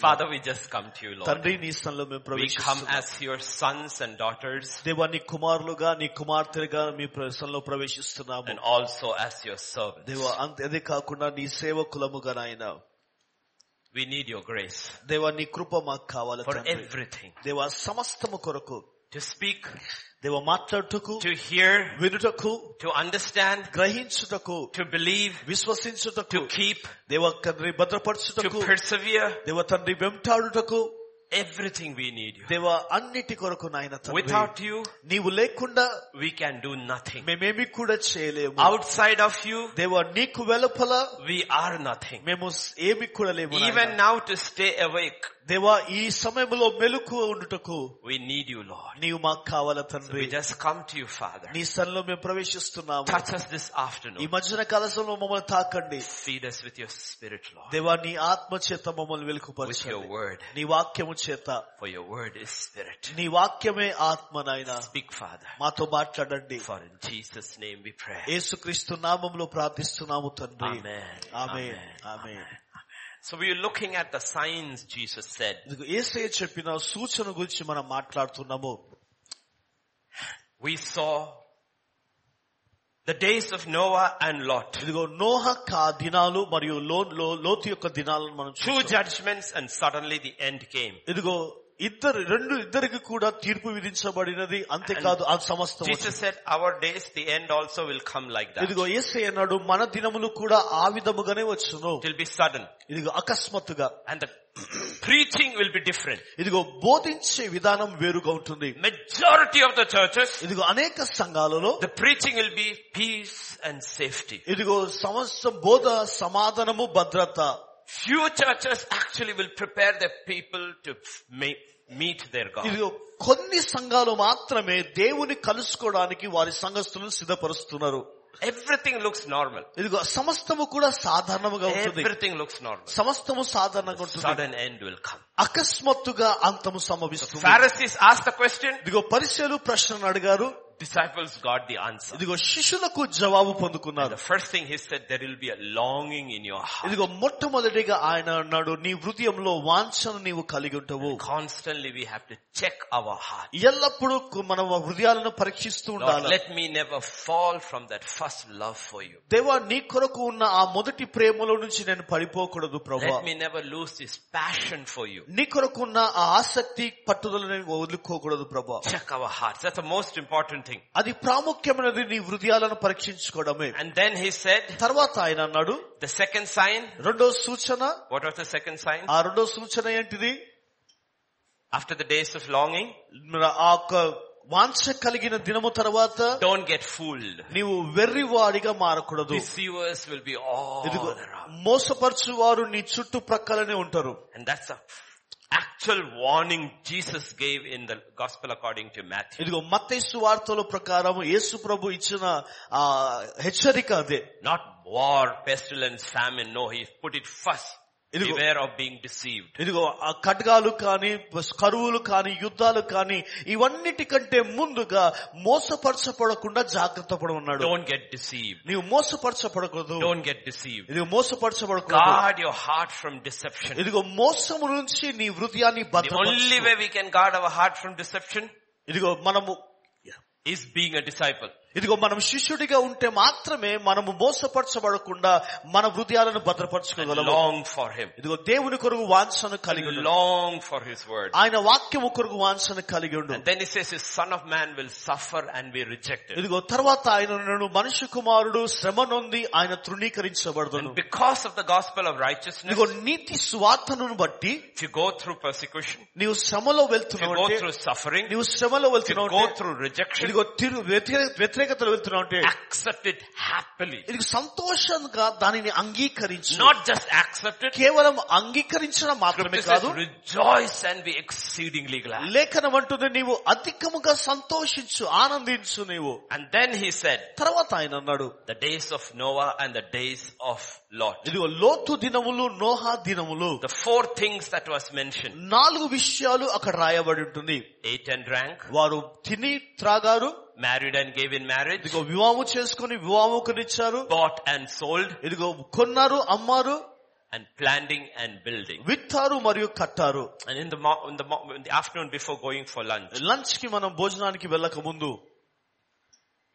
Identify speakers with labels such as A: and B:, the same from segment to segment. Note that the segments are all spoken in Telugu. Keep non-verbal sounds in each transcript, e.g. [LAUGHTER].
A: Father, we just come to you, Lord.
B: తండ్రి నీ స్థలంలో మేము
A: We come
B: ప్రవేశిస్తున్నాం
A: as your sons and daughters
B: దేవా నీ కుమారులుగా నీ కుమార్తెలుగా మీ స్థలంలో ప్రవేశిస్తున్నాము
A: and also as your servants.
B: దేవా అంత అదే కాకుండా నీ సేవకులముగా నాయన
A: We need your grace
B: దేవా నీ కృప మాకు కావాలి
A: for
B: తండ్రి.
A: everything.
B: దేవా సమస్తము కొరకు
A: To speak,
B: దేవా మాట్లాడుటకు
A: to hear,
B: వినుటకు
A: to understand,
B: గ్రహించుటకు
A: to believe,
B: విశ్వసించుటకు
A: to keep,
B: దేవ తండ్రి
A: to
B: భద్రపరచుటకు
A: persevere.
B: దేవ తండ్రి వెంటాడుటకు
A: Everything we need you.
B: దేవ అన్నిటి కొరకు నాయన తండ్రి.
A: Without you,
B: నీవు లేకుండా
A: we can do nothing.
B: మేమేమి కూడా చేయలేము
A: Outside of you,
B: దేవ నీకు వెలుపల
A: we are nothing.
B: మేము ఏమి కూడా లేము
A: Even
B: నాయన.
A: now to stay awake,
B: దేవా ఈ సమయంలో మెలకు ఉండుటకు
A: we need you, Lord.
B: నీవు మాకు కావాల తండ్రి
A: We just come to you, Father.
B: నీ స్థలంలో మేము ప్రవేశిస్తున్నాము
A: Touch us this
B: ఈ
A: afternoon.
B: మధ్యన కాలశంలో మమ్మల్ని తాకండి
A: Feed us with your spirit, Lord.
B: దేవా నీ ఆత్మ చేత మమ్మల్ని
A: With your
B: వెలుకుపరచండి
A: word.
B: నీ వాక్యము చేత
A: For your word is spirit.
B: నీ వాక్యమే ఆత్మ నాయన
A: Speak, Father.
B: మాతో మాట్లాడండి
A: For in Jesus' name we pray.
B: యేసుక్రీస్తు నామంలో ప్రార్థిస్తున్నాము తండ్రి
A: Amen.
B: ఆమె ఆమె
A: So we are looking at the signs Jesus said.
B: ఏసే చెప్పిన సూచన గురించి మనం మాట్లాడుతున్నాము
A: We saw the days of Noah and Lot.
B: ఇదిగో నోహ కా దినాలు మరియు లో- లో- లోతు యొక్క దినాలను మనం
A: Two
B: చూసాం.
A: judgments and suddenly the end came.
B: ఇదిగో ఇద్దరు రెండు ఇద్దరికి కూడా తీర్పు విధించబడినది అంతేకాదు ఆ సమస్తం
A: Jesus said our days, the end also will come like that.
B: ఇదిగో ఏసే అన్నాడు మన దినములు కూడా ఆ విధముగానే వచ్చును
A: It will be sudden.
B: ఇదిగో అకస్మాత్తుగా
A: And the [CLEARS THROAT] preaching will be different.
B: ఇదిగో బోధించే విధానం వేరుగా ఉంటుంది
A: Majority of the churches,
B: ఇదిగో అనేక సంఘాలలో
A: the preaching will be peace and safety.
B: ఇదిగో సమస్త బోధ సమాధానము భద్రత
A: Few churches actually will prepare their people to make, meet their God.
B: ఇదిగో కొన్ని సంఘాలు మాత్రమే దేవుని కలుసుకోవడానికి వారి సంఘస్థులను సిద్ధపరుస్తున్నారు
A: Everything looks normal.
B: ఇదిగో సమస్తము కూడా సాధారణముగా ఉంటుంది
A: Everything looks normal.
B: సమస్తము సాధారణంగా ఉంటుంది
A: Sudden end will come.
B: అకస్మాత్తుగా అంతము సంభవిస్తుంది
A: Pharisees asked the question,
B: ఇదిగో పరిచయలు ప్రశ్నను అడిగారు
A: disciples got the answer.
B: ఇదిగో శిష్యులకు జవాబు
A: The
B: పొందుకున్నారు
A: first thing he said, there will be a longing in your heart.
B: ఇదిగో మొట్టమొదటిగా ఆయన అన్నాడు నీ హృదయంలో వాంఛను నీవు కలిగి ఉంటావు
A: Constantly we have to check our heart.
B: ఎల్లప్పుడూ కు- మనం ఆ హృదయాలను పరీక్షిస్తూ
A: Lord,
B: ఉండాలి
A: let me never fall from that first love for you.
B: దేవా నీ కొరకు ఉన్న ఆ మొదటి ప్రేమలో నుంచి నేను పడిపోకూడదు ప్రభా
A: Let me never lose this passion for you.
B: నీ కొరకు ఉన్న ఆ ఆసక్తి పట్టుదల నేను వదులుకోకూడదు ప్రభా
A: Check our hearts. That's the most important thing.
B: అది ప్రాముఖ్యమైనది నీ హృదయాలను పరీక్షించుకోవడమే
A: And then he said,
B: తర్వాత ఆయన అన్నాడు
A: the second sign,
B: రెండో సూచన
A: what was the second sign?
B: ఆ రెండో సూచన ఏంటిది
A: After the days of longing,
B: మన ఆ యొక్క వాంఛ కలిగిన దినము తర్వాత
A: don't get fooled.
B: నీవు వెర్రివాడిగా మారకూడదు
A: Deceivers will be all
B: ఇదిగో
A: around.
B: మోసపరచువారు నీ చుట్టూ ప్రక్కలనే ఉంటారు
A: And that's a actual warning Jesus gave in the gospel according to Matthew.
B: ఇదిగో మత్తయి వార్తల ప్రకారం యేసు ప్రభు ఇచ్చిన ఆ హెచ్చరిక అదే
A: Not war, pestilence, famine. No, he put it first.
B: ఇదిగో-
A: Beware of being deceived.
B: ఇదిగో ఆ ఖడ్గాలు కాని కరువులు కాని యుద్ధాలు కాని ఇవన్నిటికంటే ముందుగా మోసపరచపడకుండా జాగ్రత్త పడమన్నాడు
A: Don't get deceived.
B: నీవు మోసపరచపడకూడదు
A: Don't get deceived.
B: ఇదిగో మోసపరచబడకూడదు
A: Guard your heart from deception.
B: ఇదిగో మోసము నుంచి నీ హృదయాన్ని
A: The only
B: భద్రపరచు
A: way we can guard our heart from deception
B: ఇదిగో మనము
A: is being a disciple.
B: ఇదిగో మనం శిష్యుడిగా ఉంటే మాత్రమే మనము మోసపరచబడకుండా మన హృదయాలను భద్రపరచుకోగలము
A: Long for him.
B: ఇదిగో దేవుని కొరకు వాంఛను కలిగి ఉండు.
A: Long for his word.
B: ఆయన వాక్యము కొరకు వాంఛను కలిగి ఉండు
A: And then he says his son of man will suffer and be rejected.
B: ఇదిగో తర్వాత ఆయన నన్ను మనిషి కుమారుడు శ్రమ నొంది ఆయన తృణీకరించబడదను
A: And because of the gospel of righteousness,
B: ఇదిగో నీతి స్వార్థను బట్టి
A: if you go through persecution,
B: నీవు శ్రమలో
A: if you go
B: వెళ్తున్నావు
A: through suffering,
B: నీవు శ్రమలో
A: if you go
B: వెళ్తున్నావు
A: through rejection,
B: ఇదిగో తిరు వ్యతిరే- వ్యతిరేకతలు వెళ్తున్నావు అంటే
A: accept it happily.
B: ఇది సంతోషంగా దానిని అంగీకరించు
A: Not just accept it,
B: కేవలం అంగీకరించడం మాత్రమే
A: it says,
B: కాదు
A: rejoice and be exceedingly glad.
B: లేఖనం అంటుంది నీవు అధికముగా సంతోషించు ఆనందించు నీవు
A: And then he said,
B: తర్వాత ఆయన అన్నాడు
A: the days of Noah and the days of Lot.
B: ఇదిగో లోతు దినములు నోహా దినములు
A: The four things that was mentioned.
B: నాలుగు విషయాలు అక్కడ రాయబడి ఉంటుంది
A: Ate and drank,
B: వారు తిని త్రాగారు
A: married and gave in marriage,
B: ఇదిగో వివాహము చేసుకుని వివాహముకునిచ్చారు
A: bought and sold,
B: ఇదిగో కొన్నారు అమ్మారు
A: and planting and building.
B: విత్తారు మరియు కట్టారు
A: And in the, mo- in the, mo- in the afternoon before going for lunch,
B: lunch కి మనం భోజనానికి వెళ్ళక ముందు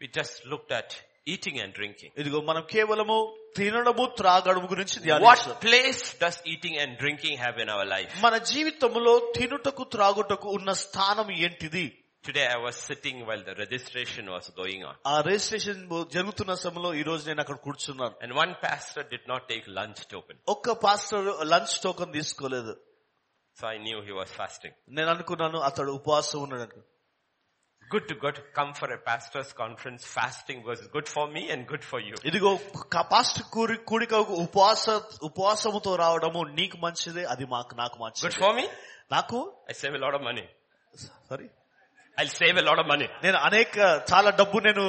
A: we just looked at eating and drinking.
B: ఇదిగో మనం కేవలము తినడము త్రాగడము గురించి ధ్యానించాం
A: What place does eating and drinking have in our life?
B: మన జీవితంలో తినుటకు త్రాగుటకు ఉన్న స్థానం ఏంటిది
A: Today I was sitting while the registration was going on.
B: ఆ రిజిస్ట్రేషన్ జరుగుతున్న సమయంలో ఈ రోజు నేను అక్కడ కూర్చున్నాను
A: And one pastor did not take lunch token.
B: ఒక్క పాస్టర్ లంచ్ టోకన్ తీసుకోలేదు
A: So I knew he was fasting.
B: నేను అనుకున్నాను అతడు ఉపవాసం ఉన్నాడు అనుకున్నాను.
A: Good to go to come for a pastor's conference. Fasting was good for me and good for you.
B: ఇదిగో క- పాస్టర్ కూడి కూడిక ఉపవాస ఉపవాసముతో రావడము నీకు మంచిదే అది మాకు నాకు
A: Good
B: మంచిది
A: for me?
B: నాకు
A: I save a lot of money.
B: Sorry
A: I'll save a lot of money.
B: నేను అనేక చాలా డబ్బు నేను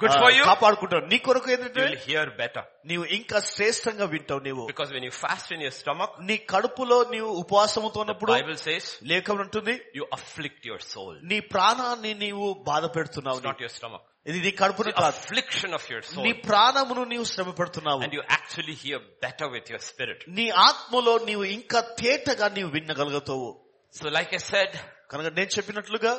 A: Good
B: ఆ,
A: for you.
B: కాపాడుకుంటాను నీ కొరకు ఏంటంటే
A: You'll hear better.
B: నీవు ఇంకా శ్రేష్టంగా వింటావు నీవు
A: Because when you fast in your stomach,
B: నీ కడుపులో నీవు ఉపవాసముతో
A: the
B: ఉన్నప్పుడు
A: Bible says
B: లేఖం ఉంటుంది
A: you afflict your soul.
B: నీ ప్రాణాన్ని నీవు బాధ పెడుతున్నావు
A: It's not your stomach.
B: ఇది నీ కడుపును
A: The
B: కాదు
A: affliction of your soul.
B: నీ ప్రాణమును నీవు శ్రమ పెడుతున్నావు
A: And you actually hear better with your spirit.
B: నీ ఆత్మలో నీవు ఇంకా తేటగా నీవు వినగలుగుతావు
A: So like I said,
B: కనుక నేను చెప్పినట్లుగా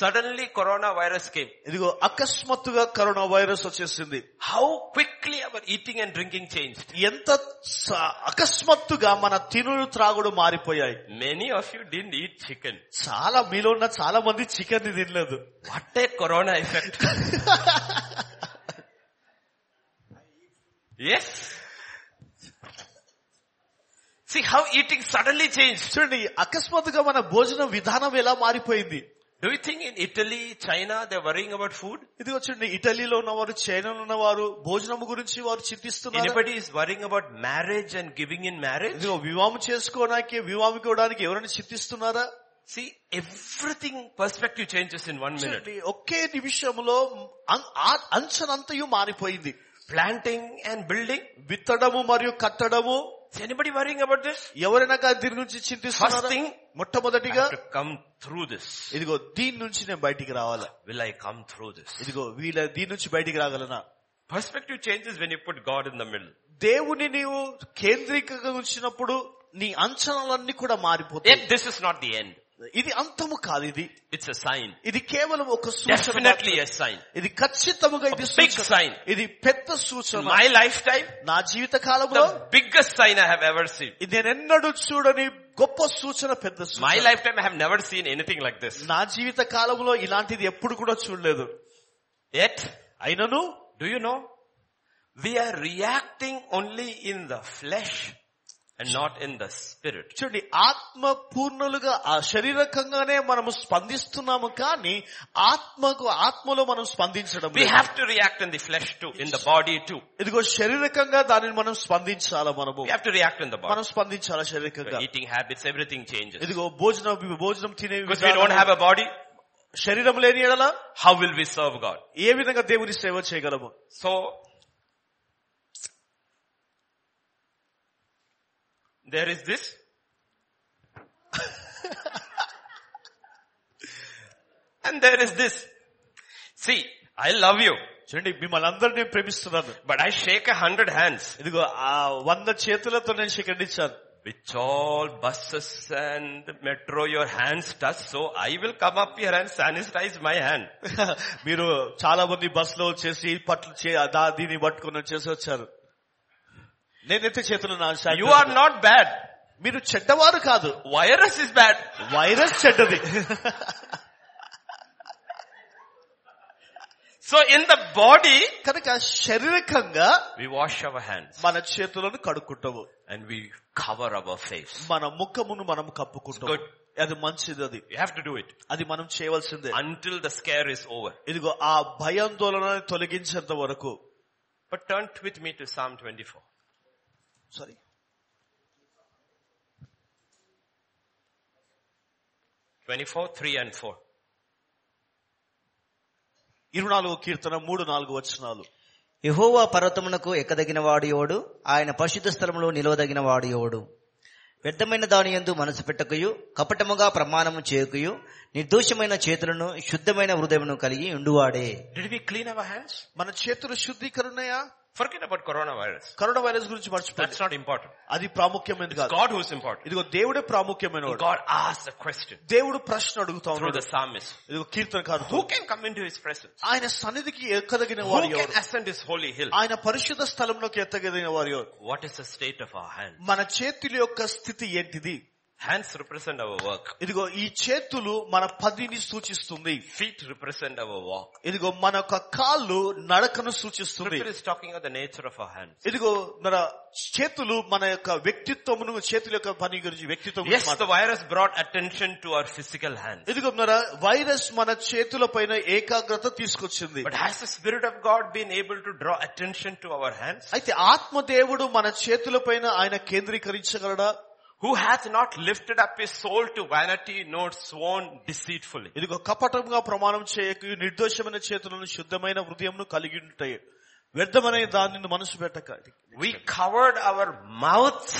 A: suddenly coronavirus came.
B: ఇదిగో అకస్మాత్తుగా కరోనా వైరస్ వచ్చేసింది
A: How quickly our eating and drinking changed.
B: ఎంత స- అకస్మాత్తుగా మన తినులు త్రాగుడు మారిపోయాయి
A: Many of you didn't eat chicken.
B: చాలా మీలో ఉన్న చాలా మంది చికెన్ ని తినలేదు
A: What a corona effect. yes. See how eating suddenly changed.
B: చూడండి అకస్మాత్తుగా మన భోజన విధానం ఎలా మారిపోయింది
A: Do you think in Italy, China, they're worrying about food?
B: ఇదిగో చూడండి ఇటలీలో ఉన్నవారు చైనాలో ఉన్నవారు భోజనం గురించి వారు చింతిస్తున్నారు
A: Anybody is worrying about marriage and giving in marriage?
B: ఇదిగో వివాహం చేసుకోవడానికి వివాహం కోవడానికి ఎవరైనా చింతిస్తున్నారా
A: See, everything perspective changes in one minute.
B: చూడండి ఒకే నిమిషంలో అం- ఆ అంచనంతయు మారిపోయింది
A: Planting and building.
B: విత్తడము మరియు కట్టడము
A: Is anybody worrying about this?
B: ఎవరైనా కాదు దీని గురించి చింతిస్తున్నారా
A: First thing- I
B: మొట్టమొదటిగా
A: have to come through this.
B: ఇదిగో దీని నుంచి నేను బయటికి రావాలా
A: Will I come through this?
B: ఇదిగో వీళ్ళ దీని నుంచి బయటికి రాగలనా
A: Perspective changes when you put God in the middle.
B: దేవుని నీవు కేంద్రీకంగా ఉంచినప్పుడు నీ అంచనాలన్నీ కూడా మారిపోతాయి
A: Yet this is not the end.
B: ఇది అంతము కాదు ఇది
A: It's a sign.
B: ఇది కేవలం ఒక సూచన మాత్రమే.
A: Definitely a sign.
B: ఇది ఖచ్చితంగా ఇది
A: A big
B: సూచన
A: sign.
B: ఇది పెద్ద
A: In
B: సూచన
A: my lifetime,
B: నా జీవిత కాలంలో
A: the biggest sign I have ever seen.
B: ఇది నేను ఎన్నడూ చూడని గొప్ప సూచన పెద్ద
A: My
B: సూచన
A: lifetime I have never seen anything like this.
B: నా జీవిత కాలంలో ఇలాంటిది ఎప్పుడు కూడా చూడలేదు
A: Yet,
B: అయినను
A: do you know? We are reacting only in the flesh and not in the spirit.
B: చూడండి ఆత్మ పూర్ణులుగా ఆ శరీరకంగానే మనము స్పందిస్తున్నాము కానీ ఆత్మకు ఆత్మలో మనం స్పందించడం
A: We
B: లేదు.
A: have to react in the flesh too, in the body too.
B: ఇదిగో శారీరకంగా దానిని మనం స్పందించాల మనము
A: We have to react in the body.
B: మనం స్పందించాల శారీరకంగా
A: Your eating habits, everything changes.
B: ఇదిగో భోజనం భోజనం తినే
A: Because we don't have a body,
B: శరీరం లేని ఎడల
A: how will we serve God?
B: ఏ విధంగా దేవుని సేవ చేయగలము
A: So, there is this. [LAUGHS] and there is this. See, I love you,
B: చూడండి మిమ్మల్ని అందరినీ నేను ప్రేమిస్తున్నాను
A: but I shake a hundred hands,
B: ఇదిగో ఆ వంద చేతులతో నేను శిఖండించాను
A: which all buses and metro your hands touch, so I will come up here and sanitize my hand.
B: [LAUGHS] మీరు చాలా మంది బస్ లో వచ్చేసి పట్లు చే- దా- దీన్ని పట్టుకొని వచ్చేసి వచ్చారు నేనైతే చేతులు నా శాంతి-
A: You are not bad.
B: మీరు చెడ్డవారు కాదు
A: Virus is bad.
B: వైరస్ చెడ్డది
A: So in the body,
B: [LAUGHS] కనుక శారీరకంగా
A: we wash our hands
B: మన చేతులను కడుక్కుంటాము
A: and we cover our face.
B: మన ముఖమును మనం కప్పుకుంటాము
A: Good.
B: అది మంచిది అది
A: You have to do it
B: అది మనం చేయవలసిందే
A: until the scare is over.
B: ఇదిగో ఆ భయాందోళన తొలగించేంత వరకు
A: But turn with me to Psalm 24.
B: Sorry
A: Twenty-four, 3 and 4.
B: ఇరవై నాలుగు కీర్తన మూడు నాలుగు వచనాలు
C: యహోవా పర్వతమునకు ఎక్కదగిన వాడియోడు ఆయన పరిశుద్ధ స్థలములో నిలవదగిన వాడియోడు వ్యర్థమైన దాని యందు మనసు పెట్టకయు కపటముగా ప్రమాణము చేయకయు నిర్దోషమైన చేతులను శుద్ధమైన హృదయమును కలిగి ఉండువాడే
A: Did we clean our hands?
B: మన చేతులు శుద్ధీకరణయా
A: Forget about coronavirus.
B: Corona virus గురించి మర్చిపోండి
A: That's not important.
B: అది ప్రాముఖ్యమైనది
A: It's
B: కాదు
A: God who's important.
B: ఇదిగో దేవుడే ప్రాముఖ్యమైనవాడు
A: God asks a question
B: దేవుడు ప్రశ్న అడుగుతా
A: through
B: ఉన్నాడు
A: the psalmist.
B: ఇదిగో కీర్తన కాదు
A: Who can come into his presence?
B: ఆయన సన్నిధికి ఎక్కదగిన
A: Who
B: వారు
A: can
B: ఎవరు
A: ascend his holy hill?
B: ఆయన పరిశుద్ధ స్థలంలోకి ఎత్తగదిగిన వారు ఎవరు
A: What is the state of our hand?
B: మన చేతుల యొక్క స్థితి ఏంటిది
A: Hands represent our work.
B: ఇదిగో ఈ చేతులు మన పదిని సూచిస్తుంది
A: Feet represent our walk.
B: ఇదిగో మన యొక్క కాళ్ళు నడకను సూచిస్తుంది
A: Scripture is talking of the nature of our hands.
B: ఇదిగో మన చేతులు మన యొక్క వ్యక్తిత్వమును చేతుల యొక్క పని గురించి వ్యక్తిత్వం గురించి
A: Yes, the
B: మాట్లాడు-
A: virus brought attention to our physical hands.
B: ఇదిగో మన వైరస్ మన చేతుల పైన ఏకాగ్రత తీసుకొచ్చింది
A: But has the Spirit of God been able to draw attention to our hands?
B: అయితే ఆత్మదేవుడు మన చేతుల పైన ఆయన కేంద్రీకరించగలడా
A: Who hath not lifted up his soul to vanity, nor sworn deceitfully?
B: ఇదిగో కపటంగా ప్రమాణం చేయక నిర్దోషమైన చేతులను శుద్ధమైన హృదయంను కలిగి ఉంటాయి వ్యర్థమనే దానిని మనసు పెట్టక
A: We covered our mouths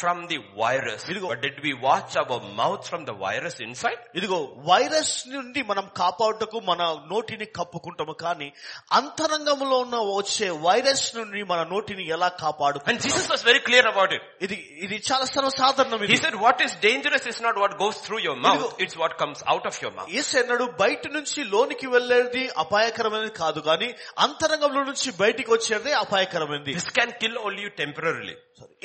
A: from the virus.
B: ఇదిగో.
A: But did we watch our mouth from the virus inside?
B: ఇదిగో వైరస్ నుండి మనం కాపాడుటకు మన నోటిని కప్పుకుంటాము కానీ అంతరంగంలో ఉన్న వచ్చే వైరస్ నుండి మన నోటిని ఎలా
A: And
B: కాపాడుకుంటాం
A: Jesus was very clear about it.
B: ఇది ఇది చాలా సర్వసాధారణం
A: He
B: ఇది
A: said, what is dangerous is not what goes through your mouth, it's what comes out of your mouth.
B: ఏసు అన్నాడు బయట నుంచి లోనికి వెళ్ళేది అపాయకరమైనది కాదు కానీ అంతరంగంలో నుంచి బయటికి వచ్చేదే అపాయకరమైనది
A: This can kill only you temporarily.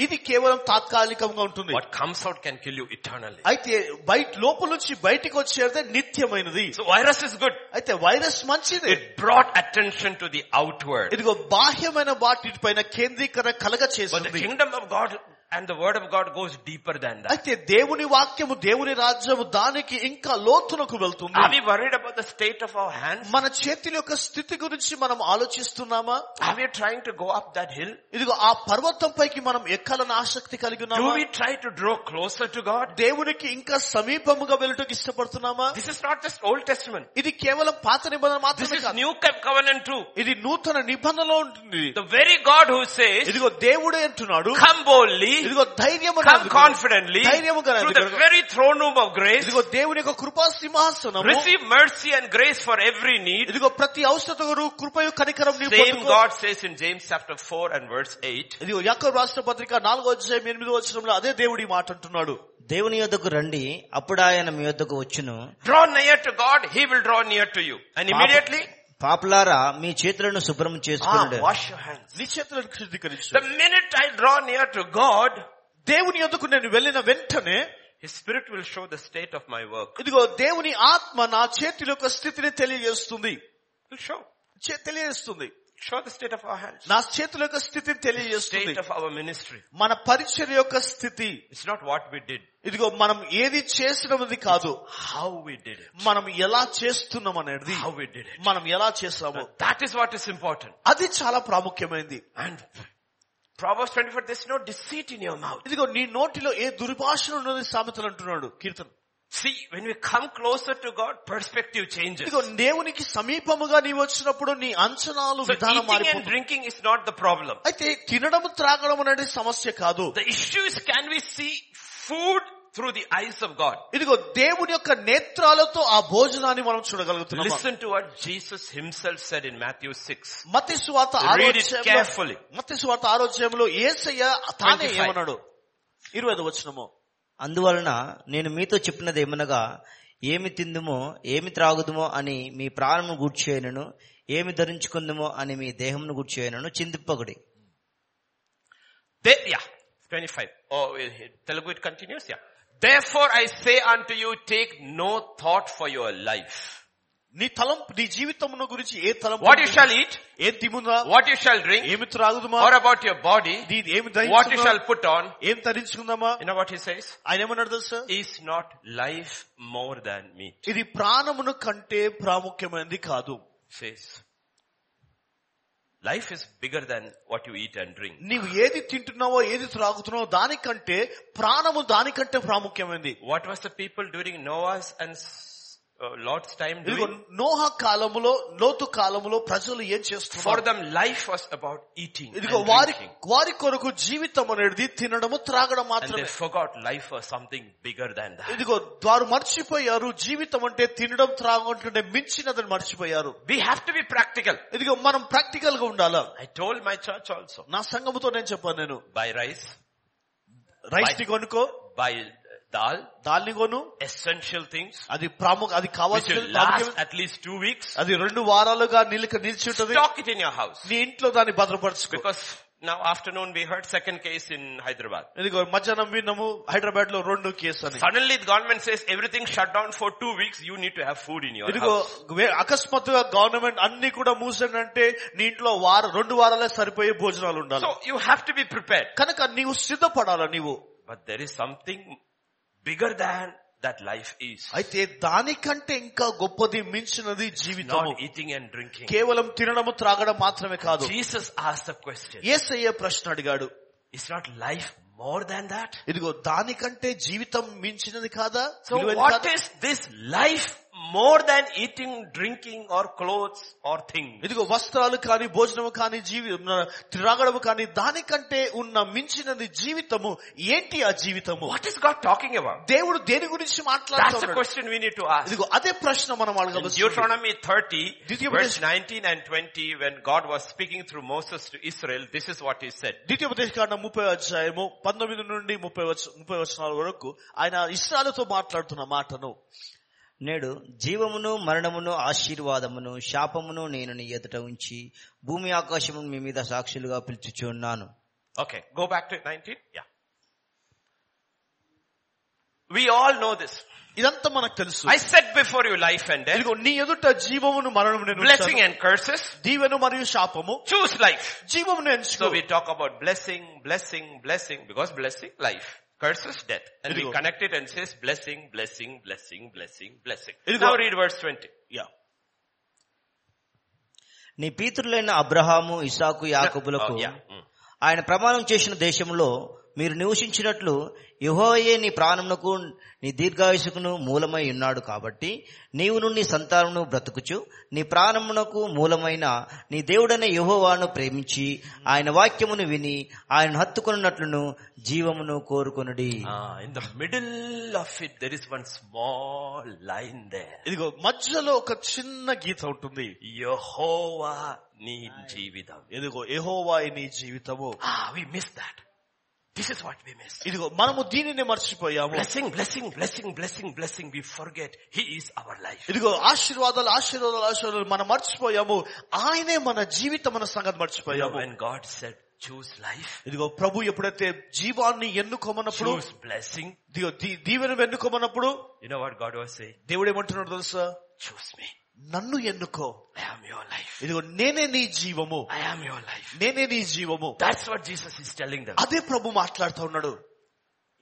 B: ఇది కేవలం తాత్కాలికంగా ఉంటుంది
A: What comes out can kill you eternally.
B: అయితే బయట లోపల నుంచి బయటికి వచ్చేదే నిత్యమైనది
A: So virus is good.
B: అయితే వైరస్ మంచిది
A: It brought attention to the outward.
B: ఇదిగో బాహ్యమైన వాటిపైన కేంద్రీకరణ కలగ
A: But the
B: చేసింది
A: kingdom of God and the word of God goes deeper than that.
B: అయితే దేవుని వాక్యము దేవుని రాజ్యము దానికి ఇంకా లోతునకు
A: Are
B: వెళ్తుంది
A: we worried about the state of our hands?
B: మన చేతుల యొక్క స్థితి గురించి మనం ఆలోచిస్తున్నామా
A: Are we trying to go up that hill?
B: ఇదిగో ఆ పర్వతం పైకి మనం ఎక్కాలని ఆసక్తి కలిగి
A: Do
B: ఉన్నామా
A: we try to draw closer to God?
B: దేవునికి ఇంకా సమీపముగా వెళ్ళటకు ఇష్టపడుతున్నామా
A: This is not just Old Testament.
B: ఇది కేవలం పాత నిబంధన
A: This
B: మాత్రమే
A: is
B: కాదు.
A: New Covenant too.
B: ఇది నూతన నిబంధనలో ఉంటుంది
A: The very God who says,
B: ఇదిగో దేవుడే అంటున్నాడు
A: come boldly,
B: ఇదిగో ధైర్యము
A: come confidently
B: ధైర్యముగా
A: through the very throne room of grace,
B: ఇదిగో దేవుని యొక్క కృపా సింహాసనం
A: receive mercy and grace for every need.
B: ఇదిగో ప్రతి అవసరత కొరకు కృపయు కనికరం నీవు
A: Same
B: పొందుకో.
A: God says in James chapter 4 and verse 8,
B: ఇదిగో యాకోబు రాష్ట్ర పత్రిక నాలుగో అధ్యాయం ఎనిమిదో వచనంలో అదే దేవుడి మాట అంటున్నాడు
C: దేవుని యొద్దకు రండి అప్పుడు ఆయన మీ యొద్దకు వచ్చును
A: draw near to God, He will draw near to you. And immediately,
C: పాపులారా మీ చేతులను శుభ్రం
A: ah,
C: చేసుకునుడు
A: wash your hands.
B: నీ చేతులను శుద్ధీకరించు
A: The minute I draw near to God,
B: దేవుని యొద్దకు నేను వెళ్ళిన వెంటనే
A: His Spirit will show the state of my work.
B: ఇదిగో దేవుని ఆత్మ నా చేతుల యొక్క స్థితిని తెలియజేస్తుంది
A: He'll show.
B: చే- తెలియజేస్తుంది
A: Show the state of our hands.
B: నా చేతుల యొక్క స్థితిని తెలియజేస్తుంది
A: State of our ministry.
B: మన పరిచర్య యొక్క స్థితి
A: It's not what we did,
B: ఇదిగో మనం ఏది చేసినది కాదు
A: how we did it.
B: మనం ఎలా చేస్తున్నాం అనేది
A: How we did it.
B: మనం ఎలా చేస్తాము
A: That is what is important.
B: అది చాలా ప్రాముఖ్యమైనది
A: And Proverbs 24, there's no deceit in your mouth.
B: ఇదిగో నీ నోటిలో ఏ దుర్భాష ఉన్నది సామెతలు అంటున్నాడు కీర్తన
A: See, when we come closer to God, perspective changes.
B: ఇదిగో దేవునికి సమీపముగా నీ వచ్చినప్పుడు నీ అంచనాలు
A: So
B: విధానం
A: eating and
B: మారిపోతుంది
A: drinking is not the problem.
B: అయితే తినడం త్రాగడం అనేది సమస్య కాదు
A: The issue is can we see food through the eyes of God?
B: ఇదిగో దేవుని యొక్క నేత్రాలతో ఆ భోజనాన్ని మనం చూడగలుగుతున్నాం
A: Listen to what Jesus himself said in Matthew 6.
B: మత్తి స్వార్థ
A: Read it carefully.
B: మత్తి స్వార్థ ఆరోగ్యంలో ఏసయ్య తానే
A: 25.
B: ఏమన్నాడు ఇరవై వచ్చినము
C: అందువలన నేను మీతో చెప్పినది ఏమనగా ఏమి తిందుమో ఏమి త్రాగుదుమో అని మీ ప్రాణమును గూర్చేయనను ఏమి ధరించుకుందుమో అని మీ దేహమును గూర్చేయనను చింతిప్పకుడి
A: They, yeah, 25. Oh, eh, eh, Telugu it continues, yeah. Therefore I say unto you, take no thought for your life.
B: నీ తలంపు నీ జీవితమును గురించి ఏ తలంపు
A: What you shall eat,
B: ఏం తిముందా
A: what you shall drink,
B: ఏమి త్రాగుదుమా
A: or about your body,
B: నీ ఏమి
A: what you
B: ధరించుకుందాం?
A: shall put on.
B: ఏం ధరించుకుందామా
A: You know what he says?
B: ఆయన ఏమన్నాడు తెలుసా
A: Is not life more than meat?
B: ఇది ప్రాణమును కంటే ప్రాముఖ్యమైనది కాదు
A: says, life is bigger than what you eat and drink.
B: నీవు ఏది తింటున్నావో ఏది త్రాగుతున్నావో దానికంటే ప్రాణము దానికంటే ప్రాముఖ్యమైనది
A: What was the people during Noah's and S- uh, Lord's time
B: ఇదిగో
A: doing?
B: నోహ కాలములో లోతు కాలములో ప్రజలు ఏం
A: For
B: చేస్తున్నారు
A: them life was about eating and
B: ఇదిగో వారి
A: drinking.
B: వారి కొరకు జీవితం అనేది తినడము త్రాగడం
A: And they
B: మాత్రమే
A: forgot life was something bigger than that.
B: ఇదిగో వారు మర్చిపోయారు జీవితం అంటే తినడం త్రాగంటుంటే మించినదని మర్చిపోయారు
A: We have to be practical.
B: ఇదిగో మనం ప్రాక్టికల్ గా ఉండాలా
A: I told my church also.
B: నా సంఘముతో నేను చెప్పాను నేను
A: Buy rice,
B: రైస్ ని కొనుక్కో
A: buy uh, dal,
B: దాల్ని కొను
A: essential things,
B: అది ప్రాముఖ్య అది
A: which
B: కావాల్సిన
A: will last at least two weeks.
B: అది రెండు వారాలుగా నిలిక నిలిచి ఉంటది
A: Stock it in your house.
B: నీ ఇంట్లో దాన్ని భద్రపరచుకో
A: Because now afternoon we heard second case in Hyderabad.
B: ఇదిగో మధ్యాహ్నం విన్నాము హైదరాబాద్ లో రెండు కేసు అని
A: Suddenly the government says everything shut down for two weeks, you need to have food in your
B: ఇదిగో
A: house.
B: వే- అకస్మాత్తుగా గవర్నమెంట్ అన్ని కూడా మూసేనంటే నీ ఇంట్లో వార రెండు వారాలే సరిపోయే భోజనాలు ఉండాలి
A: So you have to be prepared.
B: కనుక నీవు సిద్ధపడాలా నీవు
A: But there is something bigger than that life is.
B: అయితే దానికంటే ఇంకా గొప్పది మించినది జీవితం
A: Not eating and drinking.
B: కేవలం తినడము త్రాగడం మాత్రమే కాదు
A: Jesus asked the question,
B: ఏసయ్య ప్రశ్న అడిగాడు
A: is not life more than that?
B: ఇదిగో దానికంటే జీవితం మించినది కాదా
A: So
B: విలువైనది
A: what
B: కాదా?
A: is this life more than eating, drinking or clothes or things?
B: ఇదిగో వస్త్రాలు కానీ భోజనము కానీ జీవి త్రాగడము కానీ దానికంటే ఉన్న మించినది జీవితము ఏంటి ఆ జీవితము
A: What is God talking about?
B: దేవుడు దేని గురించి
A: That's the
B: మాట్లాడుతున్నాడు
A: question we need to ask.
B: ఇదిగో అదే ప్రశ్న మనం
A: In
B: అడగవచ్చు
A: Deuteronomy 30,
B: Did you-
A: verse 19 and 20, when God was speaking through Moses to Israel, this is what he said.
B: ద్వితీయ ఉపదేశకాండం ముప్పై అధ్యాయము పంతొమ్మిది నుండి ముప్పై వచ ముప్పై వచనాల వరకు ఆయన ఇస్రాలతో మాట్లాడుతున్న మాటను
C: నేడు జీవమును మరణమును ఆశీర్వాదమును శాపమును నేను నీ ఎదుట ఉంచి భూమి ఆకాశము మీ మీద సాక్షులుగా పిలుచుచున్నాను
A: Okay, go back to 19. Yeah. We all know this.
B: ఇదంతా మనకు తెలుసు
A: I set before you life and death,
B: ఇదిగో నీ ఎదుట జీవమును మరణము నేను
A: blessing
B: ఉంచాను.
A: and curses.
B: దీవెను మరియు శాపము
A: Choose life.
B: జీవమును ఎంచుకో
A: So we talk about blessing, blessing, blessing, because blessing, life. Curses, death. And we
B: Idigo.
A: connect it and says blessing, blessing, blessing, blessing, blessing.
B: Idigo.
A: Now read verse 20.
B: Yeah.
C: నీ పీతరులైన అబ్రహాము ఇసాకు యాకబులకు
A: Oh, yeah. Mm.
C: ఆయన ప్రమాణం చేసిన దేశంలో మీరు నివసించినట్లు యెహోవాయే నీ ప్రాణమునకు నీ దీర్ఘాయుసుకును మూలమై ఉన్నాడు కాబట్టి నీవును నీ సంతానమును బ్రతుకుచు నీ ప్రాణమునకు మూలమైన నీ దేవుడైన యెహోవాను ప్రేమించి ఆయన వాక్యమును విని ఆయన హత్తుకొనున్నట్లును జీవమును కోరుకొనుడి
A: Ah, in the middle of it, there is one small line there.
B: ఇదిగో మధ్యలో ఒక చిన్న గీత ఉంటుంది
A: Yehovah ni jividam.
B: ఇదిగో ఎహోవాయి నీ జీవితము
A: Ah, we missed that. This is what we missed.
B: ఇదిగో మనము దీనిని మర్చిపోయాము
A: Blessing, blessing, blessing, blessing, blessing. We forget He is our life.
B: ఇదిగో ఆశీర్వాదాలు ఆశీర్వాదాలు ఆశీర్వాదాలు మనం మర్చిపోయాము ఆయనే మన జీవితం మన సంగతి
A: You know,
B: మర్చిపోయాము
A: when God said, choose life,
B: ఇదిగో ప్రభు ఎప్పుడైతే జీవాన్ని ఎన్నుకోమన్నప్పుడు
A: choose blessing,
B: ఇదిగో దీ- దీవెన ఎన్నుకోమన్నప్పుడు
A: you know what God was saying?
B: దేవుడు ఏమంటున్నాడు తెలుసా
A: Choose me.
B: నన్ను ఎన్నుకో
A: I am your life.
B: ఇదిగో నేనే నీ జీవము
A: I am your life.
B: నేనే నీ జీవము
A: That's what Jesus is telling them.
B: అదే ప్రభు మాట్లాడుతా ఉన్నాడు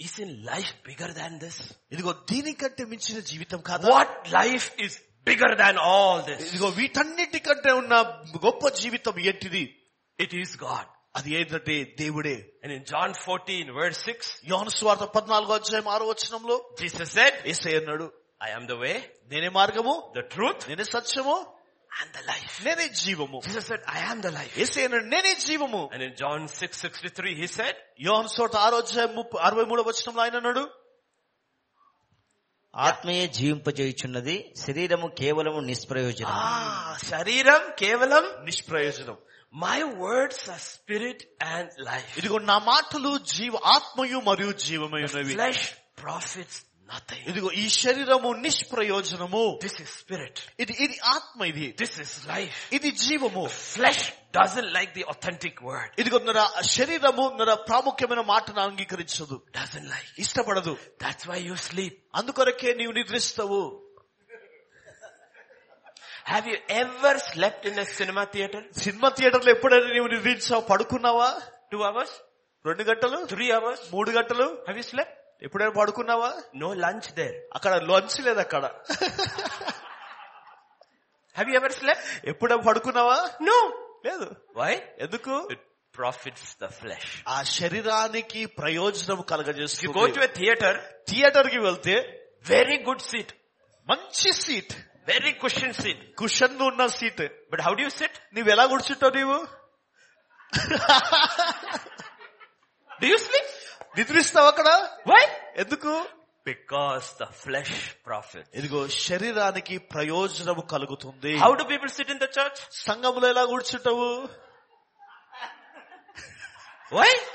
A: Isn't life bigger than this?
B: ఇదిగో దీనికంటే మించిన జీవితం కాదా
A: What life is bigger than all this?
B: ఇదిగో వీటన్నిటికంటే ఉన్న గొప్ప జీవితం ఏంటిది
A: It is God.
B: అది ఏంటంటే దేవుడే
A: And in John 14 verse 6,
B: యోహన స్వార్థ పద్నాలుగో అధ్యాయం ఆరో వచనంలో
A: Jesus said,
B: ఏసై అన్నాడు
A: I am the way,
B: నేనే మార్గము
A: the truth,
B: నేనే సత్యము
A: and the life.
B: నేనే జీవము
A: Jesus said, I am the life.
B: ఏసై అన్నాడు నేనే జీవము
A: And in John 6:63 he said,
B: యోహన స్వార్థ ఆరో అధ్యాయం ముప్పై అరవై మూడో వచనంలో ఆయన అన్నాడు
C: ఆత్మయే జీవింపజేయుచున్నది శరీరము కేవలము నిష్ప్రయోజనం
A: "Ah, శరీరం కేవలం
B: నిష్ప్రయోజనం
A: my words are spirit and life.
B: ఇదిగో నా మాటలు జీవ ఆత్మయు మరియు జీవమై ఉన్నవి
A: Flesh profits nothing.
B: ఇదిగో ఈ శరీరము నిష్ప్రయోజనము
A: This is spirit.
B: ఇది ఇది ఆత్మ ఇది
A: This is life.
B: ఇది జీవము
A: Flesh doesn't like the authentic word.
B: ఇదిగో నా శరీరము నా ప్రాముఖ్యమైన మాటను అంగీకరించదు
A: Doesn't like.
B: ఇష్టపడదు
A: That's why you sleep.
B: అందుకొరకే నీవు నిద్రిస్తావు
A: Have you ever slept in a cinema theater?
B: Cinema థియేటర్లో ఎప్పుడైనా నీవు నిద్రించావు పడుకున్నావా
A: Two hours?
B: రెండు గంటలు
A: Three hours?
B: మూడు గంటలు
A: Have you slept?
B: ఎప్పుడైనా పడుకున్నావా
A: No lunch there.
B: అక్కడ లంచ్ లేదు అక్కడ
A: Have you ever slept?
B: ఎప్పుడైనా పడుకున్నావా
A: No.
B: లేదు
A: Why?
B: ఎందుకు
A: It profits the flesh.
B: ఆ శరీరానికి ప్రయోజనం
A: If you go to
B: కలగజేస్తుంది
A: a theater,
B: థియేటర్ కి వెళ్తే
A: very good seat.
B: మంచి seat
A: Very cushion seat.
B: Cushion ఉన్న seat
A: But how do you sit?
B: నువ్వు ఎలా కూర్చుంటావు నీవు
A: [LAUGHS] Do you sleep?
B: నిద్రిస్తావు అక్కడ
A: Why?
B: ఎందుకు
A: Because the flesh profit.
B: ఇదిగో శరీరానికి ప్రయోజనము కలుగుతుంది
A: How do people sit in the church?
B: సంఘములో ఎలా కూర్చుంటావు
A: Why? [LAUGHS]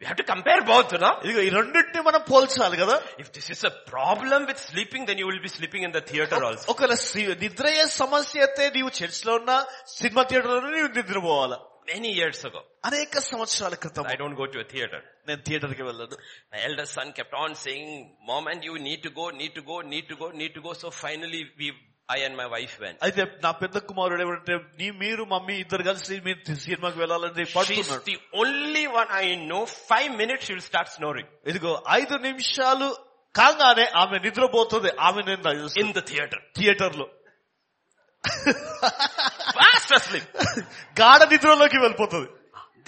A: we have to compare both, no?
B: ఇదిగో ఈ రెండింటిని మనం పోల్చాలి కదా
A: If this is a problem with sleeping, then you will be sleeping in the theater also.
B: ఒకవేళ సి- నిద్ర ఏ సమస్య అయితే నీవు చర్చ్ లో ఉన్నా సినిమా థియేటర్ లో నీవు నిద్రపోవాలా
A: Many years ago,
B: అనేక సంవత్సరాల క్రితం
A: I don't go to a theater.
B: నేను థియేటర్ కి వెళ్ళాను
A: My eldest son kept on saying, mom and you need to go, need to go, need to go, need to go. So finally we, I and my wife went.
B: అయితే నా పెద్ద కుమారుడు ఏమంటే నీ మీరు మమ్మీ ఇద్దరు కలిసి మీరు తి- సినిమాకి వెళ్ళాలని
A: She's
B: పడుతున్నాడు
A: the only one I know, five minutes she will start snoring.
B: ఇదిగో ఐదు నిమిషాలు కాగానే ఆమె నిద్రపోతుంది ఆమె నేను
A: In the theater.
B: థియేటర్ లో
A: Fast asleep.
B: [LAUGHS] గాఢ నిద్రలోకి వెళ్ళిపోతుంది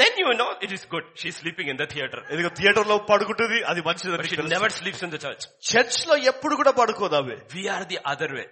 A: Then you know it is good. She's sleeping in the theater.
B: ఇదిగో థియేటర్ లో పడుకుంటుంది అది మంచిది
A: But
B: అని
A: she
B: తెలుసు.
A: never sleeps in the church.
B: Church లో ఎప్పుడు కూడా పడుకోదు అవి
A: We are the other way.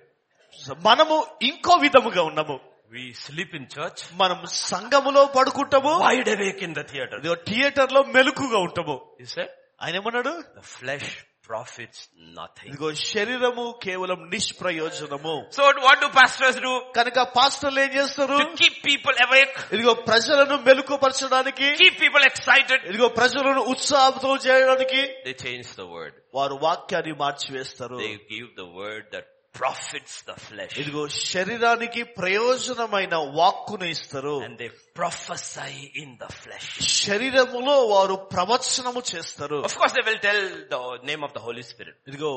B: మనము ఇంకో విధముగా ఉన్నాము
A: We sleep in church,
B: మనం సంఘములో పడుకుంటాము
A: wide awake in the theater.
B: ఇదిగో థియేటర్ లో మెలుకుగా ఉంటాము
A: You said,
B: ఆయన ఏమన్నాడు
A: the flesh profits nothing.
B: ఇదిగో శరీరము కేవలం నిష్ప్రయోజనము
A: So what do pastors do?
B: కనుక పాస్టర్లు ఏం చేస్తారు
A: To keep people awake,
B: ఇదిగో ప్రజలను మెలుకుపరచడానికి
A: keep people excited,
B: ఇదిగో ప్రజలను ఉత్సాహంతో చేయడానికి
A: they change the word.
B: వారు వాక్యాన్ని మార్చివేస్తారు
A: They give the word that profits the flesh.
B: ఇదిగో శరీరానికి ప్రయోజనమైన వాక్కును ఇస్తారు
A: And they prophesy in the flesh.
B: శరీరములో వారు ప్రవచనము చేస్తారు
A: Of course they will tell the name of the Holy Spirit.
B: ఇదిగో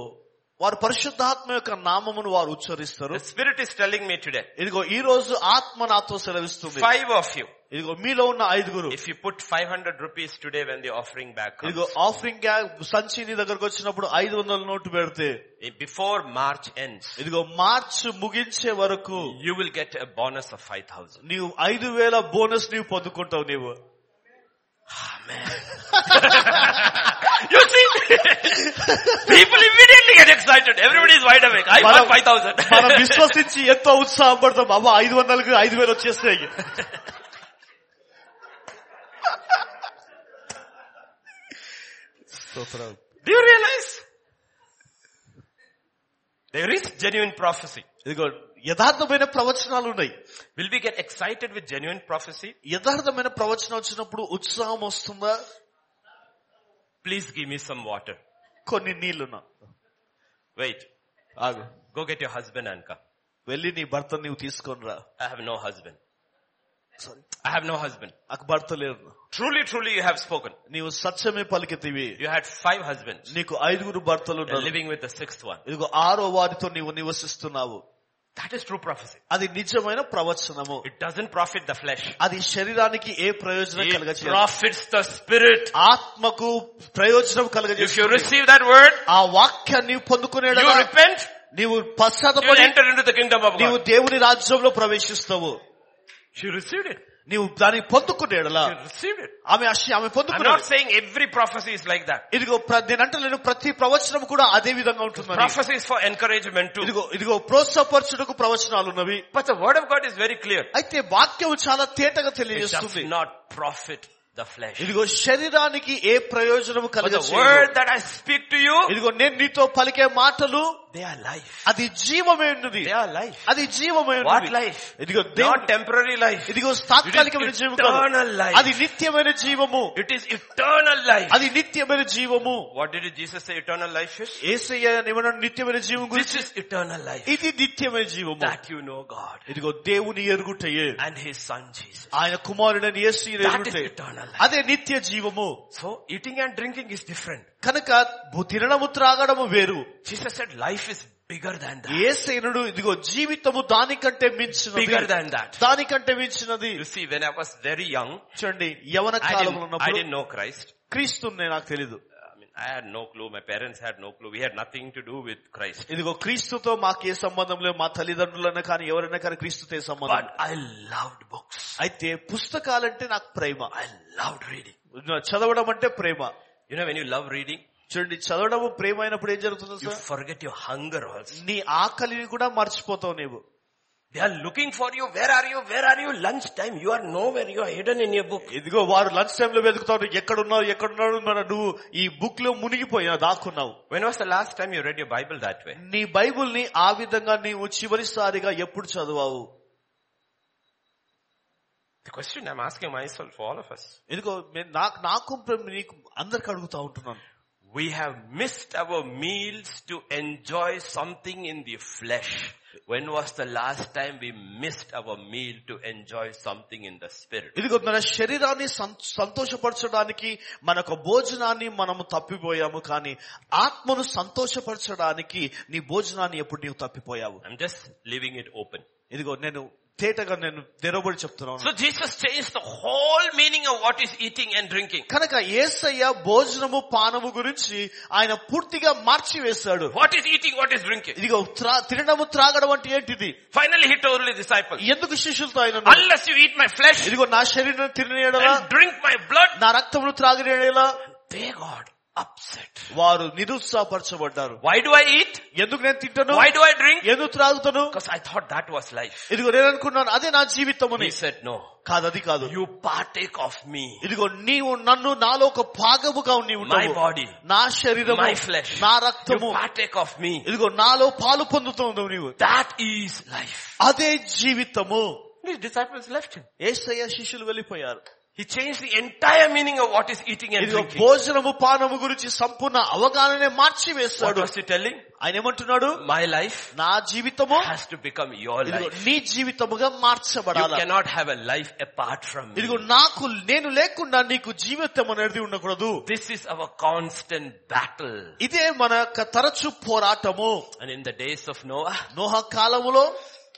B: వారు పరిశుద్ధాత్మ యొక్క నామమును వారు ఉచ్చరిస్తారు
A: The Spirit is telling me today,
B: ఇదిగో ఈ రోజు ఆత్మ నాతో సెలవిస్తుంది
A: five of you,
B: ఇదిగో మీలో ఉన్న ఐదుగురు
A: if you put 500 rupees today when the offering back comes,
B: ఇదిగో ఆఫరింగ్ గ్యాగ్ సంచి నీ దగ్గరకు వచ్చినప్పుడు ఐదు వందల నోటు పెడితే
A: eh, before March ends,
B: ఇదిగో మార్చ్ ముగించే వరకు
A: you will get a bonus of 5,000.
B: నీవు ఐదు వేల బోనస్ నీవు పొందుకుంటావు నీవు Ah,
A: You see, [LAUGHS] people immediately get excited. Everybody is wide awake. I
B: Madam-
A: want 5,000.
B: మనం
A: [LAUGHS]
B: విశ్వసించి ఎంతో ఉత్సాహం పడతాం అవ్వ ఐదు వందలకు ఐదు వేలు వచ్చేస్తాయి
A: Do you realize? There is genuine prophecy.
B: ఇదిగో యథార్థమైన ప్రవచనాలు ఉన్నాయి
A: Will we get excited with genuine prophecy?
B: యథార్థమైన ప్రవచనం వచ్చినప్పుడు ఉత్సాహం వస్తుందా
A: Please give me some water.
B: కొన్ని నీళ్లు నా-
A: Wait,
B: ఆగు
A: go get your husband and come.
B: వెళ్ళి నీ భర్త నీవు తీసుకొని రా
A: I have no husband.
B: Sorry.
A: I have no husband.
B: నాకు భర్త లేరు
A: Truly, truly you have spoken.
B: నీవు సత్యమే పలికితివి
A: You had five husbands.
B: నీకు ఐదుగురు భర్తలు
A: You are
B: ఉన్నారు
A: living with the sixth one.
B: ఇదిగో ఆరో వారితో నీవు నివసిస్తున్నావు
A: That is true prophecy.
B: అది నిజమైన ప్రవచనము
A: It doesn't profit the flesh.
B: అది శరీరానికి ఏ ప్రయోజనం
A: It
B: కలగచేయదు
A: profits the spirit.
B: ఆత్మకు ప్రయోజనం
A: If you
B: కలగజేస్తుంది
A: receive that word,
B: ఆ వాక్యాన్ని పొందుకునే
A: you repent,
B: నీవు
A: you will
B: పశ్చాత్తపడి
A: enter into the kingdom of
B: నీవు
A: God.
B: దేవుని రాజ్యంలో ప్రవేశిస్తావు
A: She received it.
B: నీవు దాన్ని పొందుకునే ఎడల
A: She received it.
B: ఆమె అశ- ఆమె
A: I'm
B: పొందుకునే
A: not saying every prophecy is like that.
B: ఇదిగో ప్ర- నేను అంటలేను ప్రతి ప్రవచనం కూడా అదే విధంగా ఉంటుంది
A: Prophecy is for encouragement [LAUGHS] too.
B: ఇదిగో ఇదిగో ప్రోత్సాహపరచుటకు ప్రవచనాలు ఉన్నవి
A: But the word of God is very clear.
B: అయితే వాక్యం చాలా తేటగా
A: It does
B: తెలియజేస్తుంది
A: not profit the flesh.
B: ఇదిగో శరీరానికి ఏ ప్రయోజనము
A: But the
B: కలగదు
A: word that I speak to you,
B: ఇదిగో నేను నీతో పలికే మాటలు
A: they are life.
B: అది జీవమే ఉన్నది
A: They are life.
B: అది జీవమే
A: What
B: ఉన్నది
A: life?
B: ఇదిగో
A: Not
B: దేవుడు
A: temporary life.
B: ఇదిగో తాత్కాలికమైన
A: It is
B: జీవం
A: eternal
B: కాదు
A: life.
B: అది నిత్యమైన జీవము
A: It is eternal life.
B: అది నిత్యమైన జీవము
A: What did Jesus say eternal life is?
B: ఏసయ్య నివడం నిత్యమైన జీవం గురించి
A: This is eternal life.
B: ఇది నిత్యమైన జీవము
A: That you know God
B: ఇదిగో దేవుని ఎరుగుటయే
A: and His Son Jesus.
B: ఆయన కుమారుడని యేసు
A: That is
B: ఎరుగుటే
A: eternal life.
B: అదే నిత్య జీవము
A: So eating and drinking is different.
B: కనుక భు- తినడము త్రాగడము వేరు
A: Jesus said life is bigger than that.
B: ఏసైనుడు ఇదిగో జీవితము దానికంటే మించినది
A: Bigger than that.
B: దానికంటే మించినది
A: [LAUGHS] You see, when I was very young,
B: చూడండి యవన
A: I
B: కాలంలో
A: didn't, I
B: ఉన్నప్పుడు
A: didn't know Christ.
B: క్రీస్తుని నాకు తెలియదు
A: I mean, I had no clue. My parents had no clue. We had nothing to do with Christ.
B: ఇదిగో క్రీస్తుతో మాకే సంబంధం లేదు మా తల్లిదండ్రులైనా కానీ ఎవరైనా కానీ క్రీస్తుతో ఏ సంబంధం
A: But I loved books.
B: అయితే పుస్తకాలంటే నాకు ప్రేమ
A: I loved reading.
B: చదవడం అంటే ప్రేమ
A: You know when you love reading,
B: చూడండి చదవడము ప్రేమ అయినప్పుడు ఏం జరుగుతుందో
A: you
B: sir
A: forget your hunger also.
B: నీ ఆకలిని కూడా మర్చిపోతావు నీవు
A: They are looking for you. Where are you? Where are you? Lunch time. You are nowhere. You are hidden in your book.
B: ఇదిగో వారు లంచ్ టైంలో వెతుకుతారు ఎక్కడున్నావు ఎక్కడున్నాడు మన నువ్వు ఈ బుక్ లో మునిగిపోయినా దాక్కున్నావు
A: When was the last time you read your Bible that way?
B: నీ బైబుల్ ని ఆ విధంగా నీవు చివరిసారిగా ఎప్పుడు చదివావు
A: The question I'm asking myself, all of us.
B: ఎందుకో నేను- నాకు నాకు ప్ర- నీకు అందరికి అడుగుతా ఉంటున్నాను
A: We have missed our meals to enjoy something in the flesh. When was the last time we missed our meal to enjoy something in the spirit?
B: ఇదిగో మన శరీరాన్ని సం- సంతోషపరచడానికి మన యొక్క భోజనాన్ని మనము తప్పిపోయాము కానీ ఆత్మను సంతోషపరచడానికి నీ భోజనాన్ని ఎప్పుడు నీవు తప్పిపోయావు
A: I'm just leaving it open.
B: ఇదిగో నేను తేటగా నేను తెరబడి చెప్తున్నాను
A: So Jesus changed the whole meaning of what is eating and drinking.
B: కనుక ఏసయ్య భోజనము పానము గురించి ఆయన పూర్తిగా మార్చివేశాడు
A: What is eating, what is drinking.
B: ఇదిగో త్రా- తినడము త్రాగడం అంటే ఏంటిది
A: Finally he told his disciples,
B: ఎందుకు శిష్యులతో ఆయన అన్నాడు?
A: unless you eat my flesh
B: ఇదిగో నా శరీరం తిననేడలా
A: and drink my blood,
B: నా రక్తమును త్రాగినేడలా
A: they got upset.
B: వారు నిరుత్సాహపరచబడ్డారు
A: Why do I eat?
B: ఎందుకు నేను తింటాను
A: Why do I drink?
B: ఎందుకు త్రాగుతాను
A: Because I thought that was life.
B: ఇదిగో నేను అనుకున్నాను అదే నా జీవితముని
A: He said, no,
B: కాదు అది కాదు
A: you partake of me.
B: ఇదిగో నీవు నన్ను నాలో ఒక భాగముగా నీవు
A: My
B: ఉంటావు.
A: body.
B: నా శరీరము
A: My flesh.
B: నా
A: You
B: రక్తము
A: partake of me.
B: ఇదిగో నాలో పాలు పొందుతున్నావు నీవు
A: That is life.
B: అదే జీవితము
A: His disciples left him.
B: ఏసయ్య శిష్యులు వెళ్ళిపోయారు
A: He changed the entire meaning of what is eating and
B: ఇదిగో
A: drinking.
B: భోజనము పానము గురించి సంపూర్ణ అవగాహననే మార్చి
A: What
B: వేస్తాడు
A: was he telling?
B: ఆయన ఏమంటున్నాడు
A: My life
B: నా జీవితము
A: has to become your
B: ఇదిగో
A: life.
B: నీ జీవితముగా
A: You
B: మార్చబడాలి
A: cannot have a life apart from me.
B: ఇదిగో నాకు నేను లేకుండా నీకు జీవితం అనేది ఉండకూడదు
A: This is our constant battle.
B: ఇదే మన యొక్క తరచు పోరాటము
A: And in the days of Noah,
B: నోహ కాలములో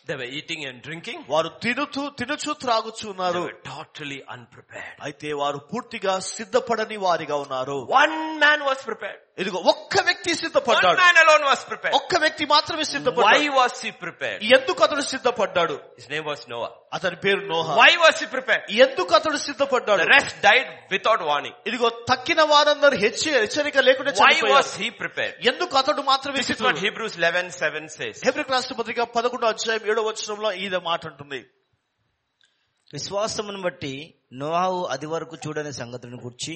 A: they were eating and drinking.
B: వారు తినుతూ తినుచూ
A: They
B: త్రాగుచున్నారు
A: were totally unprepared.
B: అయితే వారు పూర్తిగా సిద్ధపడని వారిగా ఉన్నారు
A: One man was prepared.
B: ఇదిగో ఒక్క వ్యక్తి
A: One
B: సిద్ధపడ్డాడు
A: man alone was prepared.
B: ఒక్క వ్యక్తి మాత్రమే
A: Why
B: సిద్ధపడ్డాడు
A: was he prepared?
B: ఎందుకు అతడు సిద్ధపడ్డాడు
A: His name was Noah.
B: అతని పేరు నోహ
A: Why was he prepared?
B: ఎందుకు అతడు సిద్ధపడ్డాడు
A: The rest died without warning.
B: ఇదిగో తక్కిన వారందరూ హెచ్చి హెచ్చరిక లేకుండా
A: Why
B: చనిపోయారు
A: was he prepared?
B: ఎందుకు అతడు మాత్రమే
A: This is what
B: సిద్ధపడ్డాడు
A: Hebrews 11, 7 says.
B: హెబ్రిక్ రాష్ట్ర పత్రిక పదకొండో అధ్యాయం ఏడో వచనంలో ఇదే మాట ఉంటుంది
C: విశ్వాసమును బట్టి నోహావు అది వరకు చూడని సంగతులను గూర్చి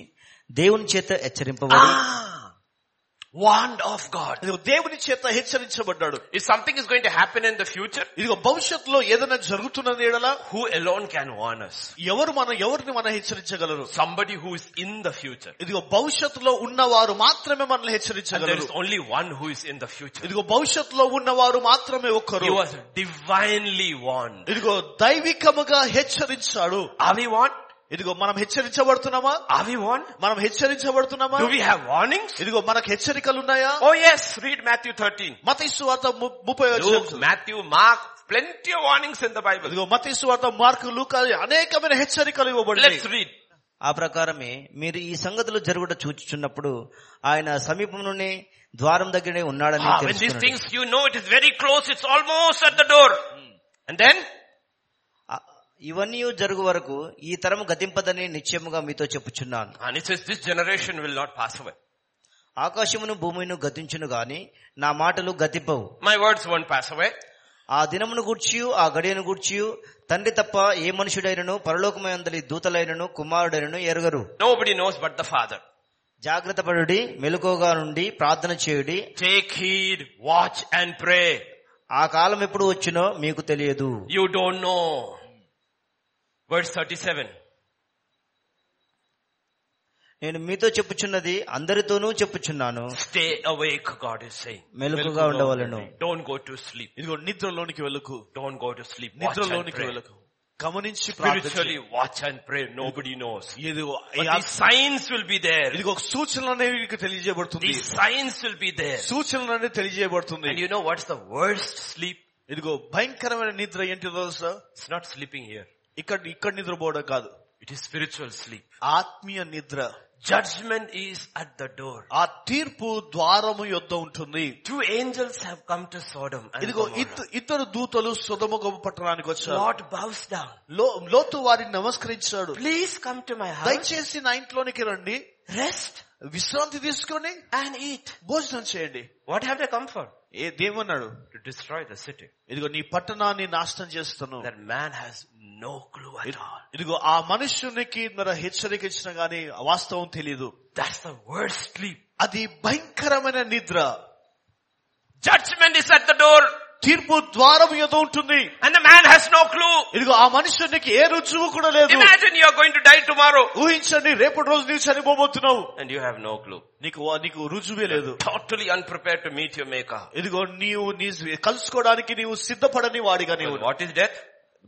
C: దేవుని చేత హెచ్చరింపబడి
A: Ah, warned of God.
B: ఇదిగో దేవుని చేత హెచ్చరించబడ్డాడు
A: If something is going to happen in the future,
B: ఇదిగో భవిష్యత్తులో ఏదైనా జరుగుతున్నది ఎడలా
A: who alone can warn us?
B: ఎవరు మన ఎవరిని మనం హెచ్చరించగలరు
A: Somebody who is in the future.
B: ఇదిగో భవిష్యత్తులో ఉన్నవారు మాత్రమే మనల్ని
A: And there
B: హెచ్చరించగలరు
A: is only one who is in the future.
B: ఇదిగో భవిష్యత్తులో ఉన్నవారు మాత్రమే
A: He
B: ఒక్కరు
A: was divinely warned.
B: ఇదిగో దైవికముగా హెచ్చరించాడు
A: Are we warned?
B: ఇదిగో మనం హెచ్చరించబడుతున్నామా
A: Are we warned?
B: మనం హెచ్చరించబడుతున్నామా
A: Do we have warnings?
B: ఇదిగో మనకు హెచ్చరికలు ఉన్నాయా
A: Oh yes, read Matthew 13.
B: మతైసు వార్త ము- ముప్పై అధ్యాయం.
A: Luke, Matthew, Mark, plenty of warnings in the Bible.
B: ఇదిగో మతైసు వార్త మార్కు లూకా అనేకమైన హెచ్చరికలు ఇవ్వబడి
A: Let's read.
C: ఆ ప్రకారమే మీరు ఈ సంగతులు జరుగుట చూచుచున్నప్పుడు ఆయన సమీపంలోనే ద్వారం దగ్గరే ఉన్నాడని
A: Ah, when these
C: తెలుసుకొనుడి.
A: things you know it is very close, it's almost at the door. And then
C: ఆ, ఇవన్నీ జరుగు వరకు ఈ తరం గతింపదని నిశ్చయముగా మీతో చెప్పుచున్నాను
A: And it says this generation will not pass away.
C: ఆకాశమును భూమిను గతించును గాని నా మాటలు గతింపవు
A: My words won't pass away.
C: ఆ దినమును గూర్చియు ఆ గడియను గూర్చియు తండ్రి తప్ప ఏ మనుషుడైనను పరలోకమందలి దూతలైనను కుమారుడైనను ఎరుగరు
A: Nobody knows but the Father.
C: జాగ్రత్త పడుడి మెలకువగా నుండి ప్రార్థన చేయుడి
A: Take heed, watch and pray.
C: ఆ కాలం ఎప్పుడు వచ్చినో మీకు తెలియదు
A: You don't know. Verse 37.
C: నేను మీతో చెప్పుచున్నది అందరితోనూ చెప్పుచున్నాను
A: Stay awake, God is saying.
C: మెలకుగా ఉండవలను
A: Don't go to sleep.
B: ఇదిగో నిద్రలోనికి వెళ్ళకు
A: Don't go to sleep. Watch and
B: నిద్రలోనికి
A: pray.
B: వెళ్ళకు గమనించి ప్రార్థన
A: Spiritually watch and pray. Nobody knows.
B: చేయి. ఇదిగో
A: But
B: ఆ-
A: these signs will be there.
B: ఇదిగో సూచనలు అనేవి నీకు తెలియజేయబడుతుంది
A: These signs will be there.
B: సూచనలు అనేవి తెలియజేయబడుతుంది
A: And you know what's the worst sleep?
B: ఇదిగో భయంకరమైన నిద్ర ఏంటి తెలుసా
A: It's not sleeping here.
B: ఇక్కడ ఇక్కడ నిద్రపోవడం కాదు
A: It is spiritual sleep.
B: ఆత్మీయ నిద్ర
A: Judgment is at the door.
B: ఆ తీర్పు ద్వారము యొద్ద ఉంటుంది
A: Two angels have come to Sodom and
B: ఇదిగో
A: Gomorrah.
B: ఇద్ద- ఇద్దరు దూతలు సుధమ గొప్ప పట్టణానికి వచ్చారు
A: Lord bows down.
B: లో- లోతు వారిని నమస్కరించాడు
A: Please come to my house.
B: దయచేసి నా ఇంట్లోనికి రండి
A: Rest
B: విశ్రాంతి తీసుకొని
A: and eat.
B: భోజనం చేయండి
A: What have they come for?
B: A దేవున్నాడు
A: To destroy the city.
B: ఇదిగో నీ పట్టణాన్ని నాశనం చేస్తాను
A: That man has no clue at all.
B: ఇదిగో ఆ మనుష్యునికి మరి హెచ్చరిక ఇచ్చిన గానీ వాస్తవం తెలియదు
A: That's the worst sleep.
B: అది భయంకరమైన నిద్ర
A: Judgment is at the door
B: తీర్పు ద్వారం ఏదో ఉంటుంది
A: and the man has no clue.
B: ఇదిగో ఆ మనుష్యునికి ఏ రుజువు కూడా లేదు
A: Imagine you are going to die tomorrow
B: ఊహించండి రేపటి రోజు నీవు చనిపోబోతున్నావు
A: and you have no clue.
B: నీకు వా- నీకు రుజువే లేదు
A: Totally unprepared to meet your maker.
B: ఇదిగో నీవు నీ కలుసుకోవడానికి నీవు సిద్ధపడని వాడిగా నీవు
A: Because What is death?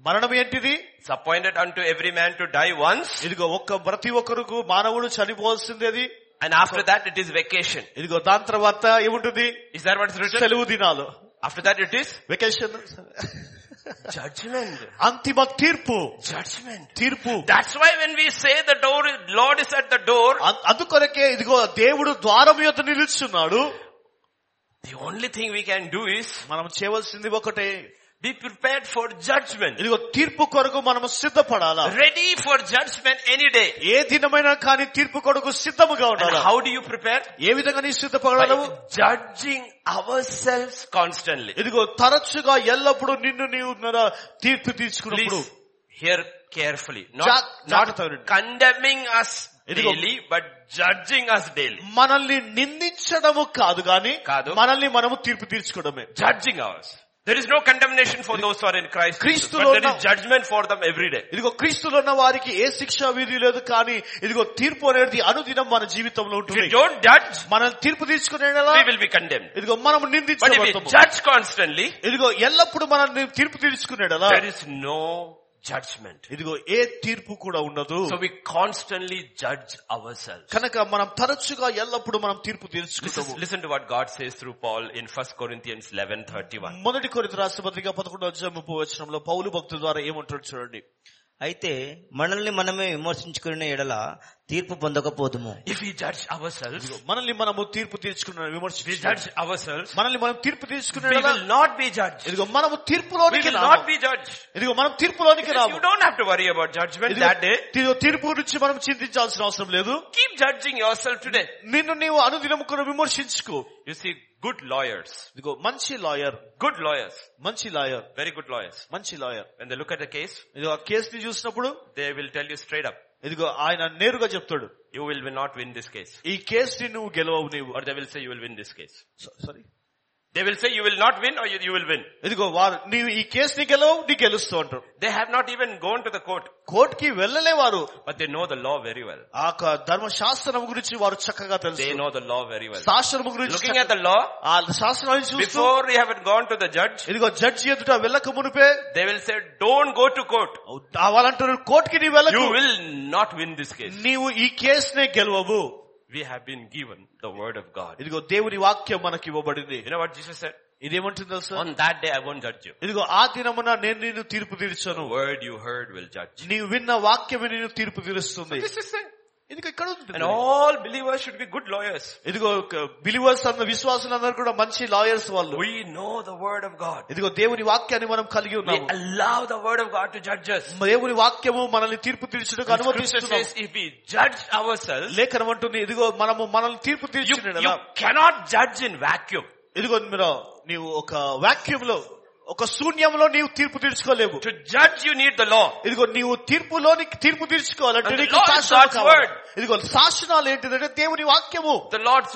B: మరణం ఏంటిది
A: It's appointed unto every man to die once
B: ఇదిగో ఒక్క ప్రతి ఒక్కరుకు మానవుడు చనిపోవాల్సిందేది
A: and after that it is vacation.
B: ఇదిగో దాని తర్వాత ఏముంటుంది
A: Is that what is written?
B: సెలవు దినాలు
A: After that it is
B: vacation
A: judgment.
B: అంతిమ తీర్పు
A: Judgment.
B: తీర్పు
A: That's why when we say the door, is- Lord is at the door,
B: అం- అందుకొరకే ఇదిగో దేవుడు ద్వారం యొద్ద నిలుచున్నాడు
A: the only thing we can do is
B: మనం చేయవలసింది ఒకటే
A: be prepared for judgment.
B: ఇదిగో తీర్పు కొరకు మనం సిద్ధపడాలా
A: Ready for judgment any day.
B: ఏ దినమైనా కానీ తీర్పు కొరకు సిద్ధముగా
A: And
B: ఉండాలా
A: how do you prepare?
B: ఏ విధంగా నీ
A: By
B: సిద్ధపడగలవు
A: judging ourselves constantly.
B: ఇదిగో తరచుగా ఎల్లప్పుడూ నిన్ను నీవు మన తీర్పు తీసుకున్నప్పుడు
A: Please hear carefully. Not,
B: Judge-
A: not
B: జాగ్రత్తగా వినండి.
A: condemning us
B: ఇదిగో.
A: daily, but judging us daily.
B: మనల్ని నిందించడము కాదు గాని
A: కాదు.
B: మనల్ని మనము తీర్పు తీర్చుకోవడమే
A: Judging us. There is no condemnation for those who are in Christ. Jesus,
B: క్రీస్తులో
A: but there
B: ఉన్న-
A: is judgment for them every day.
B: ఇదిగో క్రీస్తులో ఉన్న వారికి ఏ శిక్ష విధి లేదు కానీ ఇదిగో తీర్పు అనేది అనుదినం మన జీవితంలో
A: If we
B: ఉంటుంది
A: don't judge,
B: మనం తీర్పు తీసుకునే
A: we will be condemned.
B: ఇదిగో మనం
A: But if we
B: నిందించబడతాము
A: judge constantly,
B: ఇదిగో ఎల్లప్పుడు మనం తీర్పు తీర్చుకునేడలా
A: there is no judgment.
B: ఇదిగో ఏ తీర్పు కూడా ఉండదు
A: So we constantly judge ourselves.
B: కనుక మనం తరచుగా ఎల్లప్పుడు మనం తీర్పు
A: This is-
B: తీర్చుకుంటాము
A: listen to what God says through Paul in 1 Corinthians 11:31.
B: మొదటి కొరింథీ రాష్ట్ర పత్రిక పదకొండు అధ్యాయం ముప్పై వచనంలో పౌలు భక్తుల ద్వారా ఏమంటాడు చూడండి
C: అయితే మనల్ని మనమే విమర్శించుకునే ఎడల తీర్పు పొందకపోదుము
A: If we judge ourselves,
B: మనల్ని మనము తీర్పు తీర్చుకున్న
A: we
B: విమర్శ
A: judge ourselves,
B: మనల్ని మనం తీర్పు తీర్చుకునే
A: we will not be judged.
B: ఇదిగో మనము
A: We
B: తీర్పులోనికి
A: will
B: Ramu.
A: not be judged.
B: ఇదిగో మనం తీర్పులోనికి
A: Yes,
B: Ramu
A: You don't have to worry about judgment
B: ఇదిగో
A: that day.
B: ఇదిగో తీర్పు గురించి మనం చింతించాల్సిన అవసరం లేదు
A: Keep judging yourself today.
B: నిన్ను నీవు అనుదినం కూడా విమర్శించుకో
A: You see, good lawyers,
B: ఇదిగో మంచి లాయర్
A: good lawyers,
B: మంచి లాయర్
A: very good lawyers,
B: మంచి lawyer
A: when they look at the case,
B: ఇదిగో ఆ కేసుని చూసినప్పుడు
A: they will tell you straight up,
B: ఇదిగో ఆయన నేరుగా చెప్తాడు
A: you will not win this case.
B: ఈ కేసుని నువ్వు గెలవవు నీవు
A: Or they will say you will win this case.
B: Sorry
A: They will say you will not win or you, you will win.
B: ఇదిగో వారు నీవు ఈ కేసుని గెలవవు నీ గెలుస్తూ అంటారు
A: They have not even gone to the court,
B: కోర్టుకి వెళ్ళలే వారు
A: but they know the law very well.
B: ఆ యొక్క ధర్మశాస్త్రం గురించి వారు చక్కగా
A: They
B: తెలుసు
A: know the law very well.
B: శాస్త్రం గురించి
A: Looking at
B: చక్కగా-
A: the law,
B: ఆ శాస్త్రాన్ని చూస్తూ
A: before you have gone to the judge,
B: ఇదిగో జడ్జి ఎదుట వెళ్ళక మునిపే
A: they will say, don't go to court.
B: వాళ్ళంటారు కోర్టుకి నీ
A: You
B: వెళ్ళకు
A: will not win this case.
B: నీవు ఈ కేసునే గెలవవు
A: We have been given the word of God.
B: ఇదిగో దేవుని వాక్యం మనకి ఇవ్వబడింది
A: You know what Jesus said?
B: ఇదేమంటుంది తెలుసా
A: On that day I won't judge you.
B: ఇదిగో ఆ దినమున నేను నిన్ను తీర్పు తీర్చను
A: The word you heard will judge.
B: నీవు విన్న వాక్యమే నిన్ను తీర్పు తీరుస్తుంది
A: This is it.
B: ఇదిగో ఇక్కడ ఉంది
A: And all believers should be good lawyers.
B: ఇదిగో బిలీవర్స్ అన్న విశ్వాసులందరూ కూడా మంచి లాయర్స్ వాళ్ళు
A: We know the word of God.
B: ఇదిగో దేవుని వాక్యాన్ని మనం కలిగి
A: We
B: ఉన్నాము
A: allow the word of God to judge us.
B: దేవుని వాక్యము మనల్ని తీర్పు తీర్చడానికి
A: And Scripture
B: అనుమతిస్తున్నాం
A: says if we judge ourselves,
B: లేఖనం అంటుంది ఇదిగో మనము మనల్ని తీర్పు
A: you,
B: తీర్చిన
A: you cannot judge in vacuum.
B: ఇదిగో మీరు నీవు ఒక వాక్యూమ్ లో ఒక శూన్యంలో నీవు తీర్పు తీర్చుకోలేవు
A: To judge you need the law.
B: ఇదిగో నీవు తీర్పులోని తీర్పు తీర్చుకోవాలంటే
A: And the
B: నీకు
A: Lord is
B: శాసనాలు
A: God's
B: కావాలి.
A: word.
B: ఇదిగో శాసనాలు ఏంటిదంటే దేవుని వాక్యము
A: The Lord's,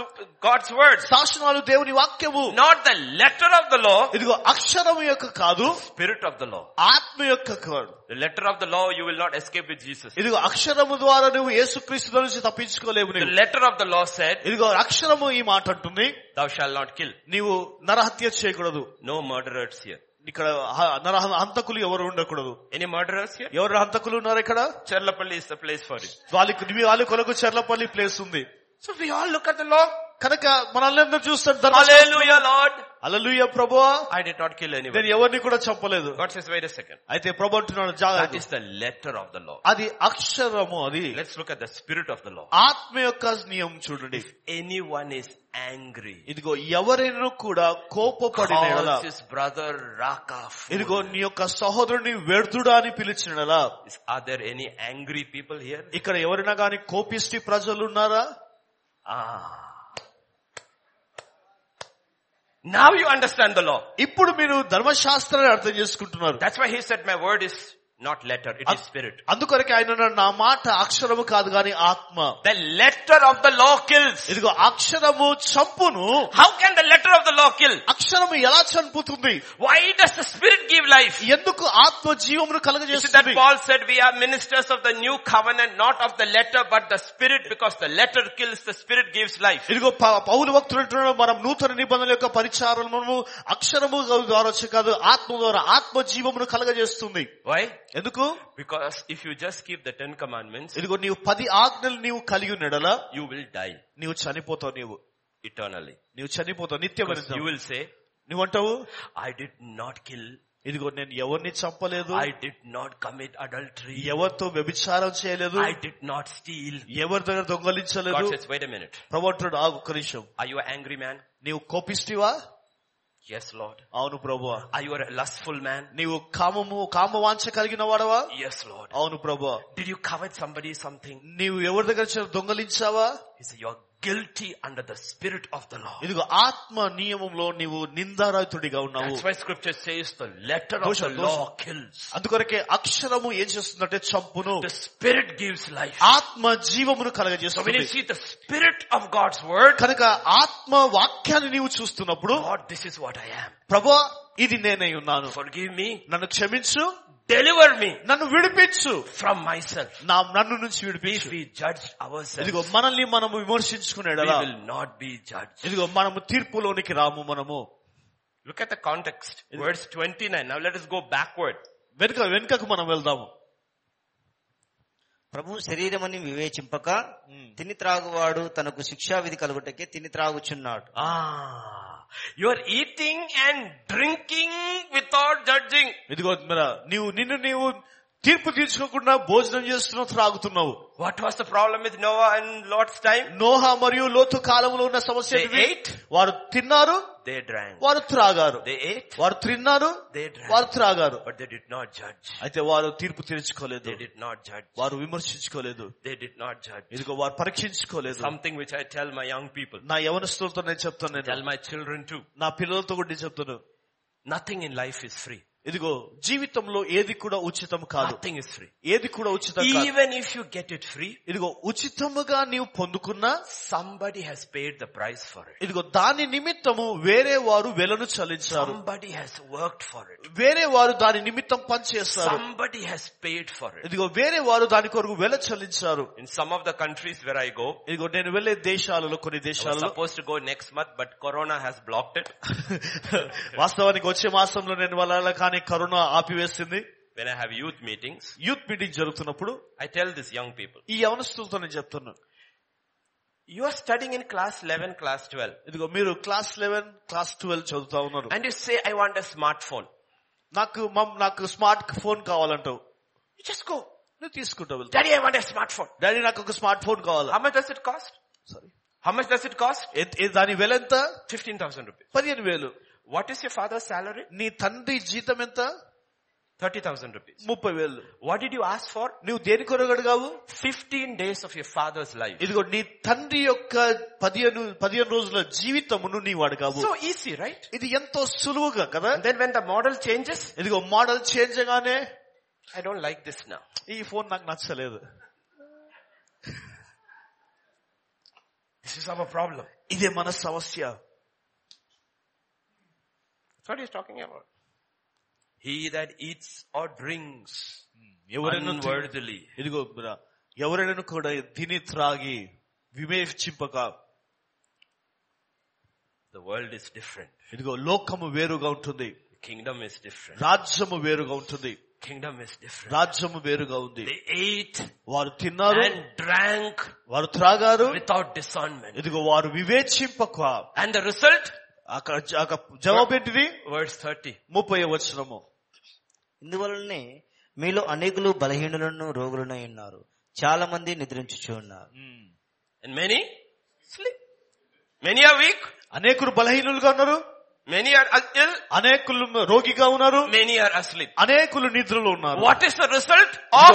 A: God's word.
B: శాసనాలు దేవుని వాక్యము
A: Not the letter of the law,
B: ఇదిగో అక్షరం యొక్క కాదు
A: spirit of the law.
B: ఆత్మ యొక్క కాదు
A: The letter of the law you will not escape with Jesus.
B: ఇదిగో అక్షరము ద్వారా నువ్వు యేసుక్రీస్తు నుంచి తప్పించుకోలేవు
A: The
B: నీవు.
A: letter of the law said,
B: ఇదిగో అక్షరము ఈ మాట అంటుంది
A: thou shalt not kill.
B: నీవు నరహత్య చేయకూడదు
A: No murderers here.
B: ఇక్కడ హ- నర హంతకులు ఎవరు ఉండకూడదు
A: Any murderers here?
B: ఎవరు హంతకులు ఉన్నారు ఇక్కడ
A: Cherlapalli is the place for it.
B: వాళ్ళకి వాళ్ళ కొరకు చెర్లపల్లి ప్లేస్ ఉంది
A: So we all look at the law.
B: కనుక మనల్ని చూస్తాడు ధర్మశాస్త్రం
A: Hallelujah, Lord.
B: అలలుయ ప్రభువా
A: I did not kill anyone.
B: నేను ఎవరిని కూడా చంపలేదు
A: God says, wait a second.
B: అయితే ప్రభు అంటున్నాడు
A: That
B: జాగ్రత్త
A: is the letter of the law.
B: అది అక్షరము అది
A: Let's look at the spirit of the law.
B: ఆత్మ యొక్క నియమం చూడండి
A: Anyone is angry.
B: ఇదిగో ఎవరైనా కూడా కోపపడిన యెడల,
A: Calls his brother Raka. fool.
B: ఇదిగో నీ యొక్క సహోదరుని వ్యర్థుడా అని పిలిచినలా
A: Is- Are there any angry people here?
B: ఇక్కడ ఎవరైనా గాని కోపిష్టి ప్రజలు ఉన్నారా
A: Ah. Now you understand the law.
B: ఇప్పుడు మీరు ధర్మశాస్త్రాన్ని అర్థం చేసుకుంటున్నారు
A: That's why he said my word is not letter, it is spirit.
B: అందుకొరకే ఆయన అన్నాడు, నా మాట అక్షరము కాదు గాని ఆత్మ
A: The letter of the law kills.
B: ఇదిగో అక్షరము చంపును
A: How can the letter of the law kill?
B: అక్షరము ఎలా చంపుతుంది
A: Why does the spirit give life?
B: ఎందుకు ఆత్మ జీవమును
A: You see that
B: కలగజేస్తుంది
A: Paul said we are ministers of the new covenant, not of the letter, but the spirit, because the letter kills, the spirit gives life.
B: ఇదిగో ప- పౌలు భక్తులు అంటున్నాడు మనం నూతన నిబంధనల యొక్క పరిచారము అక్షరము ద్వారా వచ్చి కాదు ఆత్మ ద్వారా ఆత్మ జీవమును కలగజేస్తుంది
A: Why?
B: ఎందుకు
A: Because if you just keep the ten commandments,
B: ఇదిగో నీవు పది ఆజ్ఞలు నీవు కలిగి ఉండడలా
A: you will die
B: నీవు చనిపోతావు నీవు
A: eternally.
B: నీవు చనిపోతావు
A: Because
B: నిత్యమైన
A: you will say,
B: నువ్వంటావు
A: I did not kill,
B: ఇదిగో నేను ఎవరిని చంపలేదు
A: I did not commit adultery,
B: ఎవరితో వ్యభిచారం చేయలేదు
A: I did not steal.
B: ఎవరి దగ్గర దొంగలించలేదు
A: God says, wait a minute.
B: ప్రభుత్వుడు ఆ ఒక్క నిమిషం
A: Are you an angry man?
B: నీవు కోపిస్టివా
A: Yes, Lord.
B: అవును ప్రభువా
A: Are you a lustful man?
B: నీవు కామము కామ వాంఛ కలిగిన వాడవా
A: Yes, Lord.
B: అవును ప్రభువా
A: Did you covet somebody something?
B: నీవు ఎవరి దగ్గర చ- దొంగలించావా
A: He said, you're guilty under the spirit of the law.
B: ఇదిగో ఆత్మ నియమంలో నీవు నిందారాతుడిగా ఉన్నావు
A: That's why scripture says the letter of the
B: Dosha, dosha.
A: law kills.
B: అందుకొరకే అక్షరము ఏం చేస్తుందంటే చంపును
A: The spirit gives life.
B: ఆత్మ
A: So
B: జీవమును
A: when you
B: కలగజేస్తుంది
A: see the spirit of God's word,
B: కనుక ఆత్మ వాక్యాన్ని నీవు చూస్తున్నప్పుడు
A: God, this is what I am.
B: ప్రభా ఇది నేనే ఉన్నాను
A: Forgive me.
B: నన్ను క్షమించు
A: Deliver me
B: నన్ను విడిపించు
A: from myself.
B: నా నన్ను నుంచి
A: If
B: విడిపించు
A: we judge
B: ఇదిగో
A: ourselves,
B: మనల్ని మనము
A: we
B: విమర్శించుకునేలా
A: will not be judged.
B: ఇదిగో మనము తీర్పులోనికి రాము మనము
A: Look at the context. Verse 29. Now let us go backward.
B: వెనుక వెనుకకు మనం వెళ్దాము
C: ప్రభు శరీరమని వివేచింపక తిని త్రాగువాడు తనకు శిక్షా విధి కలుగుటకే తిని త్రాగుచున్నాడు
A: Ah, you are eating and drinking without judging.
B: ఇదిగో మన నీవు నిన్ను నీవు తీర్పు తీర్చుకోకుండా భోజనం చేస్తున్నావు త్రాగుతున్నావు
A: What was the problem with Noah and Lot's time?
B: నోహ మరియు లోతు కాలంలో ఉన్న సమస్య
A: They
B: ఏంటిది?
A: ate.
B: వారు తిన్నారు
A: They drank.
B: వారు త్రాగారు
A: They ate.
B: వారు తిన్నారు
A: They drank.
B: వారు త్రాగారు
A: But they did not judge.
B: అయితే వారు తీర్పు తీర్చుకోలేదు
A: They did not judge.
B: వారు విమర్శించుకోలేదు
A: They did not judge.
B: ఇదిగో వారు పరీక్షించుకోలేదు
A: Something which I tell my young people.
B: నా యవనస్తులతో నేను చెప్తాను
A: Tell
B: నేను
A: my children too.
B: నా పిల్లలతో కూడా నేను చెప్తాను
A: Nothing in life is free.
B: ఇదిగో జీవితంలో ఏది కూడా ఉచితం కాదు
A: Nothing is free.
B: ఏది కూడా ఉచితం కాదు
A: Even if you get it free,
B: ఇదిగో ఉచితముగా నీవు పొందుకున్నా
A: somebody has paid the price for it.
B: ఇదిగో దాని నిమిత్తము వేరే వారు వెలను చలించారు
A: Somebody has worked for it.
B: వేరే వారు దాని నిమిత్తం పనిచేస్తారు
A: Somebody has paid for it.
B: ఇదిగో వేరే వారు దాని కొరకు వెల చలించారు
A: In some of the countries where I go,
B: ఇదిగో నేను వెళ్ళే దేశాలలో కొన్ని
A: I was
B: దేశాలలో
A: supposed to go next month, but Corona has blocked it. [LAUGHS]
B: వాస్తవానికి వచ్చే మాసంలో నేను వెళ్ళాలి కానీ కరోనా ఆపివేసింది
A: When I have youth meetings,
B: youth meeting జరుగుతున్నప్పుడు
A: I tell these young people,
B: ఈ యవనస్తులతో నేను చెప్తున్నాను
A: you are studying in class 11, class 12,
B: ఇదిగో మీరు క్లాస్ లెవెన్ క్లాస్ ట్వెల్వ్ చదువుతా ఉన్నారు
A: and you say, I want a smartphone.
B: నాకు మమ్ నాకు స్మార్ట్ ఫోన్ కావాలంటావు
A: You just go,
B: నువ్వు తీసుకుంటా వెళ్తా
A: Daddy, I want a smartphone.
B: Daddy నాకు ఒక స్మార్ట్ ఫోన్ కావాలి
A: How much does it cost?
B: Sorry
A: How much does it cost?
B: దాని వెల ఎంత
A: 15,000 rupees.
B: పదిహేను వేలు
A: What is your father's salary?
B: నీ తండ్రి జీతం ఎంత
A: 30,000 rupees.
B: ముప్పై వేలు
A: What did you ask for?
B: నువ్వు దేని కొరగడగావు
A: 15 days of your father's life.
B: ఇదిగో నీ తండ్రి యొక్క పదిహేను పదిహేను రోజుల జీవితమును నీవు అడగావు
A: So easy, right?
B: ఇది ఎంతో సులువుగా కదా
A: And then when the model changes,
B: ఇదిగో మోడల్ చేంజ్ గానే
A: I don't like this now.
B: ఈ ఫోన్ నాకు నచ్చలేదు
A: This is our problem.
B: ఇదే మన సమస్య
A: That's what he's talking about. He that eats or drinks
B: ఎవరైనా
A: unworthily.
B: ఇదిగో బ్రా, ఎవరైనా కూడా తిని త్రాగి వివేచింపక
A: The world is different.
B: ఇదిగో లోకము వేరుగా ఉంటుంది
A: The kingdom is different.
B: రాజ్యము వేరుగా ఉంటుంది
A: Kingdom is different.
B: రాజ్యము వేరుగా ఉంది
A: They ate
B: వారు తిన్నారు
A: and drank
B: వారు త్రాగారు
A: without discernment.
B: ఇదిగో వారు వివేచింపక
A: And the result?
B: అక్కడ జ- అక్కడ జవాబేంటిది
A: Verse 30.
B: ముప్పై వచనము
C: ఇందువలనే మీలో అనేకులు బలహీనులను రోగులను ఉన్నారు చాలా మంది నిద్రించుచూ ఉన్నారు
A: And many sleep. Many are weak.
B: అనేకులు బలహీనులుగా ఉన్నారు
A: Many are uh, ill.
B: అనేకులు రోగిగా ఉన్నారు
A: Many are asleep.
B: అనేకులు నిద్రలో ఉన్నారు
A: What is the result of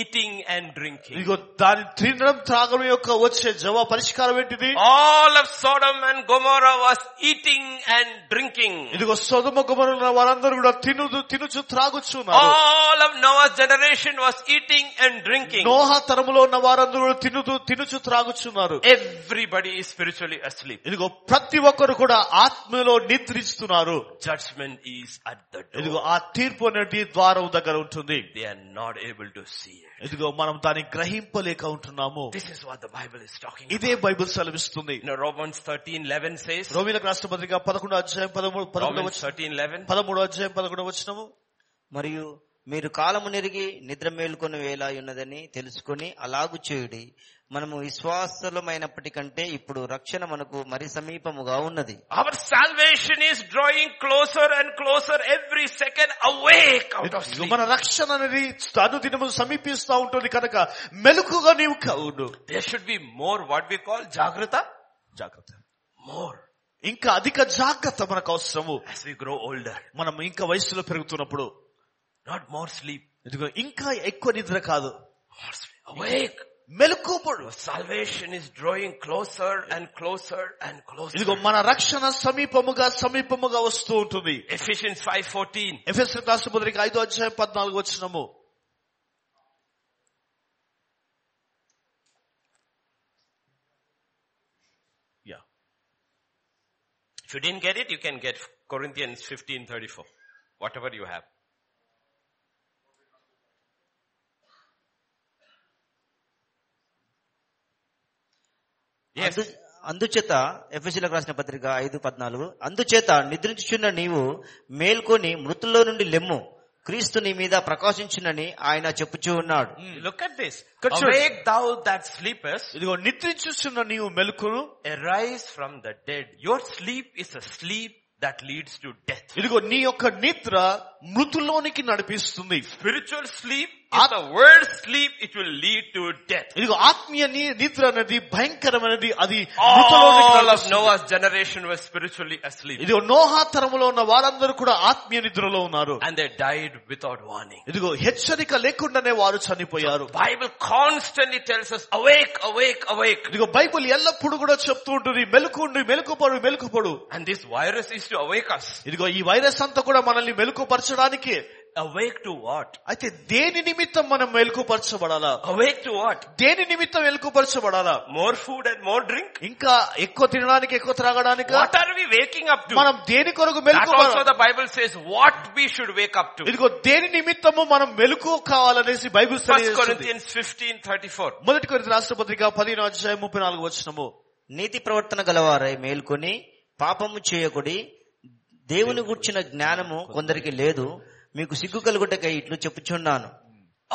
A: eating and drinking?
B: ఇదిగో దాని తినడం త్రాగడం యొక్క వచ్చే జవా పరిష్కారం ఏంటిది
A: Ah. All of Sodom and Gomorrah was eating and drinking.
B: ఇదిగో సొదమ గుమరున్న వారందరూ కూడా తినుదు తినుచు త్రాగుచు ఉన్నారు.
A: All of Noah's generation was eating and drinking.
B: నోహ తరములో ఉన్న వారందరూ కూడా తినుదు తినుచు త్రాగుచున్నారు
A: Eh. Everybody is spiritually asleep.
B: ఇదిగో ప్రతి ఒక్కరు కూడా ఆత్మలో నిద్రిస్తున్నారు
A: Judgment is at the
B: ఇదిగో
A: door.
B: ఆ తీర్పు అనేది ద్వారం దగ్గర ఉంటుంది
A: They are not able to see it.
B: ఇదిగో మనం దాన్ని గ్రహింపలేక ఉంటున్నాము
A: This is what the Bible is talking about.
B: ఇదే బైబిల్ సెలవిస్తుంది
A: You know, Romans thirteen eleven says,
B: రోమిలకు రాష్ట్రపతిగా పదకొండో అధ్యాయం పదమూడు పదకొండో
A: Romans
B: వచనం
A: thirteen eleven.
B: పదమూడో అధ్యాయం పదకొండో వచనము
C: మరియు మీరు కాలము నెరిగి నిద్ర మేలుకొని వేళ ఉన్నదని తెలుసుకుని అలాగు చేయుడి మనము విశ్వాసులమైనప్పటికంటే ఇప్పుడు రక్షణ మనకు మరి సమీపముగా ఉన్నది
A: Our salvation is drawing closer and closer every second awake out of
B: ఇదిగో
A: sleep.
B: మన రక్షణ అనేది అనుదినము సమీపిస్తా ఉంటుంది కనుక మెలకుగా నీవు కావును
A: There should be more what we call jagrata.
B: జాగ్రత్త
A: More.
B: ఇంకా అధిక జాగ్రత్త మనకు అవసరము
A: As we grow older.
B: మనం ఇంకా వయసులో పెరుగుతున్నప్పుడు
A: Not more sleep.
B: ఇదిగో ఇంకా ఎక్కువ నిద్ర కాదు
A: More sleep. Awake.
B: మెలకుపడు
A: Your salvation is drawing closer and closer and closer.
B: ఇదిగో మన రక్షణ సమీపముగా సమీపముగా వస్తూ ఉంటుంది
A: Ephesians 5.14.
B: ఎఫ్ఎస్ రాష్ట్రపతికి ఐదో అధ్యాయం పద్నాలుగు వచ్చినము Yeah.
A: If you didn't get it, you can get Corinthians 15.34. Whatever you have. Yes.
C: అందు- అందుచేత ఎఫ్ఎస్సీలకు రాసిన పత్రిక ఐదు పద్నాలుగు అందుచేత నిద్రించుచున్న నీవు మేల్కొని మృతుల్లో నుండి లెమ్ము క్రీస్తు నీ మీద ప్రకాశించునని ఆయన చెప్పుచూ ఉన్నాడు
A: Hmm, Look at this.
B: Good church.
A: Awake thou that sleepest,
B: ఇదిగో నిద్రించుచున్న నీవు మెలకును
A: arise from the dead. Your sleep is a sleep that leads to death.
B: ఇదిగో నీ యొక్క నిద్ర మృతులోనికి నడిపిస్తుంది
A: Spiritual sleep is
B: At-
A: the word sleep, it will lead to death.
B: ఇదిగో ఆత్మీయ ని- నిద్ర అనేది భయంకరమైనది అది మృతులోనికి
A: All of
B: నడిపిస్తుంది.
A: Noah's generation were spiritually asleep.
B: ఇదిగో నోహా తరములో ఉన్న వారందరూ కూడా ఆత్మీయ నిద్రలో ఉన్నారు
A: And they died without warning.
B: ఇదిగో హెచ్చరిక లేకుండానే వారు చనిపోయారు
A: Bible constantly tells us, awake, awake, awake.
B: ఇదిగో బైబిల్ ఎల్లప్పుడు కూడా చెప్తూ ఉంటుంది మెలకుపడు మెలకుపడు మెలకుపడు
A: And this virus is to awake us.
B: ఇదిగో ఈ వైరస్ అంతా కూడా మనల్ని మెలకుపరచడానికి
A: Awake to what?
B: అయితే దేని నిమిత్తం మనం మెలకుపరచబడాలా
A: Awake to what?
B: దేని నిమిత్తం మెలకుపరచబడాలా
A: More food and more drink?
B: ఇంకా ఎక్కువ తినడానికి ఎక్కువ త్రాగడానికి
A: What are we waking up to?
B: మనం దేని కొరకు
A: That also
B: మెలకు
A: the Bible says what we should wake up to.
B: ఇదిగో దేని నిమిత్తము మనం మెలకు కావాలనేసి బైబిల్
A: First
B: తెలియజేస్తుంది.
A: Corinthians fifteen thirty-four.
B: మొదటి కొరింథీ రాష్ట్రపత్రిక పదిహేను అధ్యాయం ముప్పై నాలుగు వచ్చినము
C: నీతి ప్రవర్తన గలవారై మేల్కొని పాపము చేయకుడి దేవుని గుర్చిన జ్ఞానము కొందరికి లేదు మీకు సిగ్గు కలుగుటకై ఇట్లు చెప్పుచున్నాను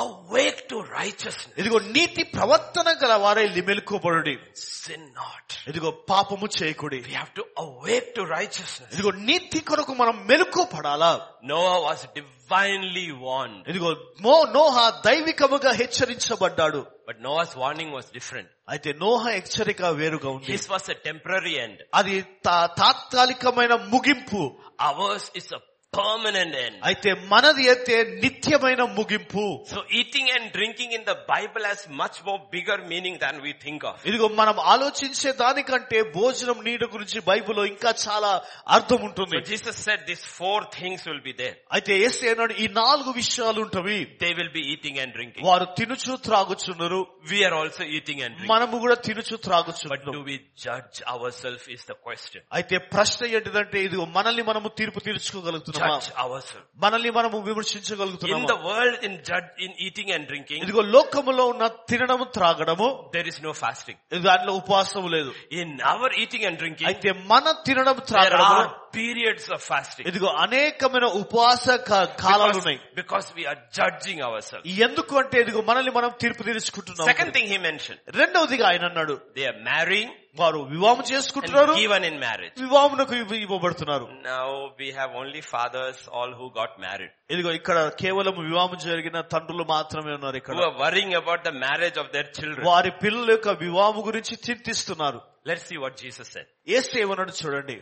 A: Awake to righteousness.
B: ఇదిగో నీతి ప్రవర్తన గల వారై మెలుకోబడుడి
A: Sin not.
B: ఇదిగో పాపము చేయకుడి
A: We have to awake to righteousness.
B: ఇదిగో నీతి కొరకు మనం మెలకు పడాలా
A: Noah was divinely warned.
B: ఇదిగో నో నోహ దైవికముగా హెచ్చరించబడ్డాడు
A: But Noah's warning was different.
B: అయితే నోహ హెచ్చరిక వేరుగా ఉంది
A: His was a temporary end.
B: అది తా- తాత్కాలికమైన ముగింపు
A: Ours is a permanent end.
B: అయితే మనది అయితే నిత్యమైన ముగింపు
A: So eating and drinking in the Bible has much more bigger meaning than we think of.
B: ఇదిగో మనం ఆలోచించే దానికంటే భోజనం నీడ గురించి బైబిల్లో ఇంకా చాలా అర్థం ఉంటుంది
A: So Jesus said these four things will be there.
B: అయితే ఏసే అన్నాడు ఈ నాలుగు విషయాలు ఉంటవి
A: They will be eating and drinking.
B: వారు తినుచు త్రాగుచున్నారు
A: We are also eating and drinking.
B: మనము కూడా తినుచు
A: But
B: త్రాగుచున్నాం
A: do we judge ourselves is the question.
B: అయితే ప్రశ్న ఏంటిదంటే ఇది మనల్ని మనము తీర్పు తీర్చుకోగలుగుతున్నామా
A: Judge ourselves.
B: మనల్ని మనము
A: In
B: విమర్శించగలుగుతున్నామా
A: the world, in judge, in eating and drinking,
B: ఇదిగో లోకములో ఉన్న తినడము త్రాగడము
A: there is no fasting.
B: ఇది దాంట్లో ఉపవాసము లేదు
A: In our eating and drinking,
B: అయితే మన తినడం
A: there
B: త్రాగడము
A: are periods of fasting.
B: ఇదిగో అనేకమైన ఉపవాస కా- కాలాలు
A: Because,
B: ఉన్నాయి
A: because we are judging ourselves.
B: ఎందుకు అంటే ఇదిగో మనల్ని మనం తీర్పు తీర్చుకుంటున్నాం
A: Second thing he mentioned,
B: రెండవదిగా ఆయన అన్నాడు
A: they are marrying
B: వారు వివాహం
A: and
B: చేసుకుంటున్నారు
A: given in marriage.
B: వివాహమునకు ఇవ్వ- ఇవ్వబడుతున్నారు
A: Now we have only fathers, all who got married,
B: ఇదిగో ఇక్కడ కేవలం వివాహం జరిగిన తండ్రులు మాత్రమే ఉన్నారు
A: who
B: ఇక్కడ
A: are worrying about the marriage of their children.
B: వారి పిల్లల యొక్క వివాహం గురించి చింతిస్తున్నారు
A: Let's see what Jesus said.
B: ఏస్తే ఏమన్నాడు చూడండి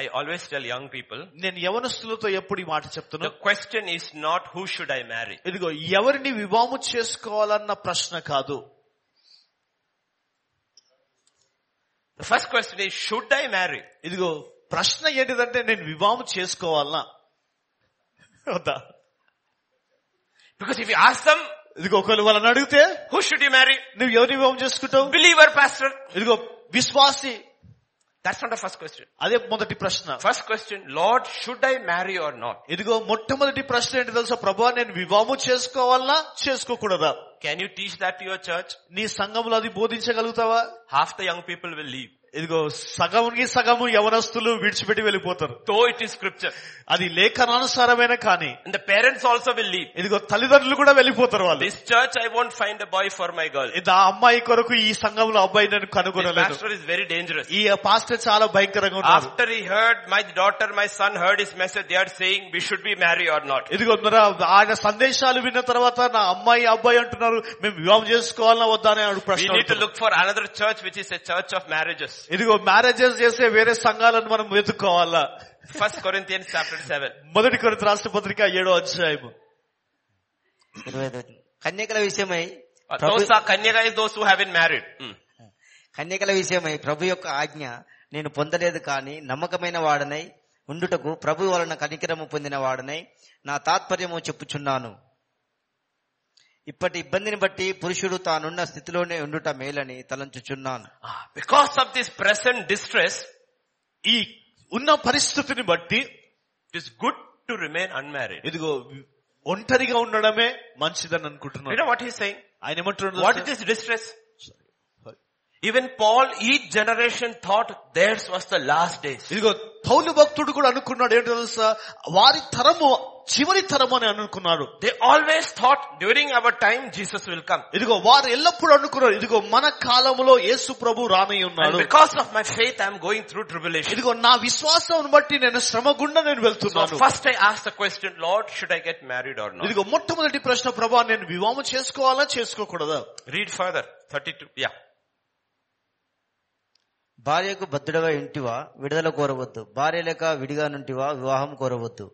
A: I always tell young people,
B: నేను యవనస్తులతో ఎప్పుడు ఈ మాట చెప్తున్నా
A: the question is not who should I marry.
B: ఇదిగో ఎవరిని వివాహము చేసుకోవాలన్న ప్రశ్న కాదు
A: The first question is, should I marry?
B: ఇదిగో ప్రశ్న ఏంటిదంటే నేను వివాహం చేసుకోవాలనా వద్దా
A: Because if you ask them,
B: ఇదిగో ఒకవేళ వాళ్ళని అడిగితే
A: who should you marry?
B: నువ్వు ఎవరిని వివాహం చేసుకుంటావు
A: Believer, pastor.
B: ఇదిగో విశ్వాసి
A: That's not the first question.
B: అదే మొదటి ప్రశ్న
A: First question, Lord, should I marry or not?
B: ఇదిగో మొట్టమొదటి ప్రశ్న ఏంటి తెలుసా ప్రభా నేను వివాహము చేసుకోవాలనా చేసుకోకూడదా
A: Can you teach that to your church?
B: నీ సంఘంలో అది బోధించగలుగుతావా
A: Half the young people will leave.
B: ఇదిగో సగమునికి సగము యవనస్తులు విడిచిపెట్టి వెళ్ళిపోతారు
A: Though it is scripture.
B: అది లేఖనానుసారమైన కానీ
A: And the parents also will leave.
B: ఇదిగో తల్లిదండ్రులు కూడా వెళ్ళిపోతారు వాళ్ళు
A: This church, I won't find a boy for my girl.
B: ఇది ఆ అమ్మాయి కొరకు ఈ సంఘంలో అబ్బాయి నేను
A: This
B: కనుగొనలేదు
A: pastor is very dangerous.
B: ఈ పాస్టర్ చాలా భయంకరంగా ఉన్నారు
A: After he heard, my daughter, my son heard his message, they are saying, we should be married or not.
B: ఇదిగో ఉన్నారా, ఆయన సందేశాలు విన్న తర్వాత నా అమ్మాయి అబ్బాయి అంటున్నారు మేము వివాహం చేసుకోవాలన్నా వద్దా అని అడుగు
A: We
B: ప్రశ్న
A: need to
B: అడుగుతున్నారు.
A: look for another church which is a church of marriages.
B: ఇదిగో మ్యారేజెస్ చేసే వేరే సంఘాలను మనం వెతుక్కోవాలా
A: First Corinthians chapter 7.
B: మొదటి కొరత రాష్ట్ర పత్రిక ఏడో అధ్యాయం
C: ఇరవై ఐదవ వచనం. కన్యకల విషయమై
A: Uh,
C: Prabhu-
A: Those are kanyaga is those who haven't married. Hmm.
C: కన్యకల విషయమై ప్రభు యొక్క ఆజ్ఞ నేను పొందలేదు కానీ నమ్మకమైన వాడనై ఉండుటకు ప్రభు వలన కనికరము పొందిన వాడనై నా తాత్పర్యము చెప్పుచున్నాను ఇప్పటి ఇబ్బందిని బట్టి పురుషుడు తానున్న స్థితిలోనే ఉండుట మేలని తలంచుచున్నాను
A: Ah, Because of this present distress,
B: ఈ ఉన్న పరిస్థితిని బట్టి
A: it is good to remain unmarried.
B: ఇదిగో ఒంటరిగా ఉండడమే మంచిదని
A: You
B: అనుకుంటున్నాను
A: know what he's saying?
B: ఆయన ఏమంటున్నాడు
A: What is
B: తెలుసా?
A: this distress? Even Paul, each generation thought theirs was the last days.
B: ఇదిగో పౌలు భక్తుడు కూడా అనుకున్నాడు ఏంటో తెలుసా వారి తరము చివరి తరము అని అనుకున్నాడు
A: They always thought during our time Jesus will come.
B: ఇదిగో వారు ఎల్లప్పుడూ అనుకున్నారు ఇదిగో మన కాలంలో యేసు ప్రభు రానై
A: And
B: ఉన్నాడు
A: because of my faith, I'm going through tribulation.
B: ఇదిగో నా విశ్వాసం బట్టి నేను శ్రమ గుండా నేను
A: So
B: వెళ్తున్నాను
A: first I asked the question, Lord, should I get married or not?
B: ఇదిగో మొట్టమొదటి ప్రశ్న ప్రభా నేను వివాహం చేసుకోవాలా చేసుకోకూడదా
A: Read further. 32. Yeah.
C: భార్యకు భద్రుడగా ఇంటివా విడుదల కోరవద్దు భార్య లేక విడిగా నుంటివా వివాహం కోరవద్దు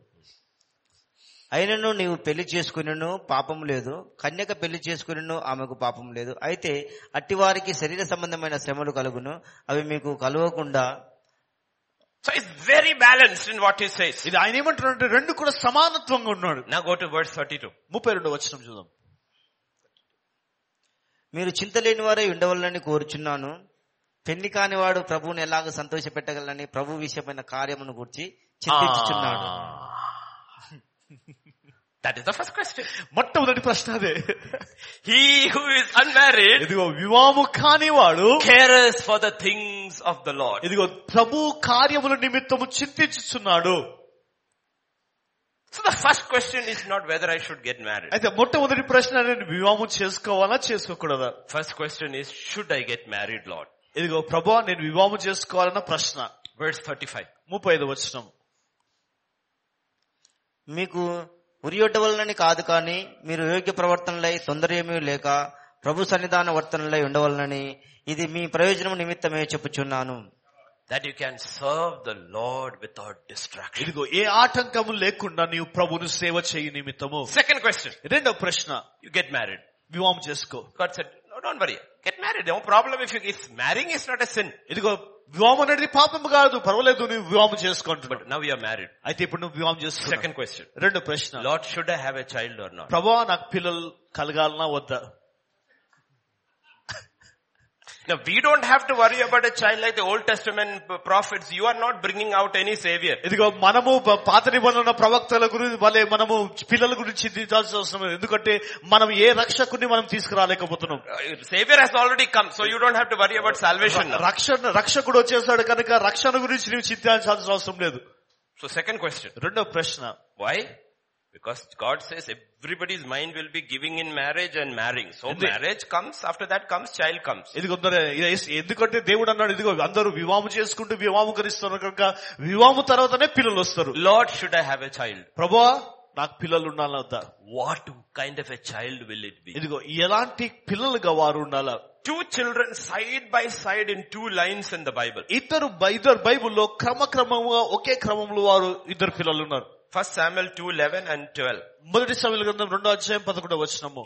C: అయినను నీవు పెళ్లి చేసుకునను పాపం లేదు కన్యక పెళ్లి చేసుకునను ఆమెకు పాపం లేదు అయితే అట్టివారికి శరీర సంబంధమైన శ్రమలు కలుగును అవి మీకు కలవకుండా
A: So it's very balanced in what he says.
B: ఇది ఆయన ఏమంటున్నాడు రెండు కూడా సమానత్వంగా ఉన్నాడు
A: Now go to verse 32.
B: ముప్పై రెండో వచ్చిన చూద్దాం
C: మీరు చింత లేని వారే ఉండవలనని కోరుచున్నాను పెళ్లి కానివాడు ప్రభువుని ఎలాగ సంతోషపెట్టగలనని ప్రభు విషయమైన కార్యమును గురించి
A: Ah.
C: చింతించుచున్నాడు
A: [LAUGHS] That is the first question.
B: మొట్టమొదటి ప్రశ్న అదే
A: He who is unmarried
B: ఇదిగో వివాహము కానివాడు
A: cares for the things of the Lord.
B: ఇదిగో ప్రభు కార్యముల నిమిత్తము చింతించుచున్నాడు
A: So the first question is not whether I should get married.
B: అయితే మొట్టమొదటి ప్రశ్న నేను వివాహం చేసుకోవాలా చేసుకోకూడదా
A: First question is, should I get married, Lord?
B: ఇదిగో ప్రభా నేను వివాహం చేసుకోవాలన్న ప్రశ్న
A: Verse 35.
B: ముప్పై ఐదు వచ్చినాం
C: మీకు ఉరియొడ్డవలనని కాదు కానీ మీరు యోగ్య ప్రవర్తనలై తొందర ఏమీ లేక ప్రభు సన్నిధాన వర్తనలై ఉండవలనని ఇది మీ ప్రయోజనం నిమిత్తమే చెప్పుచున్నాను
A: That you can serve the Lord without distraction.
B: ఇదిగో ఏ ఆటంకము లేకుండా నీవు ప్రభును సేవ చేయి నిమిత్తము
A: Second question.
B: రెండవ ప్రశ్న
A: You get married.
B: వివాహం చేసుకో
A: God said, no, don't worry. Get married. No problem if you, if marrying is not a sin.
B: ఇదిగో వివాహం అనేది పాపం కాదు పర్వాలేదు నువ్వు వివాహం చేసుకుంటున్నాడు
A: But now you are married.
B: అయితే ఇప్పుడు నువ్వు వివాహం చేసుకో
A: Second question.
B: రెండు ప్రశ్న
A: Lord, should I have a child or not?
B: ప్రభా నాకు పిల్లలు కలగాలనా వద్దా
A: Now we don't have to worry about a child like the Old Testament prophets. You are not bringing out any savior.
B: ఇదిగో మనము ప- పాత నిబంధన ప్రవక్తల గురించి వలె మనము పిల్లల గురించి చింతించాల్సిన అవసరం లేదు ఎందుకంటే మనం ఏ రక్షకుని మనం తీసుకురాలేకపోతున్నాం
A: Uh, Savior has already come, so you don't have to worry about salvation now.
B: రక్షణ రక్షకుడు వచ్చేసాడు కనుక రక్షణ గురించి నీవు చింతించాల్సిన అవసరం లేదు
A: So second question.
B: రెండో ప్రశ్న
A: Why? Because God says everybody's mind will be giving in marriage and marrying. So
B: Indeed.
A: marriage comes, after that comes, child comes.
B: ఇదిగో మరి ఇది ఏస్- ఎందుకంటే దేవుడు అన్నాడు ఇదిగో అందరూ వివాహం చేసుకుంటూ వివాహకరిస్తున్నారు కనుక వివాహం తర్వాతనే పిల్లలు వస్తారు
A: Lord, should I have a child?
B: ప్రభువా నాకు పిల్లలు ఉండాలా వద్దా
A: What kind of a child will it be?
B: ఇదిగో ఎలాంటి పిల్లలుగా వారు ఉండాలా
A: Two children side by side in two lines in the Bible.
B: ఇద్దరు బై- ఇద్దరు బైబుల్లో క్రమక్రమంగా ఒకే క్రమంలో వారు ఇద్దరు పిల్లలు ఉన్నారు
A: First Samuel 2, 11 and 12.
B: మొదటి సమయ గ్రంథం రెండో అధ్యాయం పదకొండవ వచనము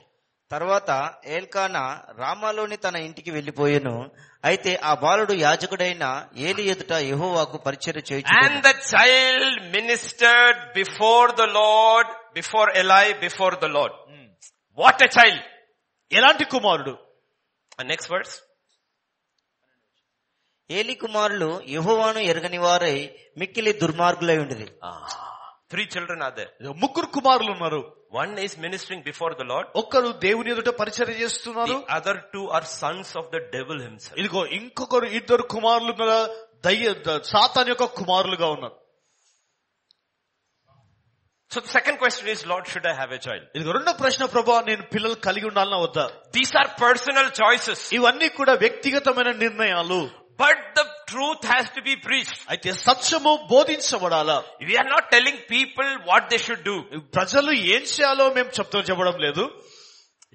C: తర్వాత ఏల్కానా రామాలోని తన ఇంటికి వెళ్లిపోయాను అయితే ఆ బాలుడు యాజకుడైన ఏలి ఎదుట యెహోవాకు పరిచయం
A: And
C: చేయించు
A: the child ministered before the Lord, before Eli, before the Lord. What a child!
B: ఎలాంటి కుమారుడు
A: And next verse.
C: ఏలి కుమారులు యెహోవాను ఎరగని వారై మిక్కిలి దుర్మార్గులై ఉండేది
A: Ah. Three children are there.
B: ఇదిగో ముగ్గురు కుమారులు ఉన్నారు
A: One is ministering before the Lord.
B: ఒక్కరు దేవుని ఎదుట పరిచయం చేస్తున్నారు
A: The other two are sons of the devil himself.
B: ఇదిగో ఇంకొకరు ఇద్దరు కుమారులు ఉన్నారు. దయ్య ద- సాతాన్ యొక్క కుమారులుగా ఉన్నారు
A: So the second question is, Lord, should I have a child?
B: ఇదిగో రెండో ప్రశ్న ప్రభా నేను పిల్లలు కలిగి ఉండాలన్నా వద్దా
A: These are personal choices.
B: ఇవన్నీ కూడా వ్యక్తిగతమైన నిర్ణయాలు
A: But the truth has to be preached.
B: అయితే సత్యము బోధించబడాలా
A: We are not telling people what they should do.
B: ప్రజలు ఏం చేయాలో మేము చెప్తూ చెప్పడం లేదు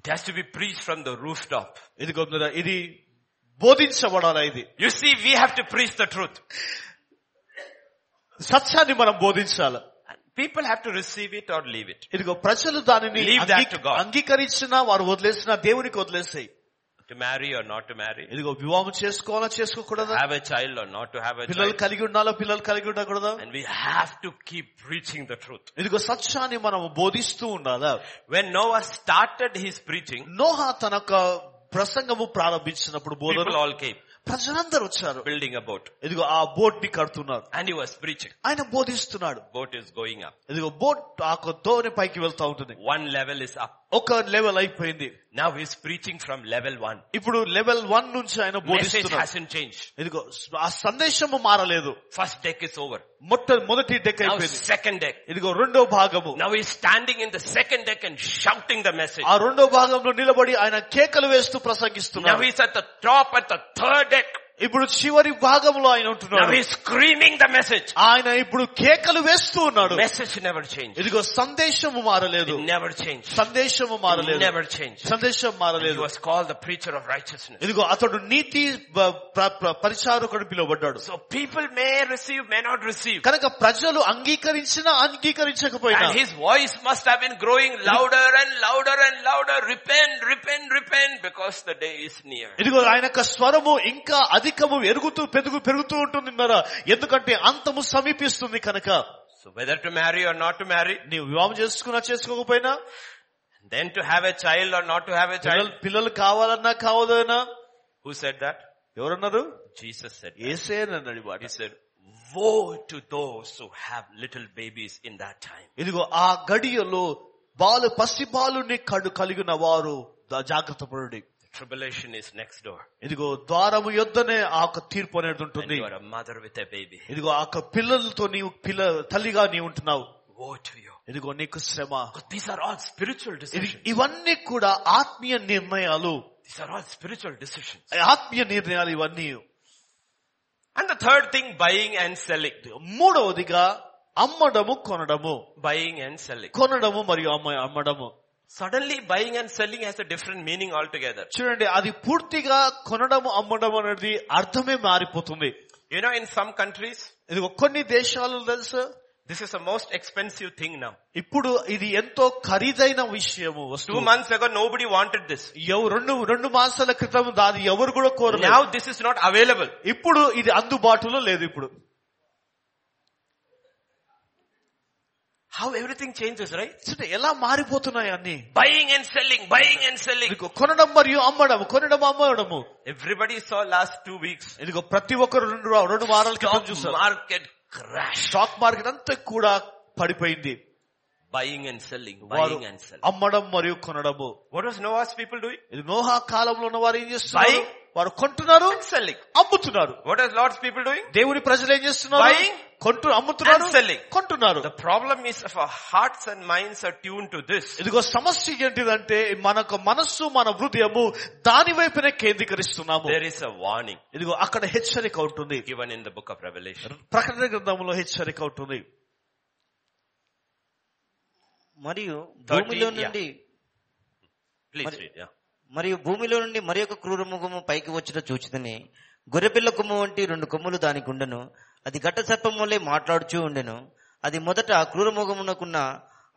A: It has to be preached from the rooftop.
B: ఇదిగో ఇది బోధించబడాలా ఇది
A: You see, we have to preach the truth.
B: సత్యాన్ని మనం బోధించాల
A: And People have to receive it or leave it.
B: ఇదిగో ప్రజలు దానిని
A: Leave that to God.
B: అంగీకరించిన వారు వదిలేసిన దేవునికి వదిలేసాయి
A: To marry or not to marry.
B: ఇదిగో వివాహం చేసుకోవాలా చేసుకోకూడదా
A: Have a child or not to have a
B: పిల్లలు
A: child.
B: కలిగి ఉండాలా పిల్లలు కలిగి ఉండకూడదా
A: And we have to keep preaching the truth.
B: ఇదిగో సత్యాన్ని మనం బోధిస్తూ ఉండాలా
A: When Noah started his preaching,
B: Noah తన యొక్క ప్రసంగము ప్రారంభించినప్పుడు
A: people
B: బోధన
A: all came
B: ప్రజలందరూ వచ్చారు
A: building a boat.
B: ఇదిగో ఆ బోట్ ని కడుతున్నారు
A: And he was preaching.
B: ఆయన బోధిస్తున్నాడు
A: Boat is going up.
B: ఇదిగో బోట్ ఆ కొ- దోణి పైకి వెళ్తా ఉంటుంది
A: One level is up.
B: ఒక లెవెల్ అయిపోయింది
A: Now he's preaching from level one.
B: ఇప్పుడు లెవెల్ వన్ నుంచి ఆయన
A: Message
B: బోధిస్తున్నాడు
A: hasn't changed.
B: ఇదిగో స్- ఆ సందేశము మారలేదు
A: First deck is over.
B: మొట్ట మొదటి డెక్
A: Now
B: అయిపోయింది
A: second deck.
B: ఇదిగో రెండో భాగము
A: Now he's standing in the second deck and shouting the message.
B: ఆ రెండో భాగంలో నిలబడి ఆయన కేకలు వేస్తూ
A: Now
B: ప్రసంగిస్తున్నాడు
A: he's at the top at the third deck.
B: ఇప్పుడు చివరి భాగంలో ఆయన
A: Now
B: ఉంటున్నాడు
A: he's screaming the message.
B: ఆయన ఇప్పుడు కేకలు వేస్తూ ఉన్నాడు
A: Message never changed.
B: ఇదిగో సందేశము మారలేదు
A: It never changed.
B: సందేశము
A: It
B: మారలేదు
A: never changed.
B: సందేశం
A: And he
B: మారలేదు
A: was called the preacher of righteousness.
B: ఇదిగో అతడు నీతి ప- ప్ర- ప్ర- పరిచారకుడు పిలువబడ్డాడు
A: So people may receive, may not receive.
B: కనుక ప్రజలు అంగీకరించినా అంగీకరించకపోయినా
A: And his voice must have been growing louder and louder and louder. Repent, repent, repent because the day is near.
B: ఇదిగో ఆయన యొక్క స్వరము ఇంకా అధికము ఎరుగుతూ పెరుగు పెరుగుతూ ఉంటుంది మరా ఎందుకంటే అంతము సమీపిస్తుంది కనుక
A: So whether to marry or not to marry,
B: నీవు వివాహం చేసుకున్నా చేసుకోకపోయినా
A: then to have a child or not to have a child.
B: పిల్లలు పిల్లలు కావాలన్నా కావదైనా
A: Who said that?
B: ఎవరన్నారు
A: Jesus said.
B: ఏసేనన్నాడు ఈ మాట
A: He said, woe to those who have little babies in that time.
B: ఇదిగో ఆ గడియలో బాలు పసి బాలుని కడు కలిగిన వారు ద- జాగ్రత్త పడండి
A: The tribulation is next door.
B: ఇదిగో ద్వారము యొద్దనే ఆ యొక్క తీర్పు అనేది
A: And
B: ఉంటుంది
A: you are a mother with a baby.
B: ఇదిగో ఆ యొక్క పిల్లలతో నీవు పిల్ల తల్లిగా నీవు ఉంటున్నావు
A: Woe to you.
B: ఇదిగో నీకు శ్రమ
A: Because these are all spiritual
B: ఇది-
A: decisions.
B: ఇవన్నీ కూడా ఆత్మీయ నిర్ణయాలు
A: These are all spiritual decisions.
B: ఆత్మీయ నిర్ణయాలు ఇవన్నీ
A: And the third thing, buying and selling.
B: మూడవదిగా అమ్మడము కొనడము
A: Buying and selling.
B: కొనడము మరియు అమ్మ అమ్మడము
A: Suddenly buying and selling has a different meaning altogether.
B: చూడండి అది పూర్తిగా కొనడము అమ్మడం అనేది అర్థమే మారిపోతుంది
A: You know, in some countries,
B: ఇది కొన్ని దేశాలు తెలుసు
A: this is the most expensive thing now.
B: ఇప్పుడు ఇది ఎంతో ఖరీదైన విషయము
A: Two
B: వస్తువు
A: months ago, nobody wanted this.
B: ఎవ- రెండు రెండు మాసాల క్రితం దాని ఎవరు కూడా కోరలేదు
A: Now this is not available.
B: ఇప్పుడు ఇది అందుబాటులో లేదు ఇప్పుడు
A: How everything changes, right?
B: చూడండి, ఎలా మారిపోతున్నాయి అన్ని
A: Buying and selling, buying and selling.
B: ఇదిగో కొనడం మరియు అమ్మడం కొనడం అమ్మడము
A: Everybody saw last two weeks.
B: ఇదిగో ప్రతి ఒక్కరు రెండు రా- రెండు వారాల క్రితం
A: Stock
B: చూసారు
A: market crash.
B: స్టాక్ మార్కెట్ అంతా కూడా పడిపోయింది
A: Buying and selling,
B: వారు
A: buying and selling.
B: అమ్మడం మరియు కొనడము
A: What was Noah's people doing?
B: ఇది నోహా కాలంలో ఉన్న వారు ఏం చేస్తున్నారు
A: Buying.
B: వారు కొంటున్నారు
A: And selling.
B: అమ్ముతున్నారు
A: What was Lord's people doing?
B: దేవుని ప్రజలు ఏం చేస్తున్నారు
A: Buying.
B: కొంటు అమ్ముతున్నారు
A: And selling.
B: కొంటున్నారు
A: The problem is if our hearts and minds are tuned to this,
B: ఇదిగో సమస్య ఏంటిదంటే మనకు మనస్సు మన హృదయము దాని వైపునే కేంద్రీకరిస్తున్నాము
A: there is a warning
B: ఇదిగో అక్కడ హెచ్చరిక ఉంటుంది
A: given in the book of Revelation.
B: ప్రకటన గ్రంథంలో హెచ్చరిక ఉంటుంది
C: మరియు భూమిలో
A: Thirteen, yeah.
C: నుండి
A: Please
C: Mari-
A: read, yeah.
C: మరియు భూమిలో నుండి మరి ఒక క్రూర మృగము పైకి వచ్చిన చూచితని గొర్రెపిల్ల కొమ్ము వంటి రెండు కొమ్ములు దానికి ఉండెను అది గట్ట సర్పం వలె మాట్లాడుచూ ఉండెను అది మొదట క్రూర మృగమునకున్న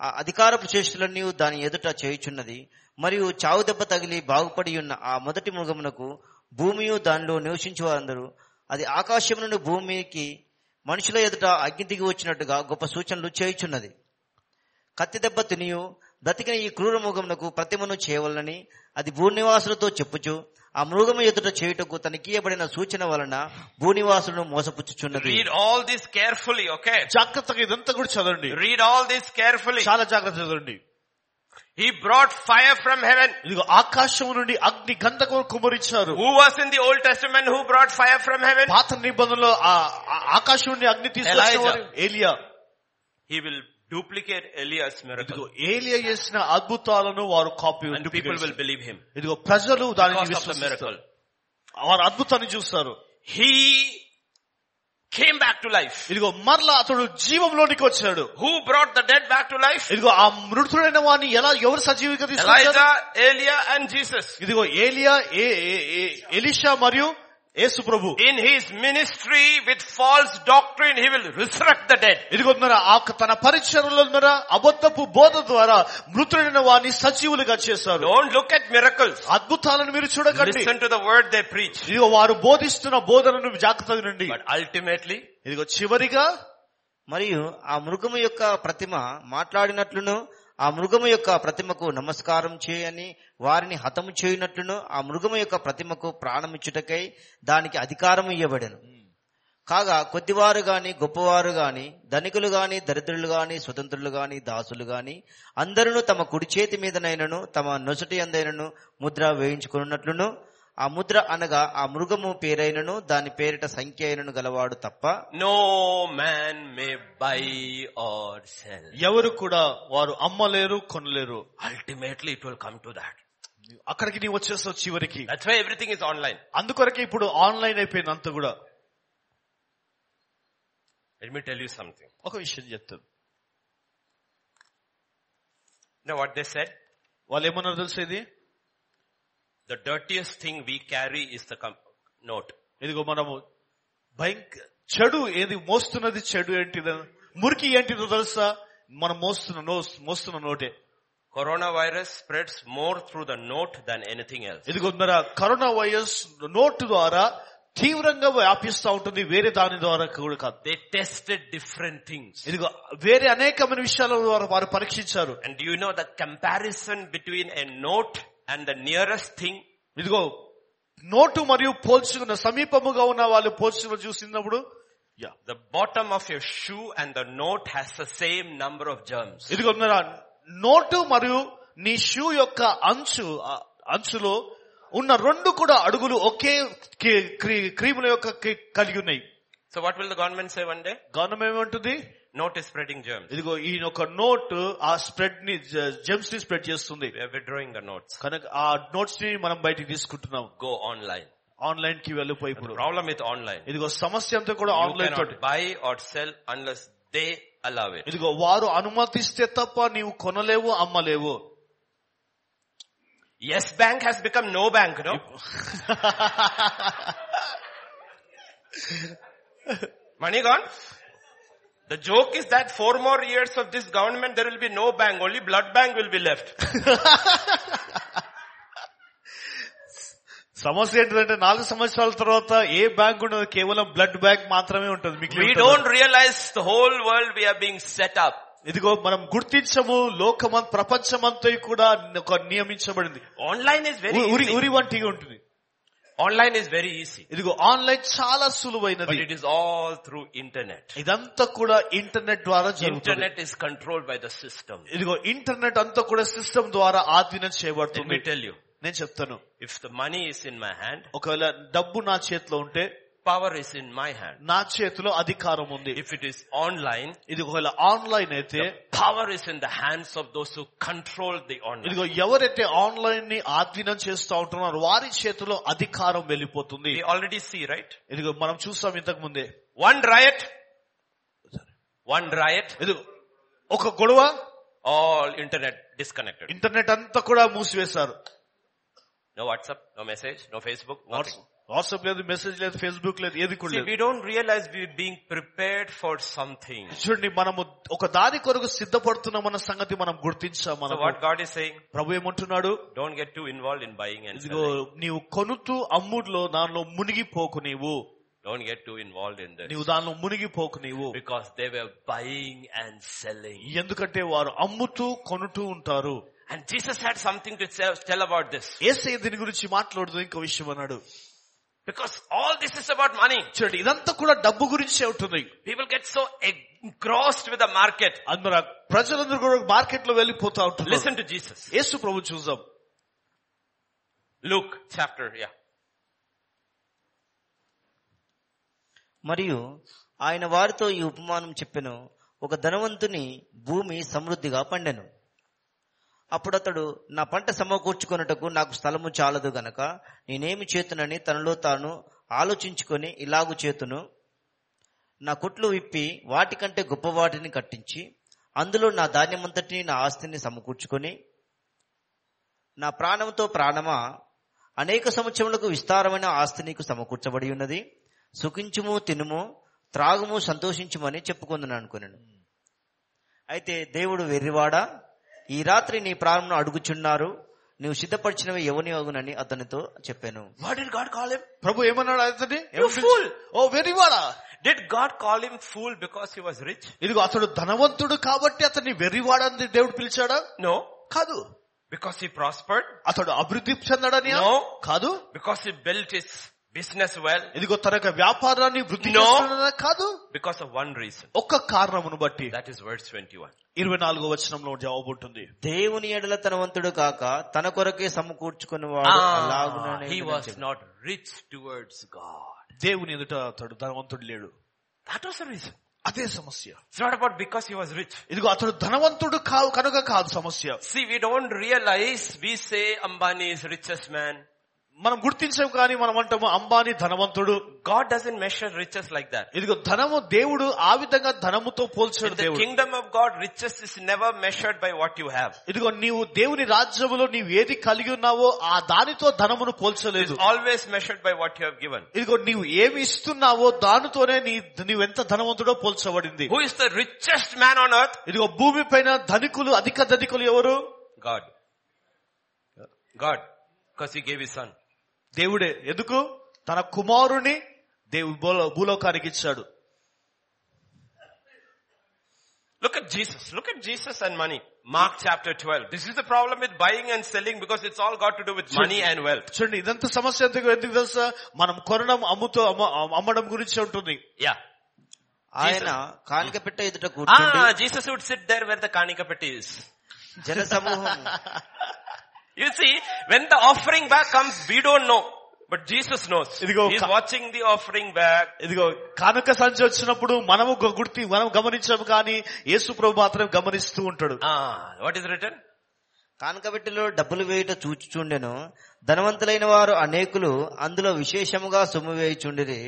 C: ఆ అధికారపు చేష్టలన్నీ దాని ఎదుట చేయుచున్నది మరియు చావు దెబ్బ తగిలి బాగుపడి ఉన్న ఆ మొదటి మృగమునకు భూమియు దానిలో నివసించు వారందరూ అది ఆకాశం నుండి భూమికి మనుషుల ఎదుట అగ్ని దిగి వచ్చినట్టుగా గొప్ప సూచనలు చేయుచున్నది కత్తి దెబ్బ తినియు బ్రతికిన ఈ క్రూర మృగమునకు ప్రతిమను చేయవలనని అది భూనివాసులతో చెప్పుచు ఆ మృగము ఎదుట చేయుటకు తనకీయబడిన సూచన వలన భూనివాసులను మోసపుచ్చుచున్నది
A: Read all this carefully, okay?
B: జాగ్రత్తగా ఇదంతా కూడా చదవండి
A: Read all this carefully.
B: చాలా జాగ్రత్త చదవండి
A: He brought fire from heaven.
B: ఇదిగో ఆకాశం నుండి అగ్ని గంధకం కుమరించారు
A: Who was in the Old Testament who brought fire from heaven?
B: పాత నిబంధనలో ఆ ఆ- ఆకాశం నుండి అగ్ని తీసుకొచ్చేవారు
A: Elijah.
B: ఏలియా
A: He will duplicate Elias'
B: ఇదిగో
A: miracle.
B: ఏలియా చేసిన అద్భుతాలను వారు copy
A: And people will believe him.
B: ఇదిగో ప్రజలు దానిని
A: Because of the miracle.
B: విశ్వసిస్తారు వారు అద్భుతాన్ని చూస్తారు
A: He came back to life.
B: ఇదిగో మరలా అతడు జీవంలోనికి వచ్చాడు
A: Who brought the dead back to life?
B: ఇదిగో ఆ మృతుడైన వాడిని ఎలా ఎవరు సజీవిగా తీసుకొచ్చారు
A: Elijah, Elia and Jesus.
B: ఇదిగో ఏలియా ఏ ఏ- ఏ- ఎలీషా మరియు యేసు ప్రభు
A: In his ministry with false doctrine, he will resurrect the dead.
B: ఇదిగో ఉన్నారా ఆ యొక్క తన పరిచయంలో ఉన్నారా అబద్ధపు బోధ ద్వారా మృతుడైన వారిని సజీవులుగా చేశారు
A: Don't look at miracles.
B: అద్భుతాలను మీరు చూడకండి
A: Listen to the word they preach.
B: ఇదిగో వారు బోధిస్తున్న బోధనను జాగ్రత్తగా వినండి
A: But ultimately,
B: ఇదిగో చివరిగా
C: మరియు ఆ మృగము యొక్క ప్రతిమ మాట్లాడినట్లును ఆ మృగము యొక్క ప్రతిమకు నమస్కారం చేయని వారిని హతము చేయునట్లును ఆ మృగము యొక్క ప్రతిమకు ప్రాణమిచ్చుటకై దానికి అధికారం ఇవ్వబడెను కాగా కొద్దివారు గాని గొప్పవారు గాని ధనికులు గాని దరిద్రులు గాని స్వతంత్రులు గాని దాసులు గాని అందరూ తమ కుడి చేతి మీదనైనను తమ నొసటి అందైనను ముద్ర వేయించుకున్నట్లును ఆ ముద్ర అనగా ఆ మృగము పేరైనను దాని పేరిట సంఖ్య అయినను గలవాడు తప్ప
A: no man may buy or sell.
B: ఎవరు కూడా వారు అమ్మలేరు కొనలేరు
A: Ultimately, it will come to that.
B: అక్కడికి నీవు వచ్చేస్తావు చివరికి
A: That's why everything is online.
B: అందుకొరకే ఇప్పుడు ఆన్లైన్ అయిపోయినంత కూడా
A: Let me tell you something.
B: ఒక విషయం చెప్తాను
A: You know what they said?
B: వాళ్ళు ఏమన్నారు తెలిసేది
A: The dirtiest thing we carry is the com- note.
B: ఇదిగో మనము భయంక చెడు ఏది మోస్తున్నది చెడు ఏంటిదో మురికి ఏంటిదో తెలుసా మనం మోస్తున్న నో మోస్తున్న నోటే
A: Coronavirus spreads more through the note than anything else.
B: ఇదిగో ఉన్నారా కరోనా వైరస్ నోటు ద్వారా తీవ్రంగా వ్యాపిస్తా ఉంటుంది వేరే దాని ద్వారా కూడా కాదు
A: They tested different things.
B: ఇదిగో వేరే అనేకమైన విషయాల ద్వారా వారు పరీక్షించారు
A: And do you know the comparison between a note and the nearest thing?
B: ఇదిగో నోటు మరియు పోల్చుకున్న సమీపముగా ఉన్న వాళ్ళు పోల్చుకున్న చూసినప్పుడు yeah.
A: The bottom of your shoe and the note has the same number of germs.
B: ఇదిగో ఉన్నారా నోటు మరియు నీ షూ యొక్క అంచు ఆ అంచులో ఉన్న రెండు కూడా అడుగులు ఒకే క్రీ- క్రీ- క్రీముల యొక్క క్రీ- కలిగి ఉన్నాయి
A: So what will the government say one day?
B: Government ఏమంటుంది
A: Note is spreading germs.
B: ఇదిగో ఈయన ఒక నోట్ ఆ స్ప్రెడ్ ని జెమ్స్ ని స్ప్రెడ్ చేస్తుంది
A: We are withdrawing the notes.
B: కనుక ఆ నోట్స్ ని మనం బయటికి తీసుకుంటున్నాం
A: Go online.
B: ఆన్లైన్ కి వెళ్ళిపోయి
A: The
B: ఇప్పుడు
A: problem with online.
B: ఇదిగో సమస్య అంతా కూడా
A: You
B: ఆన్లైన్ తోటి
A: cannot buy or sell unless they allow it.
B: ఇదిగో వారు అనుమతిస్తే తప్ప నీవు కొనలేవు అమ్మలేవు
A: Yes bank has become no bank, no? Money gone? The joke is that four more years of this government there will be no bank, only blood bank will be left.
B: సమస్య ఏంటంటే నాలుగు సంవత్సరాల తర్వాత ఏ బ్యాంక్ ఉండదు కేవలం బ్లడ్ బ్యాంక్ మాత్రమే ఉంటుంది
A: We
B: మీకు
A: don't realize the whole world we are being set up.
B: ఇదిగో మనం గుర్తించము లోకమంత ప్రపంచమంతా కూడా ఒక నియమించబడింది
A: Online is very
B: uh- Uri
A: easy.
B: ఉరి వంటిగా ఉంటుంది
A: Online is very easy.
B: ఇదిగో ఆన్లైన్ చాలా
A: But
B: సులువైనది
A: it is all through internet.
B: ఇదంతా కూడా ఇంటర్నెట్ ద్వారా జరుగుతుంది
A: Internet is controlled by the system.
B: ఇదిగో ఇంటర్నెట్ అంతా కూడా సిస్టమ్ ద్వారా ఆధీనం
A: Let me
B: చేయబడుతుంది
A: tell you,
B: నేను చెప్తాను
A: if the money is in my hand
B: ఒకవేళ డబ్బు నా చేతిలో ఉంటే
A: Power is in my hand.
B: నా చేతిలో అధికారం ఉంది
A: If it is online,
B: ఇది ఒకవేళ ఆన్లైన్ అయితే
A: power is in the hands of those who control the online.
B: ఇదిగో ఎవరైతే ఆన్లైన్ ని ఆధీనం చేస్తా ఉంటున్నారో వారి చేతిలో అధికారం వెళ్ళిపోతుంది
A: We already see, right?
B: ఇదిగో మనం చూసాం ఇంతకు ముందే
A: One riot, one riot,
B: ఇదిగో ఒక గొడవ
A: all internet disconnected.
B: ఇంటర్నెట్ అంతా కూడా మూసివేశారు
A: No WhatsApp, no message, no Facebook, nothing.
B: WhatsApp లేదు మెసేజ్ లేదు ఫేస్బుక్ లేదు ఏది కూడా
A: See,
B: లేదు
A: we don't realize we're being prepared for something.
B: చూడండి మనము ఒక దాని కొరకు సిద్ధపడుతున్నామన్న సంగతి మనం గుర్తించాం
A: So
B: మనం
A: what God is saying,
B: ప్రభు ఏమంటున్నాడు
A: don't get too involved in buying and
B: ఇదిగో
A: selling.
B: నీవు కొనుతూ అమ్ముడులో దానిలో మునిగిపోకు నీవు
A: Don't get too involved in this.
B: నీవు దానిలో మునిగిపోకు నీవు
A: Because they were buying and selling.
B: ఎందుకంటే వారు అమ్ముతూ కొనుతూ ఉంటారు
A: And Jesus had something to tell tell about this.
B: ఏసై దీని గురించి మాట్లాడదు ఇంకో విషయం అన్నాడు
A: Because all this is about money.
B: చూడండి ఇదంతా కూడా డబ్బు గురించే ఉంటుంది
A: People get so engrossed with the market.
B: అది మరి ఆ ప్రజలందరూ కూడా మార్కెట్ లో వెళ్ళిపోతా ఉంటారు
A: Listen to Jesus.
B: యేసు ప్రభు చూద్దాం
A: Luke chapter, yeah.
C: మరియు ఆయన వారితో ఈ ఉపమానం చెప్పెను ఒక ధనవంతుని భూమి సమృద్ధిగా పండెను అప్పుడు అతడు నా పంట సమకూర్చుకొనుటకు నాకు స్థలము చాలదు గనక నేనేమి చేతునని తనలో తాను ఆలోచించుకొని ఇలాగు చేతును నా కొట్లు విప్పి వాటికంటే గొప్ప వాటిని కట్టించి అందులో నా ధాన్యమంతటిని నా ఆస్తిని సమకూర్చుకొని నా ప్రాణంతో ప్రాణమా అనేక సంవత్సరములకు విస్తారమైన ఆస్తి నీకు సమకూర్చబడి ఉన్నది సుఖించుము తినుము త్రాగుము సంతోషించుమని చెప్పుకుందని అనుకున్నాను అయితే దేవుడు వెర్రివాడా ఈ రాత్రి నీ ప్రాణమును అడుగుచున్నారు నీవు సిద్ధపరిచినవి ఎవని అగునని అతనితో చెప్పాను
A: What did God call him?
B: ప్రభు ఏమన్నాడు అతన్ని
A: You fool!
B: Oh వెరివాడా
A: Did God call him fool because he was rich?
B: ఇదిగో అతడు ధనవంతుడు కాబట్టి అతన్ని వెర్రివాడని దేవుడు పిలిచాడా
A: No.
B: కాదు
A: Because he prospered?
B: అతడు అభివృద్ధి చెందడని
A: No.
B: కాదు
A: Because he built his business well?
B: ఇదిగో తన యొక్క వ్యాపారాన్ని వృద్ధి
A: No.
B: చేస్తాడనా కాదు
A: Because of one reason.
B: ఒక్క కారణమును బట్టి
A: That is verse 21.
B: ఇరవై నాలుగో వచనంలో జవాబు ఉంటుంది
C: దేవుని ఎడల తనవంతుడు కాక తన కొరకే సమకూర్చుకున్నవాడు
A: Ah,
C: అలాగునని
A: he
C: నేను
A: was
C: చెప్పాను.
A: not rich towards God.
B: దేవుని ఎదుట అతడు ధనవంతుడు లేడు
A: That was the reason.
B: అదే సమస్య
A: It's not about because he was rich.
B: ఇదిగో అతడు ధనవంతుడు కావు కనుక కాదు సమస్య
A: See, we don't realize, we say Ambani is richest man.
B: మనం గుర్తించాం కానీ మనం అంటాము అంబానీ ధనవంతుడు
A: God doesn't measure riches like that.
B: ఇదిగో ధనము దేవుడు ఆ విధంగా ధనముతో
A: In
B: పోల్చాడు
A: the
B: దేవుడు
A: kingdom of God, riches is never measured by what you have.
B: ఇదిగో నీవు దేవుని రాజ్యములో నీవు ఏది కలిగి ఉన్నావో ఆ దానితో ధనమును
A: It's
B: పోల్చలేదు
A: always measured by what you have given.
B: ఇదిగో నీవు ఏమి ఇస్తున్నావో దానితోనే నీ నీవెంత ధనవంతుడో పోల్చబడింది
A: Who is the richest man on earth?
B: ఇదిగో భూమి పైన ధనికులు అధిక ధనికులు ఎవరు
A: God. God. Because he gave his son.
B: దేవుడే ఎందుకు తన కుమారుని దేవు భూలో- భూలోకానికి ఇచ్చాడు
A: Look at Jesus. Look at Jesus and money. Mark chapter 12. This is the problem with buying and selling because it's all got to do with money and wealth.
B: చూడండి ఇదంతా సమస్య ఎందుకు ఎందుకు తెలుసా మనం కొనడం అమ్ముతో అమ్మ- అమ్మడం గురించి ఉంటుంది
A: Yeah.
C: ఆయన కానిక పెట్ట ఎదుట కూర్చుండి
A: Ah, Jesus would sit there where the kanika petti is.
C: జన సమూహం
A: You see, when the offering bag comes, we don't know. But Jesus knows.
B: ఇదిగో
A: He's
B: క-
A: watching the offering bag.
B: ఇదిగో కానుక సంచి వచ్చినప్పుడు మనము గు- గుర్తి మనం గమనించాము కానీ యేసు ప్రభు మాత్రం గమనిస్తూ ఉంటాడు
A: Ah, what is written?
C: కానకబెట్టిలో డబ్బులు వేయుట చూచుచుండెను ధనవంతులైన వారు అనేకులు అందులో విశేషముగా సొమ్ము వేయుచుండిరి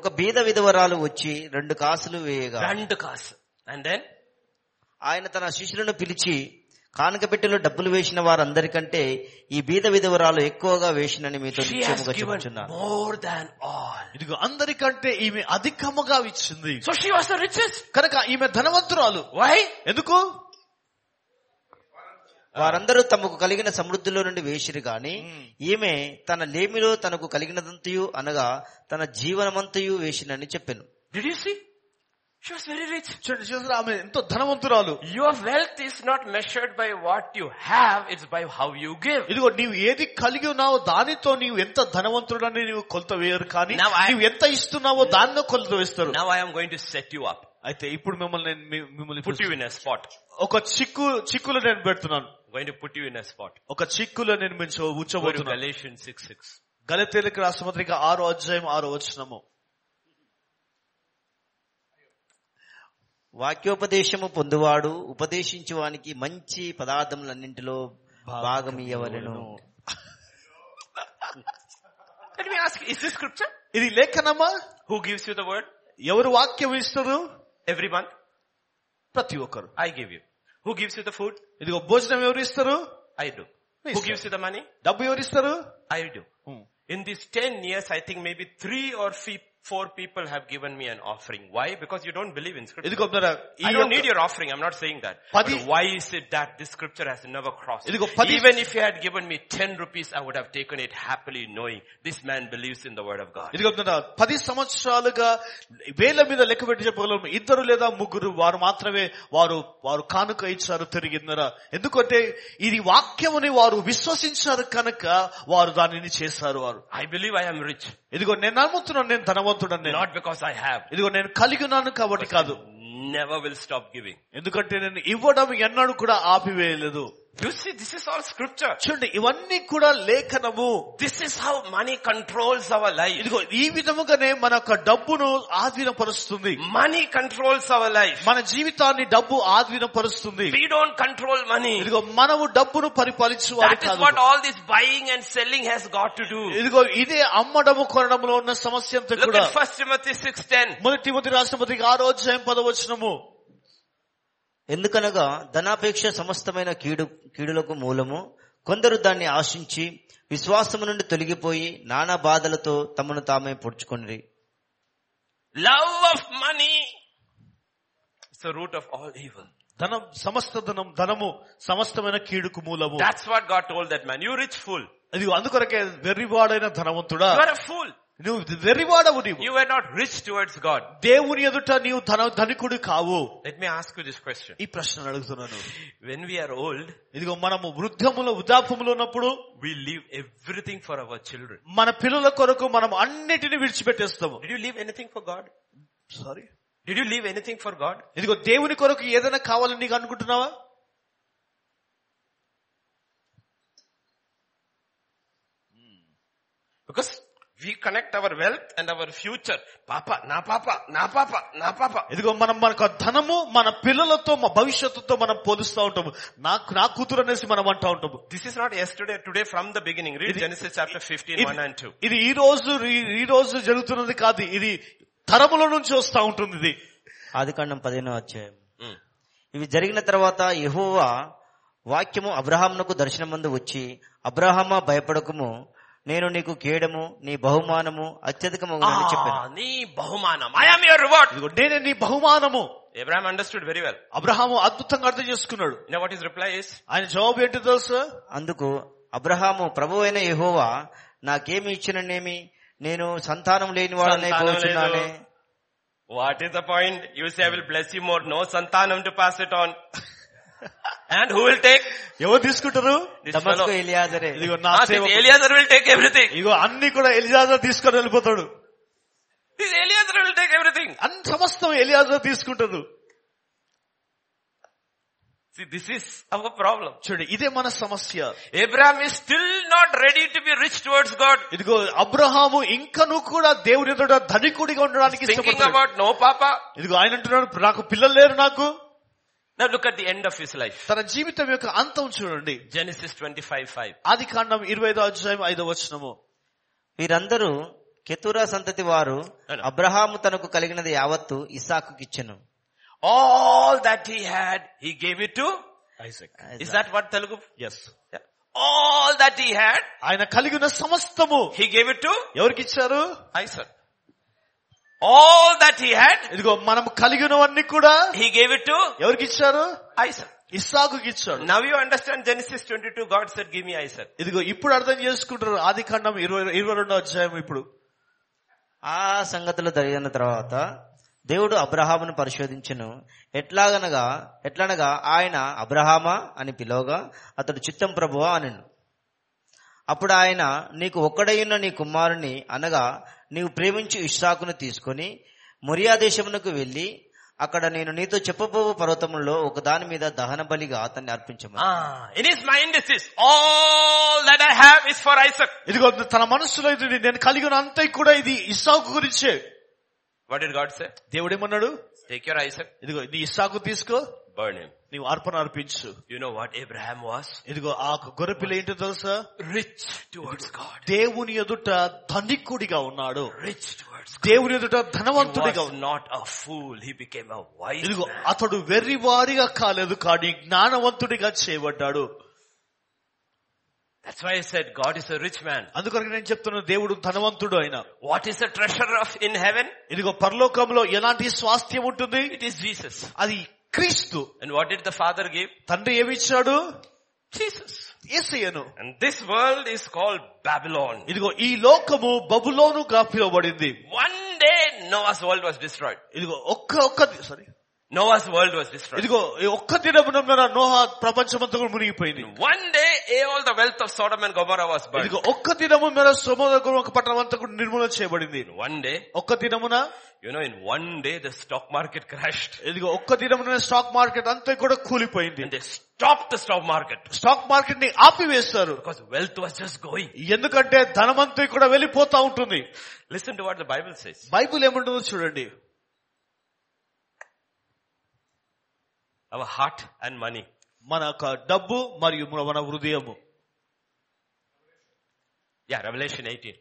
C: ఒక బీద విధవరాలు వచ్చి రెండు కాసులు వేయగా
A: Run to casa. And then?
C: ఆయన తన శిష్యులను పిలిచి కానకబెట్టిలో డబ్బులు వేసిన వారందరికంటే ఈ బీద విధవరాలు ఎక్కువగా వేసినని మీతో
A: She has
C: నిశ్చయముగా
A: given
C: చెప్పుచున్నాను
A: more than all.
B: ఇదిగో అందరికంటే ఈమె అధికముగా ఇచ్చింది
A: So she was the richest.
B: కనుక ఈమె ధనవంతురాలు
A: Why?
B: ఎందుకు
C: వారందరూ తమకు కలిగిన సమృద్ధిలో నుండి వేసిరు గాని
A: Hmm.
C: ఈమె తన లేమిలో తనకు కలిగినదంతయు అనగా తన జీవనమంతయు వేసినని చెప్పాను
A: Did you see? She was very rich.
B: చూడండి చూసారా ఆమె ఎంతో ధనవంతురాలు
A: Your wealth is not measured by what you have, it's by how you give.
B: ఇదిగో నీవు ఏది కలిగి ఉన్నావో దానితో నీవు ఎంత ధనవంతుడని నీవు కొలత వేయరు కానీ
A: Now I-
B: నీవు ఎంత ఇస్తున్నావో దానిలో కొలత వేస్తారు
A: Now I am going to set you up.
B: అయితే ఇప్పుడు మిమ్మల్ని నేను మీ- మిమ్మల్ని
A: Put you in a spot.
B: ఒక చిక్కు చిక్కులో నేను పెడుతున్నాను
A: I'm going to put you in a spot.
B: ఒక చిక్కులో నేను మించు
A: Go to
B: ఉంచబోతున్నాను
A: Galatians 6 6.
B: గలతీలకు రాసిన పత్రిక ఆరో అధ్యాయం ఆరో వచనము
C: వాక్యోపదేశము పొందువాడు ఉపదేశించువానికి మంచి పదార్థములన్నింటిలో భాగమియవలను
A: Let me ask, is this scripture?
B: ఇది లేఖనమా
A: Who gives you the word?
B: ఎవరు వాక్యం ఇస్తారు
A: Every month?
B: ప్రతి ఒక్కరు
A: I give you. Who gives you the food?
B: ఇదిగో భోజనం ఎవరు ఇస్తారు
A: I do.
B: Please,
A: Who
B: sir.
A: gives you the money?
B: డబ్బు ఎవరు ఇస్తారు
A: I do.
B: Hmm.
A: In these 10 years, I think maybe 3 or fe- 4 people have given me an offering. Why? Because you don't believe in scripture.
B: ఇదిగో ఉన్నారా? ఈ
A: I don't
B: యొక్క-
A: need your offering. I'm not saying that.
B: Padi-
A: But why is it that this scripture has never crossed?
B: Idigo, padi-
A: Even if you had given me 10 rupees, I would have taken it happily knowing this man believes in the word of God.
B: ఇదిగో ఉన్నారా? పది సంవత్సరాలుగా వేల మీద లెక్క పెట్టి చెప్పగలం ఇద్దరు లేదా ముగ్గురు వారు మాత్రమే వారు వారు కానుక ఇచ్చారు తిరిగిందరా ఎందుకంటే ఇది వాక్యముని వారు విశ్వసించారు కనుక వారు దానిని చేశారు వారు
A: I believe I am rich.
B: ఇదిగో నేను నమ్ముతున్నాను నేను ధనవంతుడని
A: Not because I have.
B: ఇదిగో నేను కలిగి ఉన్నాను కాబట్టి కాదు
A: Never will stop giving.
B: ఎందుకంటే నేను ఇవ్వడం ఎన్నడూ కూడా ఆపివేయలేదు
A: You see, this is all scripture.
B: చూడండి ఇవన్నీ కూడా లేఖనము
A: This is how money controls our life.
B: ఇదిగో ఈ విధముగానే మన యొక్క డబ్బును ఆధీనపరుస్తుంది
A: Money controls our life.
B: మన జీవితాన్ని డబ్బు ఆధీనపరుస్తుంది
A: We don't control money.
B: ఇదిగో మనము డబ్బును పరిపాలించు వారు
A: That is
B: కాదు.
A: what all this buying and selling has got to do.
B: ఇదిగో ఇదే అమ్మడము కొనడంలో ఉన్న సమస్య అంతా
A: Look
B: కూడా
A: at 1 Timothy 6.10.
B: మొదటి మొదటి రాష్ట్రపతికి ఆరో అధ్యాయం పదవచనము
C: ఎందుకనగా ధనాపేక్ష సమస్తమైన కీడు కీడులకు మూలము కొందరు దాన్ని ఆశించి విశ్వాసము నుండి తొలగిపోయి నానా బాధలతో తమను తామే పొడుచుకొనిరి
A: Love of money is the root of all evil.
B: ధనం సమస్త ధనం ధనము సమస్తమైన కీడుకు మూలము
A: That's what God told that man. You rich fool. You
B: ఇది అందుకొరకే వెర్రివాడైన ధనవంతుడా
A: are a fool.
B: నువ్వు వెర్రివాడవు నీవు
A: You were not rich towards God.
B: దేవుని ఎదుట నీవు ధన ధనికుడు కావు
A: Let me ask you this question.
B: ఈ ప్రశ్న అడుగుతున్నాను
A: When we are old,
B: ఇదిగో మనము వృద్ధములో వృద్ధాపములో ఉన్నప్పుడు
A: we leave everything for our children.
B: మన పిల్లల కొరకు మనం అన్నిటిని విడిచిపెట్టేస్తాము
A: Did you leave anything for God?
B: Sorry
A: Did you leave anything for God?
B: ఇదిగో దేవుని కొరకు ఏదైనా కావాలని నీకు అనుకుంటున్నావా
A: Because we connect our wealth and our future. Papa, na papa, na papa, na papa.
B: ఇదిగో మనం మన యొక్క ధనము మన పిల్లలతో మా భవిష్యత్తుతో మనం పోలుస్తూ ఉంటాము నాకు నా కూతురు అనేసి మనం అంటా ఉంటాము
A: This is not yesterday, today from the beginning. Read
B: It-
A: Genesis chapter 15,
B: ఇది-
A: 1 and 2.
B: ఇది ఈ రోజు ఈ- ఈ రోజు జరుగుతున్నది కాదు ఇది తరముల నుంచి వస్తూ ఉంటుంది ఇది
C: ఆదికాండం పదిహేనో అధ్యాయం
A: Mm.
C: ఇవి జరిగిన తర్వాత యెహోవా వాక్యము అబ్రహామునకు దర్శనమందు వచ్చి అబ్రహామా భయపడకము నేను నీకు కేడము నీ బహుమానము అత్యధికము
A: Ah,
C: చెప్పాను
A: nee, bahumanam. I am your reward.
B: ఇదిగో నేనే నీ బహుమానము
A: Abraham understood very well.
B: Abraham అద్భుతంగా అర్థం చేసుకున్నాడు
A: You know what his reply is?
B: ఆయన జవాబు ఏంటి తెలుసా
C: అందుకు అబ్రహాము ప్రభు అయిన యెహోవా నాకేమి ఇచ్చిననేమి నేను సంతానం లేని వాడనే
A: సంతానం
C: పోచున్నానే
A: లేదు. What is the point? You say I will bless you more. No santanam to pass it on. [LAUGHS] and who will take?
B: ఎవరు తీసుకుంటారు
A: This fellow.
C: దమస్కు ఎలియాజరే
B: ఇదిగో నా
A: Ah, this
B: సేవకుడు.
A: Eliezer will take everything.
B: ఇదిగో అన్ని కూడా ఎలియాజా తీసుకొని వెళ్ళిపోతాడు
A: This Eliezer will take everything.
B: అన్ని సమస్తం ఎలియాజా తీసుకుంటాడు
A: See, this is our problem.
B: చూడండి ఇదే మన సమస్య
A: Abraham is still not ready to be rich towards God.
B: ఇదిగో అబ్రహాము ఇంకను కూడా దేవుని ఎదుట ధనికుడిగా ఉండడానికి
A: Thinking
B: ఇష్టపడతాడు
A: about no papa.
B: ఇదిగో ఆయన అంటున్నాడు నాకు పిల్లలు లేరు నాకు
A: Now look at the end of his life.
B: తన జీవితం యొక్క అంతం చూడండి
A: Genesis 25, 5.
B: ఆది కాండం ఇరవై ఐదో అధ్యాయం ఐదో వచనము
C: వీరందరూ కెతురా సంతతి వారు
A: అవును.
C: అబ్రహాము తనకు కలిగినది యావత్తు ఇస్సాకుకిచ్చెను
A: All that he had, he gave it to Isaac. Is that what Telugu?
B: Yes
A: Yeah. All that he had,
B: ఆయన కలిగిన సమస్తము
A: he gave it to
B: ఎవరికి ఇచ్చారు
A: Isaac. All that he had,
B: ఇదిగో మనం కలిగినవన్నీ కూడా
A: he gave it to
B: ఎవరికి ఇచ్చారు
A: Isaac.
B: ఇస్సాకుకి ఇచ్చాడు
A: Now you understand Genesis 22, God said, give me Isaac.
B: ఇదిగో ఇప్పుడు అర్థం చేసుకుంటారు ఆది కాండం ఇరవై ఇరవై రెండో అధ్యాయం ఇప్పుడు
C: ఆ సంగతులు జరిగిన తర్వాత దేవుడు అబ్రహామును పరిశోధించును ఎట్లాగనగా ఎట్లనగా ఆయన అబ్రహామా అని పిలవగా అతడు చిత్తం ప్రభువా అనెను అప్పుడు ఆయన నీకు ఒక్కడైన నీ కుమారుని అనగా నీవు ప్రేమించు ఇష్టాకును తీసుకొని మొరియా దేశమునకు వెళ్ళి అక్కడ నేను నీతో చెప్పబో పర్వతములో ఒక దాని మీద దహన బలిగా అతన్ని అర్పించమని
A: Ah, in his mind it is, all that I have is for Isaac.
B: ఇదిగో తన మనస్సులో ఇది నేను కలిగి ఉన్న అంతా కూడా ఇది ఇస్సాకు గురించే
A: What did God say?
B: దేవుడేమన్నాడు
A: Take your Isaac,
B: ఇదిగో నీ ఇస్సాకు తీసుకో
A: burn him.
B: నీవు అర్పణ అర్పించు
A: You know what Abraham was?
B: ఇదిగో ఆ గొర్రెపిల్ల ఏంటో తెలుసా
A: Rich towards God.
B: దేవుని ఎదుట ధనికుడిగా ఉన్నాడు
A: Rich towards
B: దేవుని ఎదుట
A: God. He
B: ధనవంతుడిగా
A: was
B: ఉన్నాడు
A: not a fool, he became a wise
B: ఇదిగో
A: man.
B: అతడు వెర్రివారిగా కాలేదు కానీ జ్ఞానవంతుడిగా చేయబడ్డాడు
A: That's why I said God is a rich man.
B: అందుకొరకు నేను చెప్తున్నా దేవుడు ధనవంతుడు ఆయన
A: What is the treasure of in heaven?
B: ఇదిగో పరలోకంలో ఎలాంటి స్వాస్థ్యం ఉంటుంది
A: It is Jesus.
B: అది క్రీస్తు
A: And what did the Father give?
B: తండ్రి ఏమి ఇచ్చాడు
A: Jesus.
B: ఏసయ్యను
A: And this world is called Babylon.
B: ఇదిగా ఈ లోకము బబులోనుగా పిలువబడింది
A: One day Noah's world was destroyed.
B: ఇదిగో ఒక్క ఒక్క sorry
A: Noah's world was destroyed.
B: ఇదిగో ఈ ఒక్క దినమున నోహ ప్రపంచమంతా కూడా మునిగిపోయింది
A: One day eh, all the wealth of Sodom and Gomorrah was burned.
B: ఇదిగో ఒక్క దినము మేర సోమోదగురం ఒక పట్టణం అంతా కూడా నిర్మూలన చేయబడింది
A: One day,
B: ఒక్క దినమున
A: you know, in one day the stock market crashed.
B: ఇదిగో ఒక్క దినమున స్టాక్ మార్కెట్ అంతా కూడా కూలిపోయింది
A: And they stopped the stock market
B: stock market ని ఆపివేస్తారు
A: because wealth was just going.
B: ఎందుకంటే ధనమంతా కూడా వెళ్ళిపోతా ఉంటుంది
A: Listen to what the Bible says.
B: Bible ఏమంటుందో చూడండి
A: Our heart and money.
B: మన యొక్క డబ్బు మరియు మన హృదయము
A: Yeah, Revelation 18.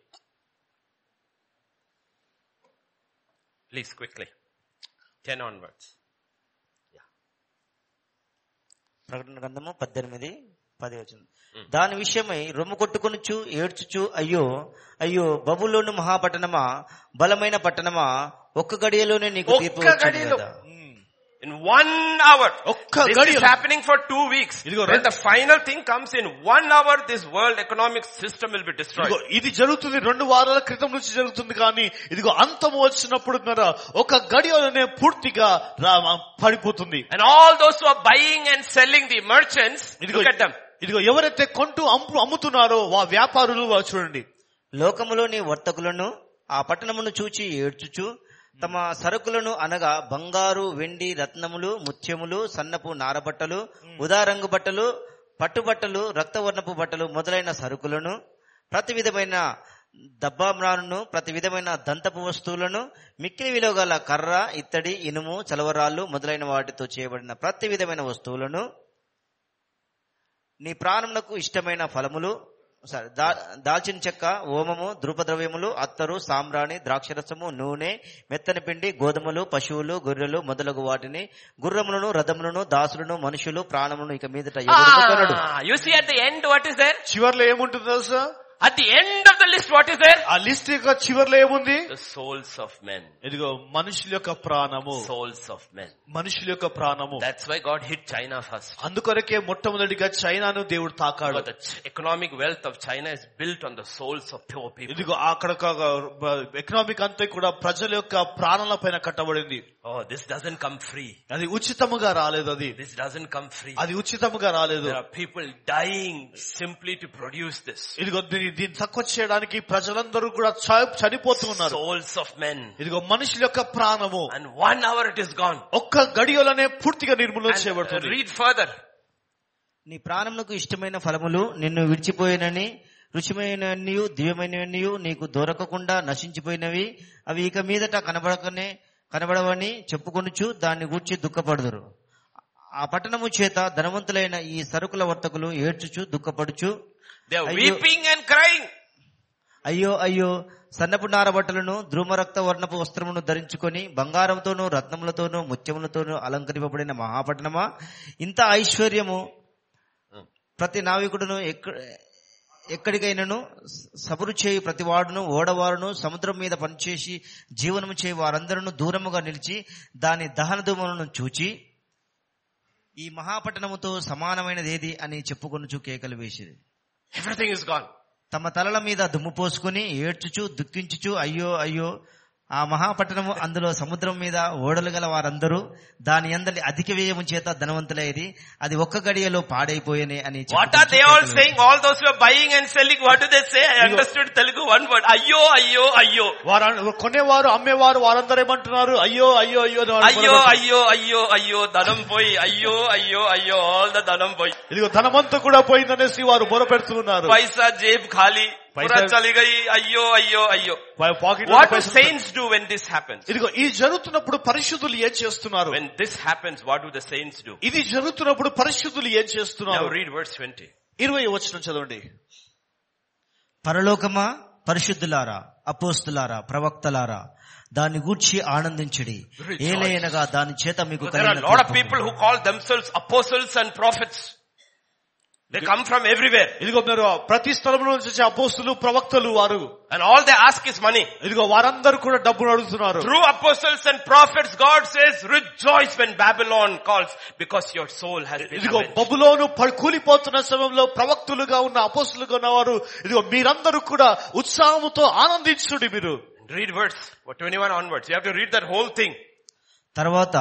A: Please, quickly. 10 onwards.
C: ప్రకటన గ్రంథము పద్దెనిమిది పది వచ్చింది దాని విషయమై రొమ్ము కొట్టుకొనుచు ఏడ్చుచు అయ్యో అయ్యో బబులోను మహాపట్టణమా బలమైన పట్టణమా ఒక్క గడియలోనే నీకు తీర్పు
A: ఒక్క
C: వచ్చును
A: గడియలో.
C: కదా.
B: Hmm.
A: In one hour.
B: ఒక్క
A: This is
B: గడియలో
A: happening for two weeks.
B: ఇదిగో
A: When
B: రెండు-
A: the final thing comes in one hour, this world economic system will be destroyed.
B: ఇదిగో ఇది జరుగుతుంది రెండు వారాల క్రితం నుంచి జరుగుతుంది కానీ ఇదిగో అంతము వచ్చినప్పుడు కదా ఒక గడియలోనే పూర్తిగా రా- పడిపోతుంది
A: And all those who are buying and selling the merchants,
B: ఇదిగో
A: look at them.
B: ఇదిగో ఎవరైతే కొంటూ అమ్ము అమ్ముతున్నారో వా వ్యాపారులు వా- చూడండి
C: లోకములోని వర్తకులను ఆ పట్టణమును చూచి ఏడ్చుచు తమ సరుకులను అనగా బంగారు వెండి రత్నములు ముత్యములు సన్నపు నారబట్టలు ఉదారంగు బట్టలు పట్టుబట్టలు రక్తవర్ణపు బట్టలు మొదలైన సరుకులను ప్రతి విధమైన దబ్బామ్రాను ప్రతి విధమైన దంతపు వస్తువులను మిక్కిలి విలువ గల కర్ర ఇత్తడి ఇనుము చలవరాళ్ళు మొదలైన వాటితో చేయబడిన ప్రతి విధమైన వస్తువులను నీ ప్రాణమునకు ఇష్టమైన ఫలములు సారీ దా- దాల్చిన చెక్క ఓమము ద్రుపద్రవ్యములు అత్తరు సామ్రాణి ద్రాక్షరసము నూనె మెత్తని పిండి గోధుమలు పశువులు గొర్రెలు మొదలగు వాటిని గుర్రములను రథములను దాసులను మనుషులు ప్రాణములను ఇక మీదట ఎవరునూ కొనడు.
A: Ah, you see at the end what is there?
B: చివర్లో ఏముంటుంది తెలుసా
A: At the end of the list what is there?
B: ఆ లిస్ట్ యొక్క చివర్లో ఏముంది
A: The souls of men.
B: ఇదిగో మనుషుల యొక్క ప్రాణము
A: Souls of men.
B: మనుషుల యొక్క ప్రాణము
A: Oh. That's why God hit China first.
B: అందుకొరకే మొట్టమొదటిగా చైనాను దేవుడు తాకాడు
A: But the ch- economic wealth of China is built on the souls of poor people.
B: ఇదిగో అక్కడ ఎకనామిక్ అంతా కూడా ప్రజల యొక్క ప్రాణాల పైన కట్టబడింది
A: Oh, this doesn't come free.
B: అది ఉచితముగా రాలేదు అది
A: This doesn't come free.
B: అది ఉచితముగా రాలేదు
A: There are people dying simply to produce this.
B: ఇదిగో దీన్ని దీన్ని తక్కువ చేయడానికి ప్రజలందరూ కూడా చ- చనిపోతూ ఉన్నారు
A: Souls of men.
B: ఇదిగో మనుషుల యొక్క ప్రాణము
A: And one hour it is gone.
B: ఒక్క గడియలనే పూర్తిగా నిర్మూలన
A: And, uh,
B: చేయబడుతుంది
A: read further.
C: నీ ప్రాణమునకు ఇష్టమైన ఫలములు నిన్ను విడిచిపోయినని రుచిమైనవన్నీయు దివ్యమైనవన్నీయు నీకు దొరకకుండా నశించిపోయినవి అవి ఇక మీదట కనబడకనే కనబడవని చెప్పుకొనుచు దాన్ని గూర్చి దుఃఖపడుదురు ఆ పట్టణము చేత ధనవంతులైన ఈ సరుకుల వర్తకులు ఏడ్చుచు దుఃఖపడుచు
A: They are
C: Are you-
A: weeping and crying.
C: అయ్యో అయ్యో సన్నపు నార బట్టలను ధూమరక్త వర్ణపు వస్త్రమును ధరించుకొని బంగారంతోనూ రత్నములతోనూ ముత్యములతోనూ అలంకరింపబడిన మహాపట్టణమా ఇంత ఐశ్వర్యము ప్రతి నావికుడును ఎక్క- ఎక్కడికైనను సబరు చేయు ప్రతివాడును ఓడవారును సముద్రం మీద పనిచేసి జీవనము చేయు వారందరూ దూరముగా నిలిచి దాని దహన ధూమలను చూచి ఈ మహాపట్టణముతో సమానమైనదేది అని చెప్పుకొనుచు కేకలు వేసేది
A: Everything is gone.
C: తమ తలల మీద దుమ్ము పోసుకుని ఏడ్చుచు దుఃఖించుచు అయ్యో అయ్యో ఆ మహాపట్టణము అందులో సముద్రం మీద ఓడలు గల వారందరూ దాని అందరి అధిక వ్యయము చేత ధనవంతులయ్యేది అది ఒక్క గడియలో పాడైపోయేనే అని
A: What are they all
C: చెప్పుకొనుచు
A: saying? All those who are buying and selling, what do they say? I understood Telugu one word. Ayyo, ayyo, ayyo.
B: వారు కొనేవారు అమ్మేవారు వారందరూ ఏమంటున్నారు అయ్యో అయ్యో అయ్యో అని వారు
A: అయ్యో
B: మొరపెడుతున్నారు.
A: అయ్యో అయ్యో అయ్యో ధనం పోయి అయ్యో అయ్యో అయ్యో ఆల్ ద ధనం పోయి
B: ఇదిగో ధనమంతా కూడా పోయిందనేసి వారు మొరపెడుతున్నారు
A: పైసా జేబ్ ఖాళీ పూరా
B: పైసా-
A: చలి గయి అయ్యో అయ్యో అయ్యో
B: వారి pocket లో
A: వాట్ డు
B: పైసలు-
A: saints do when this happens
B: ఇదిగో ఇది జరుగుతున్నప్పుడు పరిశుద్ధులు ఏం చేస్తున్నారు
A: when this happens what do the saints do
B: ఇది జరుగుతున్నప్పుడు పరిశుద్ధులు ఏం
A: నౌ
B: చేస్తున్నారు
A: రీడ్ వర్స్ 20
B: ఇరవై వచనం చదవండి
C: పరలోకమా పరిశుద్ధులారా అపోస్తులారా ప్రవక్తలారా దాన్ని గూర్చి ఆనందించుడి
A: Rejoice.
C: ఏలైనగా దాని చేత మీకు
A: there are a
C: కలిగిన
A: lot of
C: తీర్పు.
A: people who call themselves apostles and prophets they come from everywhere
B: ఇదిగో మీరు ప్రతి స్థలంలో నుంచి వచ్చే అపోస్తులు ప్రవక్తలు వారు
A: and all they ask is money
B: ఇదిగో వారందరూ కూడా డబ్బును అడుగుతున్నారు
A: through apostles and prophets god says rejoice when babylon calls because your soul has been
B: ఇదిగో
A: avenged."
B: బబులోను ప- కూలిపోతున్న సమయంలో ప్రవక్తులుగా ఉన్న అపోస్తులుగా ఉన్నవారు ఇదిగో మీరందరూ కూడా ఉత్సాహంతో ఆనందించుడి మీరు
A: Read verse what 21 onwards. You have to read that whole thing.
C: తర్వాత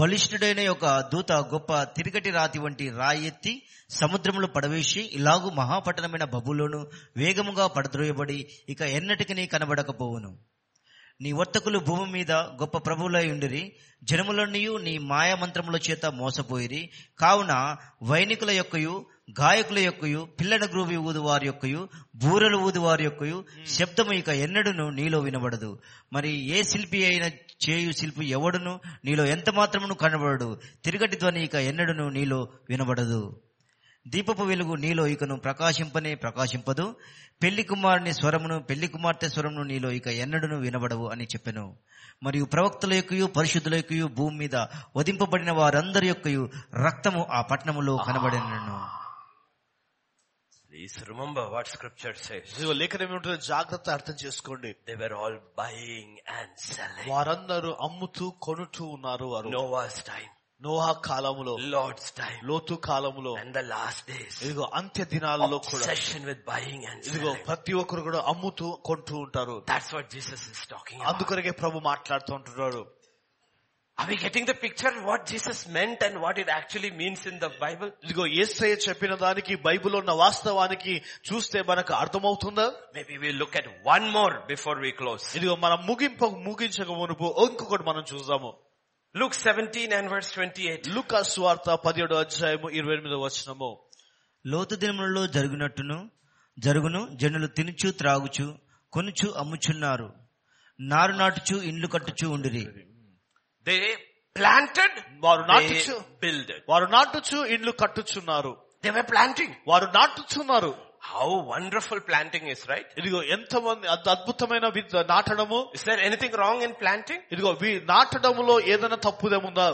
C: బలిష్ఠుడైన యొక్క దూత గొప్ప తిరిగటి రాతి వంటి రాయెత్తి సముద్రములో పడవేసి ఇలాగు మహాపట్టణమైన బబులోను వేగముగా పడద్రోయబడి ఇక ఎన్నటికీ కనబడకపోవును నీ వర్తకులు భూమి మీద గొప్ప ప్రభువులై ఉండిరి జనములన్నీయు నీ మాయమంత్రముల చేత మోసపోయిరి కావున వైనికుల యొక్కయు గాయకుల యొక్కయు పిల్లల గ్రూవి ఊదు వారి యొక్కయు బూరలు ఊదు వారి యొక్కయు శబ్దము ఇక ఎన్నడూను నీలో వినబడదు మరి ఏ శిల్పి అయిన చేయు శిల్పి ఎవడును నీలో ఎంత మాత్రమును కనబడడు తిరగటి ధ్వని ఇక ఎన్నడూను నీలో వినబడదు దీపపు వెలుగు నీలో ఇకను ప్రకాశింపనే ప్రకాశింపదు పెళ్లి కుమారుని స్వరమును పెళ్లి కుమార్తె స్వరమును నీలో ఇక ఎన్నడూను వినబడవు అని చెప్పెను మరియు ప్రవక్తల యొక్కయు పరిశుద్ధుల యొక్కయు భూమి మీద వధింపబడిన వారందరి యొక్కయు రక్తము ఆ పట్టణములో కనబడినను
A: Please remember what scripture says.
B: ఇదిగో లేఖనం ఏమంటుందో జాగ్రత్త అర్థం చేసుకోండి
A: They were all buying and selling.
B: వారందరూ అమ్ముతూ కొనుతూ ఉన్నారు వారు
A: Noah's time,
B: నోహా కాలములో
A: Lord's time,
B: లోతు కాలములో
A: and the last days.
B: ఇదిగో అంత్య దినాలలో కూడా
A: Obsession with buying and
B: ఇదిగో
A: selling.
B: ప్రతి ఒక్కరు కూడా అమ్ముతూ కొంటూ ఉంటారు
A: That's what Jesus is talking about.
B: అందుకొరకే ప్రభు మాట్లాడుతూ ఉంటున్నాడు
A: Are we getting the picture of what Jesus meant and what it actually means in the Bible?
B: ఇదిగో ఏసయ్య చెప్పిన దానికి బైబిల్ ఉన్న వాస్తవానికి చూస్తే మనకు అర్థమవుతుందా
A: Maybe we'll look at one more before we close.
B: ఇదిగో మనం ముగింపు ముగించక మునుపు ఇంకొకటి మనం చూద్దాము
A: Luke 17 and verse 28.
B: లుకా సువార్త పదిహేడు అధ్యాయము ఇరవై ఎనిమిది వచనము
C: లోతు దినములలో జరిగినట్టును జరుగును జనులు తినుచు త్రాగుచు కొనుచు అమ్ముచున్నారు నారు నాటుచు ఇండ్లు కట్టుచు ఉండిరి
A: They planted,
B: వారు
A: they
B: నాటుచు
A: builded.
B: వారు నాటుచు ఇండ్లు కట్టుచున్నారు
A: They were planting.
B: వారు నాటుచున్నారు
A: How wonderful planting is, right?
B: ఇదిగో ఎంతమంది అద్ద- అద్భుతమైన విద్య నాటడము
A: Is there anything wrong in planting?
B: ఇదిగో వీ- నాటడములో ఏదైనా తప్పుదేముందా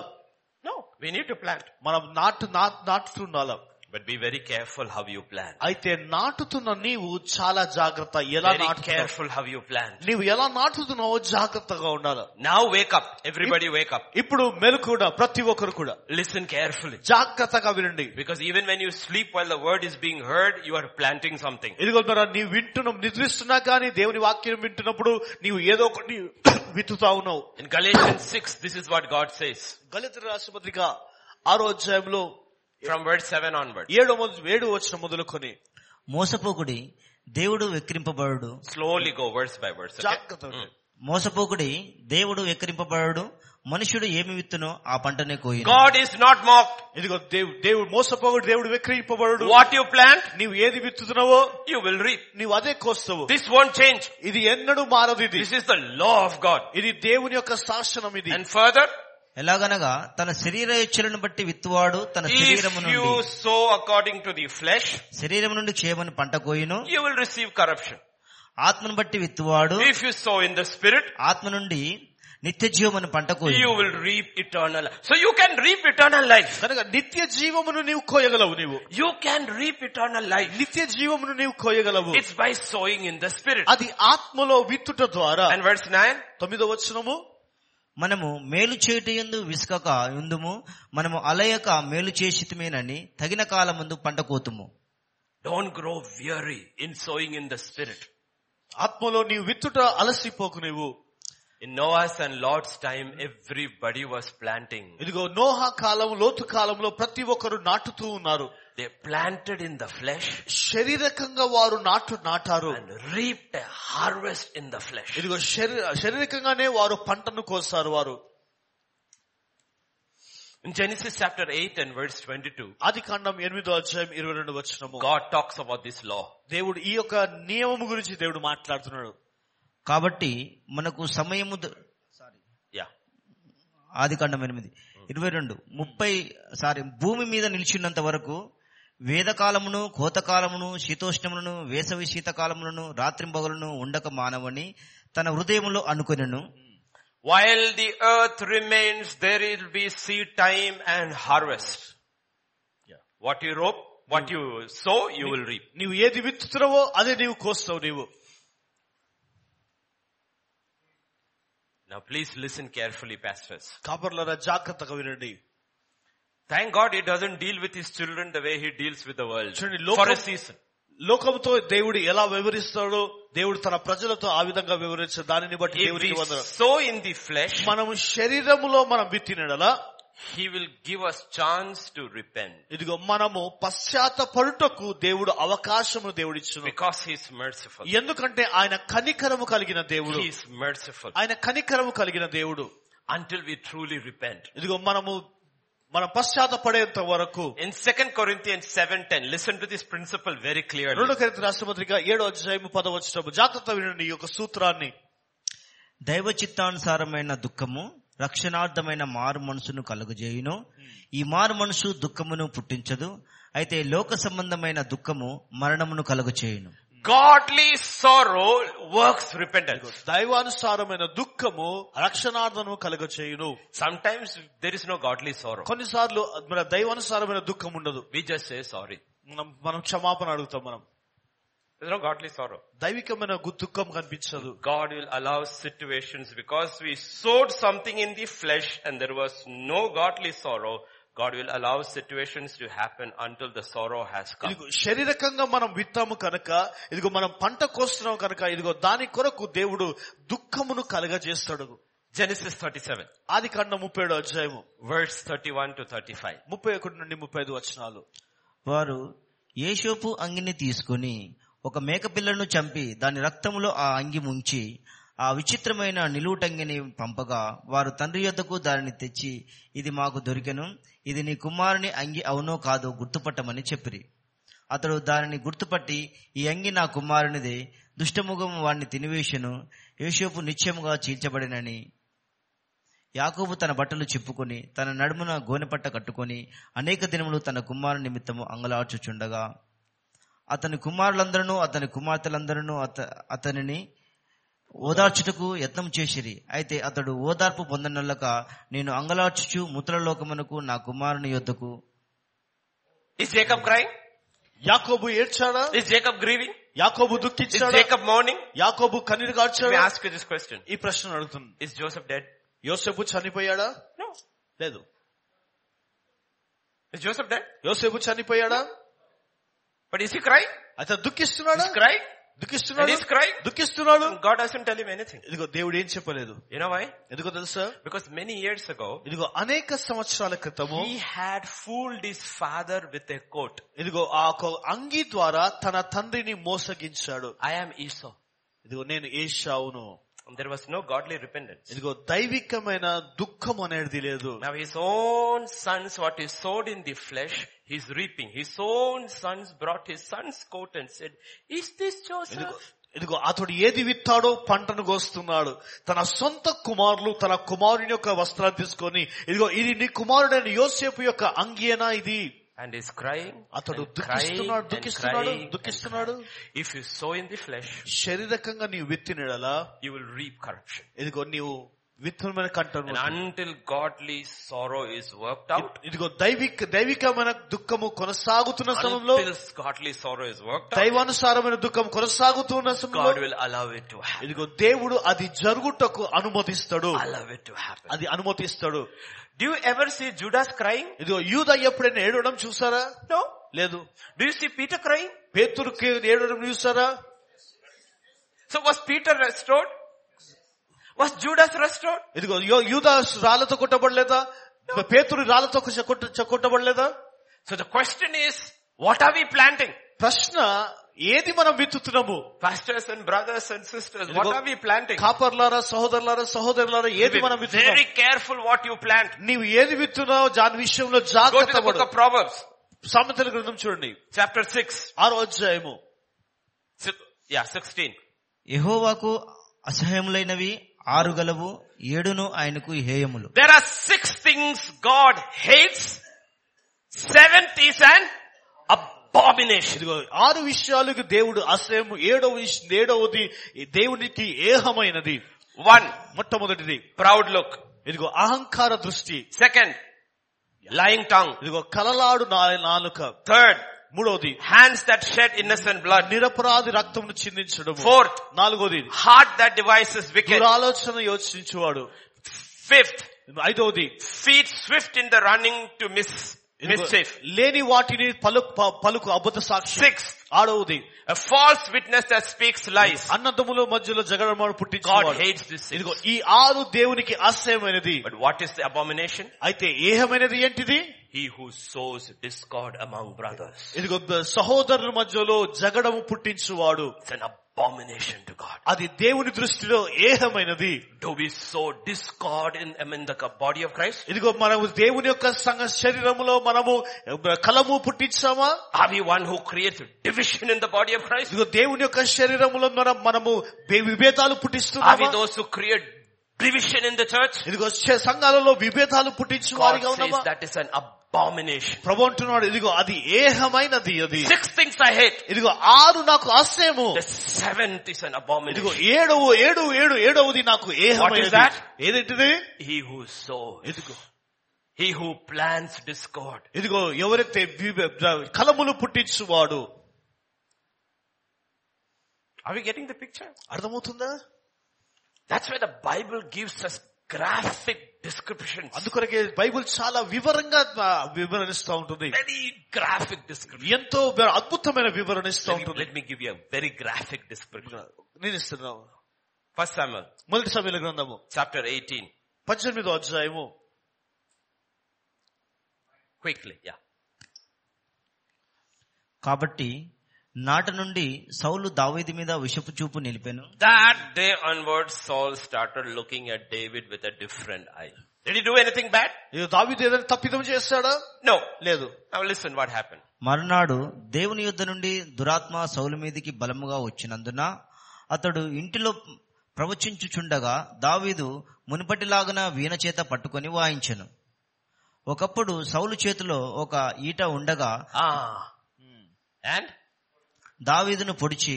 A: No, we need to plant.
B: మనం నాటు నా- నాటుతుండాలి
A: But be very careful how you plant.
B: అయితే నాటుతున్న నీవు చాలా జాగ్రత్త ఎలా
A: Very
B: నాటుతున్నావు
A: careful how you plant.
B: నీవు ఎలా నాటుతున్నావో జాగ్రత్తగా ఉండాలి
A: Now wake up. Everybody wake up.
B: ఇప్పుడు మెలకుడ ప్రతి ఒక్కరు కూడా
A: Listen carefully.
B: జాగ్రత్తగా వినండి
A: Because even when you sleep while the word is being heard, you are planting something.
B: ఇదిగో మరి నీవు వింటున్న నిద్రిస్తున్నా కానీ దేవుని వాక్యం వింటున్నప్పుడు నీవు ఏదో ఒకటి [COUGHS] విత్తుతా ఉన్నావు
A: In Galatians 6, this is what God says.
B: గళిత రాష్ట్రపతిగా ఆరో అధ్యాయంలో
A: From verse 7 onward.
B: ఏడో మొదలు ఏడు వచ్చిన మొదలుకొని
C: మోసపోకుడి దేవుడు వెక్కిరింపబడు
A: Slowly go verse by verse. Okay?
B: జాగ్రత్త
A: Mm.
C: మోసపోకుడి దేవుడు వెక్కిరింపబడడు మనుషుడు ఏమి విత్తునో ఆ పంటనే కోయి
A: God is not mocked.
B: ఇదిగో దేవుడు దేవుడు మోసపోగుడు దేవుడు విక్రయింపబడు
A: What you plant,
B: నీవు ఏది విత్తుతున్నావో
A: you will reap.
B: నీవు అదే కోస్తావు
A: This won't change.
B: ఇది ఎన్నడూ మారదు ఇది
A: This is the law of God.
B: ఇది దేవుని యొక్క శాసనం ఇది
A: And further,
C: ఎలాగనగా తన శరీర ఇచ్చలను బట్టి విత్తువాడు తన శరీరము
A: if
C: నుండి
A: you sow according to the flesh,
C: శరీరం నుండి క్షేమను పంట కోయును
A: you will receive corruption.
C: ఆత్మను బట్టి విత్తువాడు
A: If you sow in the spirit,
C: ఆత్మ నుండి నిత్య జీవమును పంట
A: you
C: కోయును
A: will reap eternal life. So you can reap eternal life.
B: కనుక నిత్య జీవమును నీవు కోయగలవు నీవు
A: You can reap eternal life.
B: నిత్య జీవమును నీవు కోయగలవు
A: It's by sowing in the spirit.
B: అది ఆత్మలో విత్తుట ద్వారా
A: And verse 9,
B: తొమ్మిదో వచనము
C: మనము మేలు చేయుట యందు విసుకక యుందుము మనము అలయక మేలు చేసితమేనని తగిన కాలమందు పంట కోతుము
A: don't grow weary in sowing in the spirit.
B: ఆత్మలో నీవు విత్తుట అలసిపోకు నీవు
A: In Noah's and Lord's time, everybody was planting.
B: ఇదిగో నోహ కాలం లోతు కాలంలో ప్రతి ఒక్కరు నాటుతూ ఉన్నారు
A: They planted in the flesh
B: శరీరకంగా వారు నాటు నాటారు
A: and reaped a harvest in the flesh.
B: ఇదిగో శరీర శారీరకంగానే వారు పంటను కోస్తారు వారు
A: In Genesis chapter 8 and verse 22,
B: ఆది కాండం ఎనిమిదో అధ్యాయం ఇరవై రెండు వచ్చినము
A: God talks about this law.
B: దేవుడు ఈ యొక్క నియమము గురించి దేవుడు మాట్లాడుతున్నాడు
C: కాబట్టి మనకు సమయము ద-
A: Yeah.
C: ఆది కాండం ఎనిమిది ఇరవై రెండు ముప్పై సారీ భూమి మీద నిలిచినంత వరకు వేదకాలమును కోతకాలమును శీతోష్ణములను వేసవి శీతకాలములను రాత్రింబగలను ఉండక మానవని తన హృదయములో అనుకొనెను
A: While the earth remains, there will be seed time and harvest. Yeah. What you rope, what you sow, you will reap.
B: నీవు ఏది విత్తుతున్నావో అదే నీవు కోస్తావు నీవు
A: Now please listen carefully, pastors.
B: కాపర్లరా జాగ్రత్తగా వినండి
A: Thank God he doesn't deal with his children the way he deals with the world.
B: Children, look
A: For a
B: up-
A: season.
B: లోకంతో దేవుడు ఎలా వివరిస్తాడో దేవుడు తన ప్రజలతో ఆ విధంగా వివరించే దానిని బట్టి
A: If
B: దేవుడికి
A: we
B: వందనం
A: sow in the flesh,
B: మనము శరీరములో మనం విత్తినడలా
A: he will give us chance to repent.
B: ఇదిగో మనము పశ్చాత్తపడుటకు దేవుడు అవకాశము దేవుడిచ్చును
A: Because he is merciful.
B: ఎందుకంటే ఆయన కనికరము కలిగిన దేవుడు
A: He is merciful.
B: ఆయన కనికరము కలిగిన దేవుడు
A: Until we truly repent.
B: ఇదిగో మనము మనం పశ్చాత్తపడేంత వరకు
A: In 2 Corinthians 7.10, listen to this principle very clearly.
B: రెండో కరిత రాష్ట్రపత్రిక ఏడో అధ్యాయం పదవచ్చిన జాగ్రత్త వినండి ఈ యొక్క సూత్రాన్ని
C: దైవ చిత్తానుసారమైన దుఃఖము రక్షణార్థమైన మారు మనసును కలుగజేయును ఈ మారు మనసు దుఃఖమును పుట్టించదు అయితే లోక సంబంధమైన దుఃఖము మరణమును కలుగచేయును
A: Godly sorrow works repentance.
B: దైవానుసారమైన దుఃఖము రక్షణార్థము కలుగచేయును
A: Sometimes there is no godly sorrow.
B: కొన్నిసార్లు మన దైవానుసారమైన దుఃఖం ఉండదు
A: We just say sorry.
B: మనం మనం క్షమాపణ అడుగుతాం మనం
A: There's no godly sorrow.
B: దైవికమైన గు- దుఃఖం కనిపించదు
A: God will allow situations because we sowed something in the flesh and there was no godly sorrow. God will allow situations to happen until the sorrow has come.
B: ఇదిగో శరీరకంగా మనం విత్తాము కనుక ఇదిగో మనం పంట కోస్తున్నాం కనుక ఇదిగో దాని కొరకు దేవుడు దుఃఖమును కలగజేస్తాడు
A: Genesis 37,
B: ఆది కాండం ముప్పై ఏడు అధ్యాయము
A: verse 31 to 35.
B: ముప్పై ఒకటి నుండి ముప్పై ఐదు వచనాలు
C: వారు యేషోపు అంగిని తీసుకుని ఒక మేకపిల్లను చంపి దాని రక్తములో ఆ అంగి ముంచి ఆ విచిత్రమైన నిలువుటంగిని పంపగా వారు తండ్రి యొద్దకు దానిని తెచ్చి ఇది మాకు దొరికెను ఇది నీ కుమారుని అంగి అవునో కాదో గుర్తుపట్టమని చెప్పిరి అతడు దానిని గుర్తుపట్టి ఈ అంగి నా కుమారునిదే దుష్టముఖం వాడిని తినివేశను యేషోపు నిత్యముగా చీల్చబడినని యాకోబు తన బట్టలు చిప్పుకొని తన నడుమున గోనెపట్ట కట్టుకొని అనేక దినములు తన కుమారు నిమిత్తము అంగలార్చుచుండగా అతని కుమారులందరూ అతని కుమార్తెలందరూ అత అతనిని ఓదార్చుటకు యత్నం చేసిరి అయితే అతడు ఓదార్పు పొందనల్లక నేను అంగలార్చుచు ముద్రలోకమునకు నా కుమారుని యొద్దకు
A: Is Jacob crying?
B: యాకోబు ఏడ్చాడా
A: Is Jacob grieving?
B: యాకోబు
A: Is
B: దుఃఖించాడా
A: Jacob mourning?
B: యాకోబు కన్నీరు
A: Let me
B: కార్చాడా
A: ask you this question.
B: ఈ ప్రశ్న అడుగుతుంది
A: Is Joseph dead?
B: యోసేపు చనిపోయాడా
A: No.
B: లేదు
A: Is Joseph dead?
B: యోసేపు చనిపోయాడా
A: But is he crying?
B: అతను దుఃఖిస్తున్నాడా
A: He's crying. And
B: దుఃఖిస్తున్నాడు
A: he's crying.
B: దుఃఖిస్తున్నాడు
A: God doesn't tell him anything.
B: ఇదిగో దేవుడు ఏం చెప్పలేదు
A: You know why?
B: ఎందుకో తెలుసా
A: Because many years ago,
B: ఇదిగో అనేక సంవత్సరాల క్రితము
A: he had fooled his father with a coat.
B: ఇదిగో ఆ ఒక అంగి ద్వారా తన తండ్రిని మోసగించాడు
A: I am Esau.
B: ఇదిగో నేను ఏషావును
A: And there was no godly repentance.
B: ఇదిగో దైవికమైన దుఃఖం అనేది లేదు
A: Now his own sons, what he sowed in the flesh, he's reaping. His own sons brought his son's coat and said, is this Joseph?
B: ఇదిగో ఇదిగో అతడు ఏది విత్తాడో పంటను కోస్తున్నాడు తన సొంత కుమారులు తన కుమారుని యొక్క వస్త్రాలు తీసుకొని ఇదిగో ఇది నీ కుమారుడైన యోసేపు యొక్క అంగేనా ఇది
A: And he's crying.
B: అతడు
A: and crying
B: దుఃఖిస్తున్నాడు
A: and
B: దుఃఖిస్తున్నాడు
A: crying and
B: దుఃఖిస్తున్నాడు
A: crying. If you sow in the flesh,
B: శారీరకంగా నీవు విత్తినడలా
A: you will reap corruption.
B: ఇదిగో నీవు విత్తనమైన కంటను
A: And until godly sorrow is worked out,
B: ఇదిగో దైవిక దైవికమైన దుఃఖము కొనసాగుతున్న సమయంలో
A: until godly sorrow is worked out,
B: దైవానుసారమైన దుఃఖం కొనసాగుతున్న
A: God
B: సమయంలో
A: will allow it to happen.
B: ఇదిగో దేవుడు అది జరుగుటకు అనుమతిస్తాడు
A: Allow it to happen.
B: అది అనుమతిస్తాడు
A: Do you ever see Judas crying?
B: ఇదిగో యూద ఎప్పుడైనా ఏడవడం చూసారా
A: No.
B: లేదు
A: Do you see Peter crying?
B: పేతురుకి ఏడవడం చూసారా
A: So was Peter restored? Was Judas restored?
B: ఇదిగో యో- యూదా రాళ్లతో కొట్టబడలేదా పేతురు రాళ్లతో కొట్ట- కొట్ట- కొట్టబడలేదా
A: So the question is, what are we planting?
B: ప్రశ్న ఏది మనం విత్తుతున్నాము
A: Pastors and brothers and sisters,
B: ఇదిగో,
A: what are we planting?
B: కాపర్లారా సహోదరులారా సహోదరులారా ఏది
A: Be
B: మనం విత్తున్నాము
A: very careful what you plant.
B: నీవు ఏది విత్తున్నావు దాని విషయంలో
A: Go to
B: జాగ్రత్త
A: the book
B: పడు
A: of Proverbs,
B: సామెతల గ్రంథం చూడండి
A: chapter 6,
B: ఆరో అధ్యాయము
A: Six- yeah, 16.
C: యహోవాకు అసహ్యములైనవి ఆరు గలవు ఏడును ఆయనకు హేయములు
A: There are six things God hates, seven is an abomination.
B: ఇదిగో ఆరు విషయాలకు దేవుడు అసహ్యం ఏడవ విష- ఏడవది ఈ దేవునికి ఏహమైనది
A: One,
B: మొట్టమొదటిది
A: proud look.
B: ఇదిగో అహంకార దృష్టి
A: Second, lying tongue.
B: ఇదిగో కలలాడు నా- నాలుక
A: Third,
B: మూడవది
A: hands that shed innocent blood.
B: నిరపరాధి రక్తమును చిందించడం
A: Fourth,
B: నాలుగోది
A: heart that devises wicked.
B: దురాలోచన యోచించువాడు
A: Fifth,
B: ఐదవది
A: feet swift in the running to miss,
B: ఇదిగో
A: mischief.
B: లేని వాటిని పలుకు ప- పలుకు అబద్ధ సాక్షి
A: Sixth,
B: ఆడవది
A: a false witness that speaks lies.
B: అన్నదమ్ముల మధ్యలో జగడమాడు
A: God
B: పుట్టించువాడు
A: hates this sin.
B: ఇదిగో ఈ ఆరు దేవునికి అసహ్యమైనది
A: But what is the abomination?
B: అయితే ఏహమైనది ఏంటిది
A: He who sows discord among brothers.
B: ఇదిగో సహోదరుల మధ్యలో జగడము పుట్టించువాడు
A: It's an abomination to God.
B: అది దేవుని దృష్టిలో ఏహమైనది
A: Do we sow discord in, among the body of Christ?
B: ఇదిగో మనము దేవుని యొక్క సంఘ శరీరములో మనము కలము పుట్టించామా
A: Are we one who creates division in the body of Christ?
B: ఇదిగో దేవుని యొక్క శరీరములో మనం మనము వే-
A: Are
B: విభేదాలు
A: we
B: పుట్టిస్తున్నామా
A: those who create division in the church?
B: ఇదిగో శ- సంఘాలలో విభేదాలు పుట్టించు
A: God
B: వారిగా
A: says
B: ఉన్నామా
A: that is an abomination.
B: ప్రభు అంటున్నాడు ఇదిగో అది ఏహమైనది అది
A: Six things I hate.
B: ఇదిగో ఆరు నాకు అసహ్యము
A: The seventh is an
B: ఇదిగో
A: abomination.
B: ఏడు ఏడు ఏడు ఏడవది నాకు ఏహమైనది
A: that?
B: ఏదేంటిది
A: He who sows.
B: ఇదిగో
A: He who plants discord.
B: ఇదిగో ఎవరైతే వివ- కలములు పుట్టించువాడు
A: Are we getting the picture?
B: అర్థమవుతుందా
A: That's why the Bible gives us graphic descriptions.
B: అందుకొరకే బైబిల్ చాలా వివరంగా ఆ, వివరణిస్తా ఉంటుంది
A: Very graphic description.
B: ఎంతో అద్భుతమైన వివరణిస్తా
A: Let me,
B: ఉంటుంది
A: let me give you a very graphic description.
B: నేను ఇస్తున్నాను
A: First Samuel
B: మొదటి సమయంలో గ్రంథము
A: chapter 18.
B: పద్దెనిమిదో అధ్యాయము
A: Quickly, yeah.
C: కాబట్టి నాట నుండి సౌలు దావీదు మీద విషపు చూపు నిలిపెను
A: That day onwards, Saul started looking at David with a different eye. Did he do anything bad?
B: ఇదిగో దావీదు ఏదైనా తప్పిదం చేస్తాడా
A: No.
B: లేదు
A: Now listen what happened.
C: మరునాడు దేవుని యుద్ధ నుండి దురాత్మ సౌలు మీదికి బలముగా వచ్చినందున అతడు ఇంటిలో ప్రవచించుచుండగా దావీదు మునుపటిలాగున వీణ చేత పట్టుకొని వాయించెను ఒకప్పుడు సౌలు చేతిలో ఒక ఈట ఉండగా
A: Ah. And?
C: దావీదును పొడిచి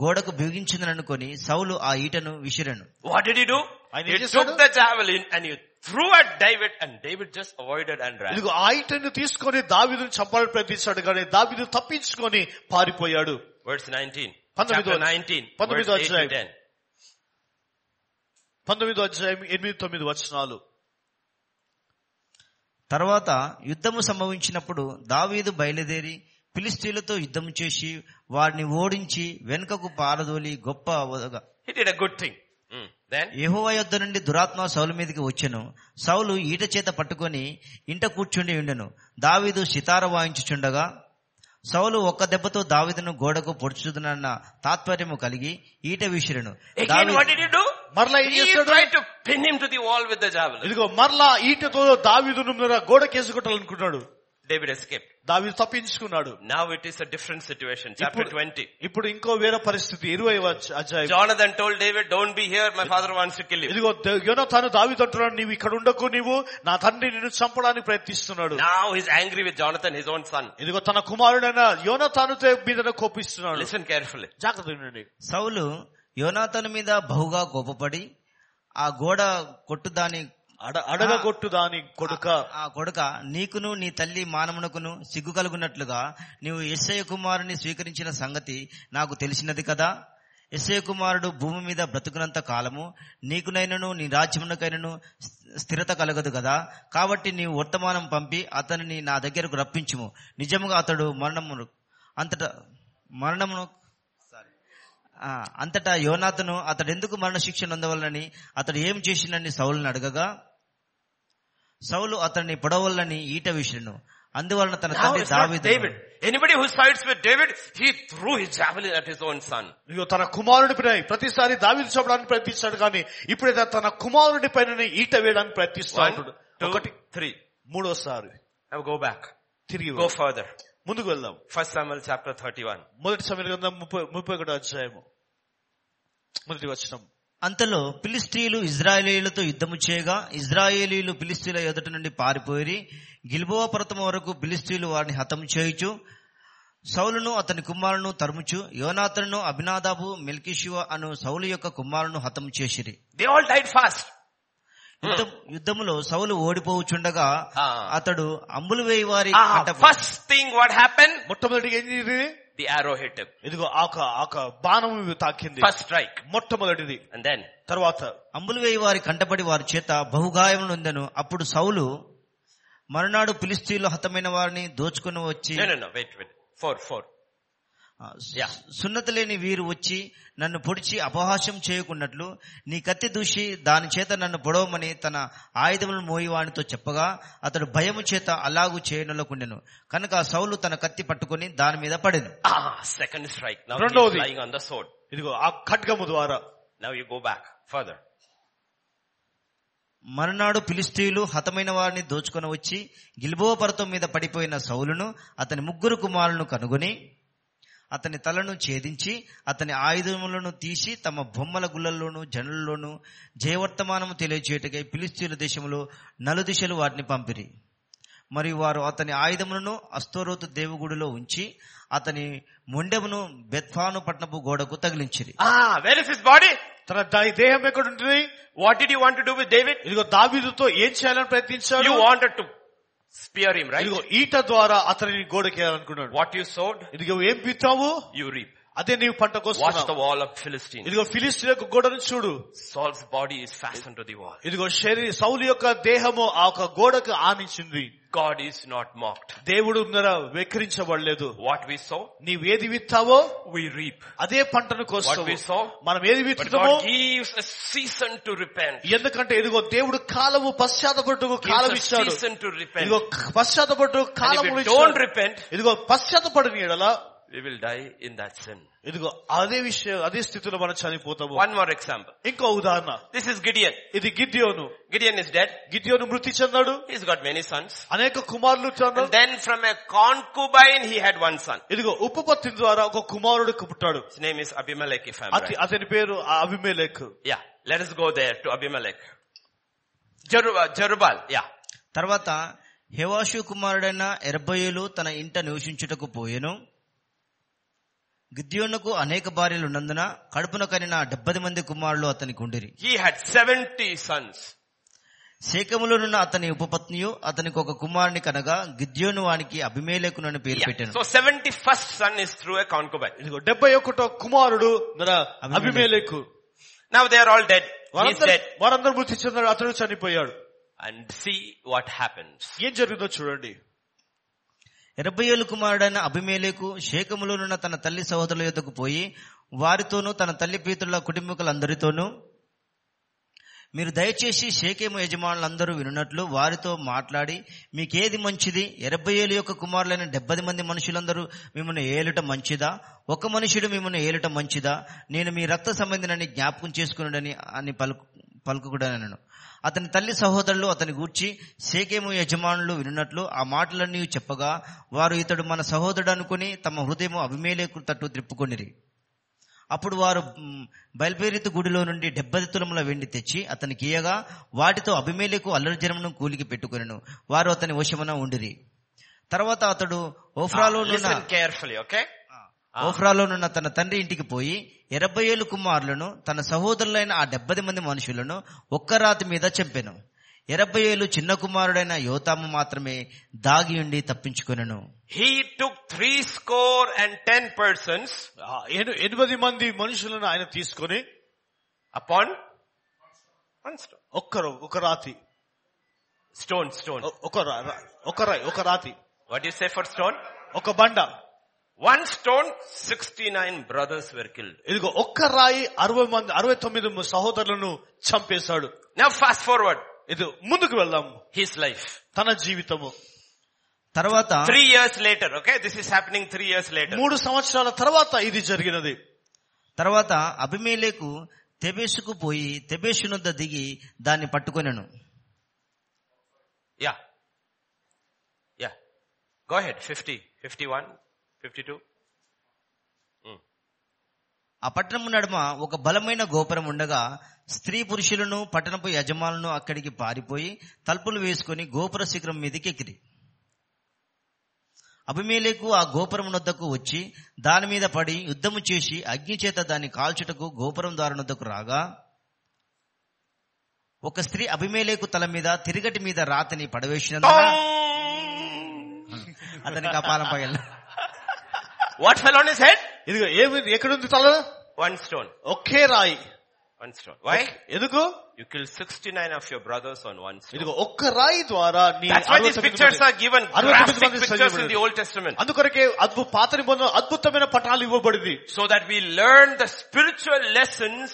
C: గోడకు బిగించిందననుకొని సౌలు ఆ ఈటను విసిరెను
A: What did he do?
B: ఆయన ఏం
A: He
B: చేశాడు?
A: took the javelin and he threw at David and David just avoided and ran.
B: ఇదిగో ఆ ఇటను తీసుకొని దావీదును చంపాలని ప్రయత్నించాడు కానీ దావీదు తప్పించుకొని పారిపోయాడు
A: Verse 19.
B: పంతొమ్మిదో
A: Chapter 19.
B: అధ్యాయం.
A: Verse
B: పంతొమ్మిదో
A: 8 to
B: అధ్యాయం.
A: 10.
B: పంతొమ్మిదో అధ్యాయం ఎనిమిది తొమ్మిది వచనాలు
C: తర్వాత యుద్ధము సంభవించినప్పుడు దావీదు బయలుదేరి ఫిలిస్తీన్లతో యుద్ధం చేసి వారిని ఓడించి వెనుకకు పారదోలి గొప్ప వదగ-
A: He did a good thing. Mm. Then?
C: యెహోవా యొద్ద నుండి దురాత్మ సౌలు మీదకి వచ్చెను సౌలు ఈట చేత పట్టుకొని ఇంట కూర్చుండి ఉండెను దావీదు సితార వాయించుచుండగా సౌలు ఒక్క దెబ్బతో దావీదును గోడకు పొడుచుదనన్న తాత్పర్యము కలిగి ఈట విసిరెను
A: Again,
C: దావీదు-
A: what did he do?
B: మరలా ఏం
A: He
B: చేస్తాడు
A: tried to pin him to the wall with the javelin.
B: ఇదిగో మరలా ఈటతో దావీదును మీద గోడకేసి కొట్టాలనుకున్నాడు
A: David escaped.
B: దావీదు తప్పించుకున్నాడు
A: Now it is a different situation. Chapter
B: ఇప్పుడు
A: 20.
B: ఇప్పుడు ఇంకో వేరే పరిస్థితి ఇరవై వచ్చ- అధ్యాయం
A: Jonathan told David, don't be here, my father wants to kill you.
B: ఇదిగో ద- యోనాతాను దావీదు అంటున్నాడు నీవు ఇక్కడ ఉండకు నీవు నా తండ్రి నిన్ను చంపడానికి ప్రయత్నిస్తున్నాడు
A: Now he's angry with Jonathan, his own son.
B: ఇదిగో తన కుమారుడైన యోనాతాను మీద కోపిస్తున్నాడు
A: Listen carefully.
B: జాగ్రత్త వినండి
C: సౌలు యోనాతను మీద బహుగా కోపపడి ఆ గోడ కొట్టుదాని
B: అడ అడగగొట్టు దాని కొడుక
C: ఆ కొడుక నీకును నీ తల్లి మానమునకును సిగ్గు కలుగునట్లుగా నీవు ఎస్ఐ కుమారుని స్వీకరించిన సంగతి నాకు తెలిసినది కదా ఎస్ఐ కుమారుడు భూమి మీద బ్రతుకునంత కాలము నీకునైనను నీ రాజ్యమునకైనను స్థి- స్థిరత కలగదు కదా కాబట్టి నీవు వర్తమానం పంపి అతనిని నా దగ్గరకు రప్పించుము నిజముగా అతడు మరణమును అంతటా మరణమును ఆ, అంతటా యోనాతను అతడు ఎందుకు మరణశిక్ష నొందవలనని అతడు ఏం చేసినని సౌలుని అడగగా సౌలు అతన్ని పొడవలని ఈట విషను అందువలన తన
A: Now
C: తండ్రి
A: it's not David.
C: దావీదు
A: Anybody who sides with David, he threw his javelin at his own son.
B: ఇదిగో తన కుమారుడిపై ప్రతిసారి దావీదు చంపడానికి ప్రయత్నిస్తాడు కానీ ఇప్పుడైతే తన కుమారుడి పైన ఈట వేయడానికి
A: One,
B: ప్రయత్నిస్తాడు
A: two,
B: ఒకటి
A: three.
B: మూడోసారి
A: Now go back.
B: తిరిగి
A: Go further.
B: ముందుకు వెళ్దాం
A: First Samuel chapter 31.
B: మొదటి సమయం గ్రంథం ముప్పై ముప్పై ఒకటో అధ్యాయము మొదటి వచనం
C: అంతలో ఫిలిస్తీయులు ఇజ్రాయేలీయులతో యుద్ధము చేయగా ఇజ్రాయేలీయులు ఫిలిస్తీయుల ఎదుట నుండి పారిపోయి గిల్బోవ పర్వతం వరకు ఫిలిస్తీయులు వారిని హతము చేయుచు సౌలును అతని కుమారును తరుముచు యోనాతను అభినాదాబు మెల్కిషివ అను సౌలు యొక్క కుమారును హతము చేసిరి
A: They all died fast.
C: యుద్ధం- యుద్ధములో సౌలు ఓడిపోవుచుండగా
A: Hmm. ఆ.
C: అతడు అంబులు వేయి వారి
A: Ah,
C: కంట-
A: first thing what happened?
B: మొట్టమొదటి ఏం జరిగింది
A: The arrow hit him.
B: ఇదిగో ఆక ఆక బాణం తాకింది
A: First strike.
B: మొట్టమొదటిది
A: And then,
B: తర్వాత
C: అంబులు వేయి వారి కంటబడి వారి చేత బహుగాయములుందెను అప్పుడు సౌలు మరునాడు ఫిలిస్తీన్లు హతమైన వారిని దోచుకుని వచ్చి
A: no, no, no, wait, wait. Four, four.
C: ఆ, సు-
A: Yeah.
C: సున్నతి లేని వీరు వచ్చి నన్ను పొడిచి అపహాస్యం చేయకున్నట్లు నీ కత్తి దూషి దాని చేత నన్ను పొడవమని తన ఆయుధములను మోయివానితో చెప్పగా అతడు భయము చేత అలాగు చేయనులకుండెను కనుక సౌలు తన కత్తి పట్టుకుని దాని మీద పడెను
A: Ah, second strike. Now he's
B: Rendavathu.
A: lying on the sword.
B: ఇదిగో ఆ ఖడ్గము ద్వారా
A: Now you go back further.
C: మరునాడు ఫిలిస్తీయులు హతమైన వారిని దోచుకొని వచ్చి గిల్బోవ పర్వతం మీద పడిపోయిన సౌలును అతని ముగ్గురు కుమారులను కనుగొని అతని తలను ఛేదించి అతని ఆయుధములను తీసి తమ బొమ్మల గుళ్ళల్లోనూ జనుల్లోనూ జయవర్తమానము తెలియచేయటకై ఫిలిస్తీయుల దేశంలో నలుదిశలు వాటిని పంపిరి మరియు వారు అతని ఆయుధములను అస్తోరోతు దేవుగుడిలో ఉంచి అతని మొండెమును బెత్ఫాను పట్నపు గోడకు తగిలించిరి
A: Ah, where is his body?
B: తన దా- దేహం ఎక్కడ ఉంటుంది
A: What did you want to do with David?
B: ఇదిగో దావీదుతో ఏం చేయాలని ప్రయత్నించాడు
A: You wanted to spear him, right?
B: ఇదిగో ఈట ద్వారా అతనిని గోడకేయాలనుకున్నాడు
A: What you sowed,
B: ఇదిగో ఏం విత్తావు
A: you reap.
B: అదే నీవు పంట
A: Watch the
B: కోస్తున్నావు
A: wall of Philistine.
B: ఇదిగో ఫిలిస్తీన్లకు గోడను చూడు
A: Saul's body is fastened to the wall.
B: ఇదిగో శరీర సౌలు యొక్క దేహము ఆ ఒక గోడకు ఆనించింది
A: God is not mocked.
B: దేవుడు మీద వెక్కిరించబడలేదు
A: What we sow,
B: నీవేది విత్తావో
A: we reap.
B: అదే పంటను
A: What
B: కోస్తావు
A: we sow,
B: మనం ఏది
A: but
B: విత్తుతామో
A: God gives a season to repent.
B: ఎందుకంటే ఇదిగో దేవుడు కాలము పశ్చాత్తపడుటకు కాలం
A: Gives a
B: ఇచ్చాడు
A: season to repent.
B: ఇదిగో పశ్చాత్తపడు
A: And
B: column
A: if we don't
B: ఇచ్చాడు
A: repent,
B: ఇదిగో పశ్చాత్తపడని ఎడల
A: we will die in that sin.
B: ఇదిగో అదే విషయం అదే స్థితిలో మనం చనిపోతాము
A: One more example.
B: ఇంకో ఉదాహరణ
A: This is Gideon.
B: ఇది గిద్యోను
A: Gideon is dead.
B: గిద్యోను మృతి చెందాడు
A: He's got many sons.
B: అనేక కుమారులు
A: And
B: చెందాడు
A: then from a concubine, he had one son.
B: ఇదిగో ఉపపత్తి ద్వారా ఒక కుమారుడు పుట్టాడు
A: His name is Abimelech, if I'm
B: అతి
A: right.
B: అతని పేరు ఆ అభిమేలెక్
A: Yeah. Let us go there to Abimelech. Jerubal, Jerubal. Yeah.
C: తర్వాత హెవాషు కుమారుడైన ఎర్బయులు తన ఇంట నివసించుటకు పోయెను గిద్యోనుకు అనేక భార్యలు ఉన్నందున కడుపున కనిన డెబ్బది మంది కుమారులు అతనికి ఉండిరి
A: He had 70 sons.
C: శేకములోనున్న అతని ఉపపత్నియు అతనికి ఒక కుమారుని కనగా గిద్యోను వానికి అభిమేలేకునని పేరు
A: Yeah.
C: పెట్టాను
A: So 71st son is through a concubine.
B: ఇదిగో డెబ్బై ఒకటో కుమారుడు మన అభిమేలెక్
A: Now they are all dead. He's
B: వారందరూ
A: dead.
B: వారందరూ మృతి చెందాడు అతడు చనిపోయాడు
A: And see what happens.
B: ఏం జరిగిందో చూడండి
C: ఎర్బయేలు కుమారుడైన అభిమేలేకు శేకములోనున్న తన తల్లి సహోదరుల యొద్దకు పోయి వారితోనూ తన తల్లి పీతుల కుటుంబీకులందరితోనూ మీరు దయచేసి షేకేము యజమానులందరూ వినున్నట్లు వారితో మాట్లాడి మీకేది మంచిది ఎనభై ఏళ్ళు యొక్క కుమారులైన డెబ్బై మంది మనుషులందరూ మిమ్మల్ని ఏలుట మంచిదా ఒక మనుషుడు మిమ్మల్ని ఏలుట మంచిదా నేను మీ రక్త సంబంధినని జ్ఞాపకం చేసుకున్నాడని అని పలుకు పలుకుడనను అతని తల్లి సహోదరులు అతని గూర్చి సేకేము యజమానులు వినున్నట్లు ఆ మాటలన్నీ చెప్పగా వారు ఇతడు మన సహోదరుడు అనుకుని తమ హృదయం అభిమేలేకు తట్టు త్రిప్పుకొనిరి అప్పుడు వారు మ్, బయల్బెరీతు గుడిలో నుండి డెబ్బది తులముల వెండి తెచ్చి అతనికి ఇయ్యగా వాటితో అభిమేలకు అల్లరిజనమును కూలికి పెట్టుకొనెను వారు అతని వశమున ఉండిరి తర్వాత అతడు ఓఫ్రాలోనున్న
A: Ah, Listen carefully, okay?
C: ఓఫ్రాలోనున్న తన తండ్రి ఇంటికి పోయి ఎనభై ఏళ్ళు కుమారులను తన సహోదరులైన ఆ డెబ్బది మంది మనుషులను ఒక్క రాతి మీద చంపెను ఎనభై ఏళ్ళు చిన్న కుమారుడైన యోతాము మాత్రమే దాగి ఉండి తప్పించుకొనెను
A: He took three score and ten persons
B: ఆ ఎను- ఎనిమిది మంది మనుషులను ఆయన తీసుకొని
A: upon one stone.
B: ఒక్కరు ఒక రాతి
A: Stone, stone.
B: Oh. ఒ- ఒక రా- రా- ఒక రాయి ఒక రాతి
A: What do you say for stone?
B: ఒక బండ
A: One stone, 69 brothers were killed.
B: ఇదిగో ఒక్క రాయి అరవై మంది అరవై తొమ్మిది సహోదరులను చంపేశాడు
A: Now fast forward.
B: ఇది ముందుకు వెళ్దాం
A: His life.
B: తన జీవితము
C: తర్వాత
A: Three years later, okay? This is happening three years later.
B: మూడు సంవత్సరాల తర్వాత ఇది జరిగినది
C: తర్వాత అభిమేలేకు తెబేసుకు పోయి తెబేసునొద్ద దిగి దాన్ని పట్టుకొనెను
A: Yeah. Yeah. Go ahead. 50, 51, 52.
C: ఆ పట్టణము నడుమ ఒక బలమైన గోపురం ఉండగా స్త్రీ పురుషులను పట్టణపు యజమానులను అక్కడికి పారిపోయి తలుపులు వేసుకొని గోపుర శిఖరం మీదకెక్కిరి అభిమేలేకు ఆ గోపురం నొద్దకు వచ్చి దాని మీద పడి యుద్ధము చేసి అగ్ని చేత దాన్ని కాల్చుటకు గోపురం దారి నొద్దకు రాగా ఒక స్త్రీ అభిమేలేకు తల మీద తిరిగటి మీద రాతని పడవేసిన
A: Tong!
C: అతనికి అపాలం పగల
A: What fell on his head?
B: ఇదిగో ఏమి ఎక్కడుంది తల
A: One stone.
B: ఒకే రాయి
A: One stone. Why?
B: ఎందుకు
A: You killed 69 of your brothers on one stone.
B: ఇదిగో ఒక్క రాయి ద్వారా నీ
A: That's why these
B: 69
A: pictures are given.
B: అరవై తొమ్మిది
A: Graphic
B: మంది
A: pictures in
B: చనిపోయారు.
A: the Old Testament.
B: అందుకొరకే అద్భుత పాత నిబంధన అద్భుతమైన పటాలు ఇవ్వబడింది
A: So that we learn the spiritual lessons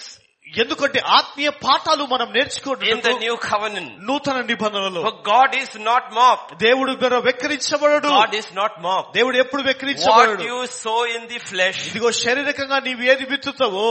B: ఎందుకంటే ఆత్మీయ పాఠాలు మనం
A: in the
B: నేర్చుకుంటున్నాం
A: new covenant.
B: నూతన నిబంధనలో
A: For God is not mocked.
B: దేవుడు ద్వారా వెక్కిరించబడడు
A: God is not mocked.
B: దేవుడు ఎప్పుడు
A: What
B: వెక్కిరించబడడు
A: you sow in the flesh,
B: ఇదిగో శారీరకంగా నీవు ఏది విత్తుతావో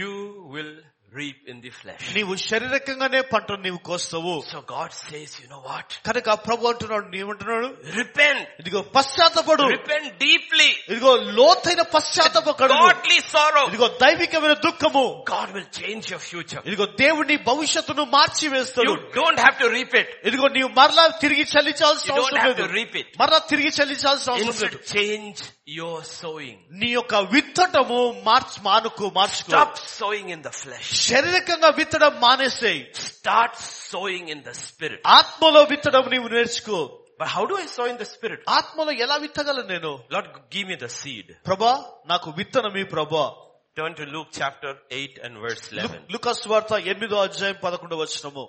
A: you will reap in the flesh.
B: నీవు శారీరకంగానే పంటను నీవు కోస్తావు
A: So God says, you know what?
B: కనుక ప్రభు అంటున్నాడు నీవంటున్నాడు
A: Repent.
B: ఇదిగో పశ్చాత్తపడు
A: Repent deeply.
B: ఇదిగో లోతైన పశ్చాత్తపడు
A: Godly sorrow.
B: ఇదిగో దైవికమైన దుఃఖము
A: God will change your future.
B: ఇదిగో దేవుడి భవిష్యత్తును మార్చి వేస్తాడు
A: You don't have to reap it.
B: ఇదిగో నీవు మరలా తిరిగి
A: You
B: చెల్లించాల్సిన
A: don't
B: అవసరం
A: have
B: లేదు
A: to reap it.
B: మరలా తిరిగి చెల్లించాల్సిన అవసరం లేదు
A: Instead, change your sowing.
B: నీ యొక్క విత్తటము మార్చు మానుకు మార్చుకో
A: Stop sowing in the flesh.
B: శారీరకంగా విత్తడం మానేసేయి
A: Start sowing in the spirit.
B: ఆత్మలో విత్తడం నీవు నేర్చుకో
A: But how do I sow in the spirit?
B: ఆత్మలో ఎలా విత్తగలను నేను
A: Lord, give me the seed.
B: ప్రభా నాకు విత్తనమి ప్రభా
A: Turn to Luke chapter 8 and verse 11.
B: లు- లుకాస్ వార్త ఎనిమిదో అధ్యాయం పదకొండు వచనము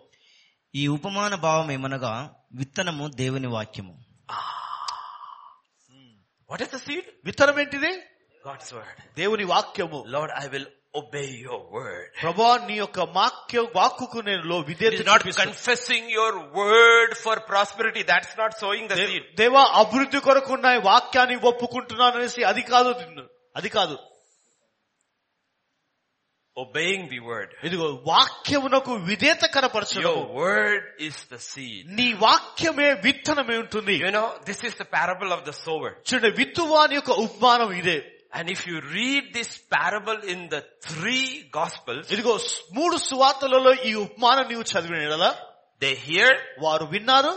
C: ఈ ఉపమాన భావం ఏమనగా విత్తనము దేవుని వాక్యము
A: What is the seed?
B: విత్తనం ఏంటిది
A: God's word.
B: దేవుని వాక్యము
A: Lord, I will obey your word.
B: ప్రభా నీ యొక్క వాక్య వాక్కుకు నేను లో
A: It is
B: విధేయత
A: not
B: చూపిస్తాను.
A: confessing your word for prosperity. That's not sowing the
B: దే-
A: seed.
B: దేవా అభివృద్ధి కొరకు నా ఈ వాక్యాన్ని ఒప్పుకుంటున్నాను అనేసి అది కాదు నిన్ను- అది కాదు
A: Obeying the word.
B: ఇదిగో వాక్యమునకు విధేత కనపరచడం
A: Your word is the seed.
B: నీ వాక్యమే విత్తనమే ఉంటుంది
A: You know, this is the parable of the sower.
B: చూడండి విత్తువాని యొక్క ఉపమానం ఇదే
A: And if you read this parable in the three gospels,
B: ఇదిగో స్- మూడు సువార్తలలో ఈ ఉపమానం నీవు చదివిన యెడల
A: they hear,
B: వారు విన్నారు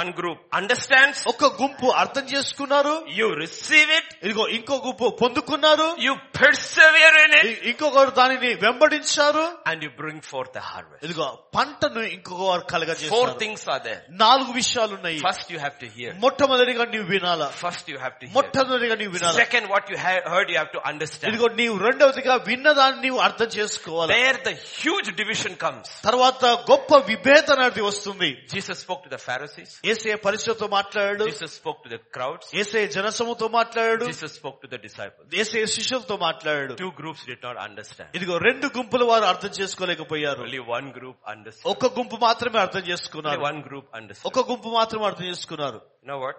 A: one group understands,
B: ఒక గుంపు అర్థం చేసుకున్నారు
A: you receive it,
B: ఇదిగో ఇంకో గుంపు పొందుకున్నారు
A: you persevere in it,
B: ఇ- ఇంకొకరు దానిని వెంబడించారు
A: and you bring forth the harvest.
B: ఇదిగో పంటను ఇంకొకరు
A: Four
B: కలగజేశారు
A: things are there.
B: నాలుగు విషయాలు ఉన్నాయి
A: First you have to hear.
B: మొట్టమొదటిగా నీవు వినాలా
A: First you have to hear.
B: మొట్టమొదటిగా నీవు వినాలా
A: Second, what you ha- heard you have to understand.
B: ఇదిగో నీవు రెండవదిగా విన్నదాన్ని నీవు అర్థం చేసుకోవాలి
A: There the huge division comes.
B: తర్వాత గొప్ప విభేదన అనేది వస్తుంది
A: Jesus spoke to the Pharisees.
B: ఏసే పరిచయంతో మాట్లాడాడు
A: Jesus spoke to the crowds.
B: ఏసే జనసముతో మాట్లాడాడు
A: Jesus spoke to the disciples.
B: ఏసే శిష్యులతో మాట్లాడాడు
A: Two groups did not understand.
B: ఇదిగో రెండు గుంపులు వారు అర్థం చేసుకోలేకపోయారు
A: Only one group understood.
B: ఒక గుంపు మాత్రమే అర్థం
A: Only
B: చేసుకున్నారు
A: one group understood.
B: ఒక గుంపు మాత్రమే అర్థం చేసుకున్నారు
A: You know what?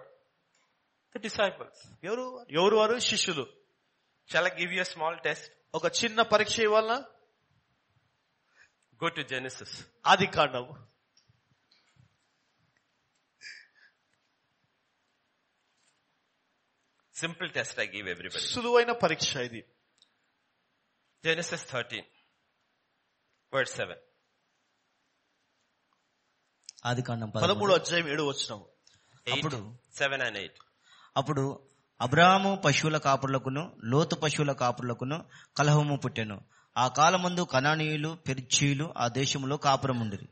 A: The disciples.
B: ఎవరు ఎవరు వారు శిష్యులు
A: Shall I give you a small test?
B: ఒక చిన్న పరీక్ష ఇవ్వాలనా
A: Go to Genesis.
B: ఆది కాండం
A: Simple test I give everybody.
B: సులువైన పరీక్ష ఇది
A: Genesis 13. Verse 7.
C: ఆది కాండం
B: పదమూడు అధ్యాయం ఏడు వచ్చినాము
A: 8,
C: Appudu.
A: 7 and 8.
C: అప్పుడు అబ్రాహాము పశువుల కాపురులకును లోతు పశువుల కాపురులకును కలహము పుట్టెను ఆ కాలమందు కనానీయులు పెర్చీయులు ఆ దేశంలో కాపురం ఉండిరి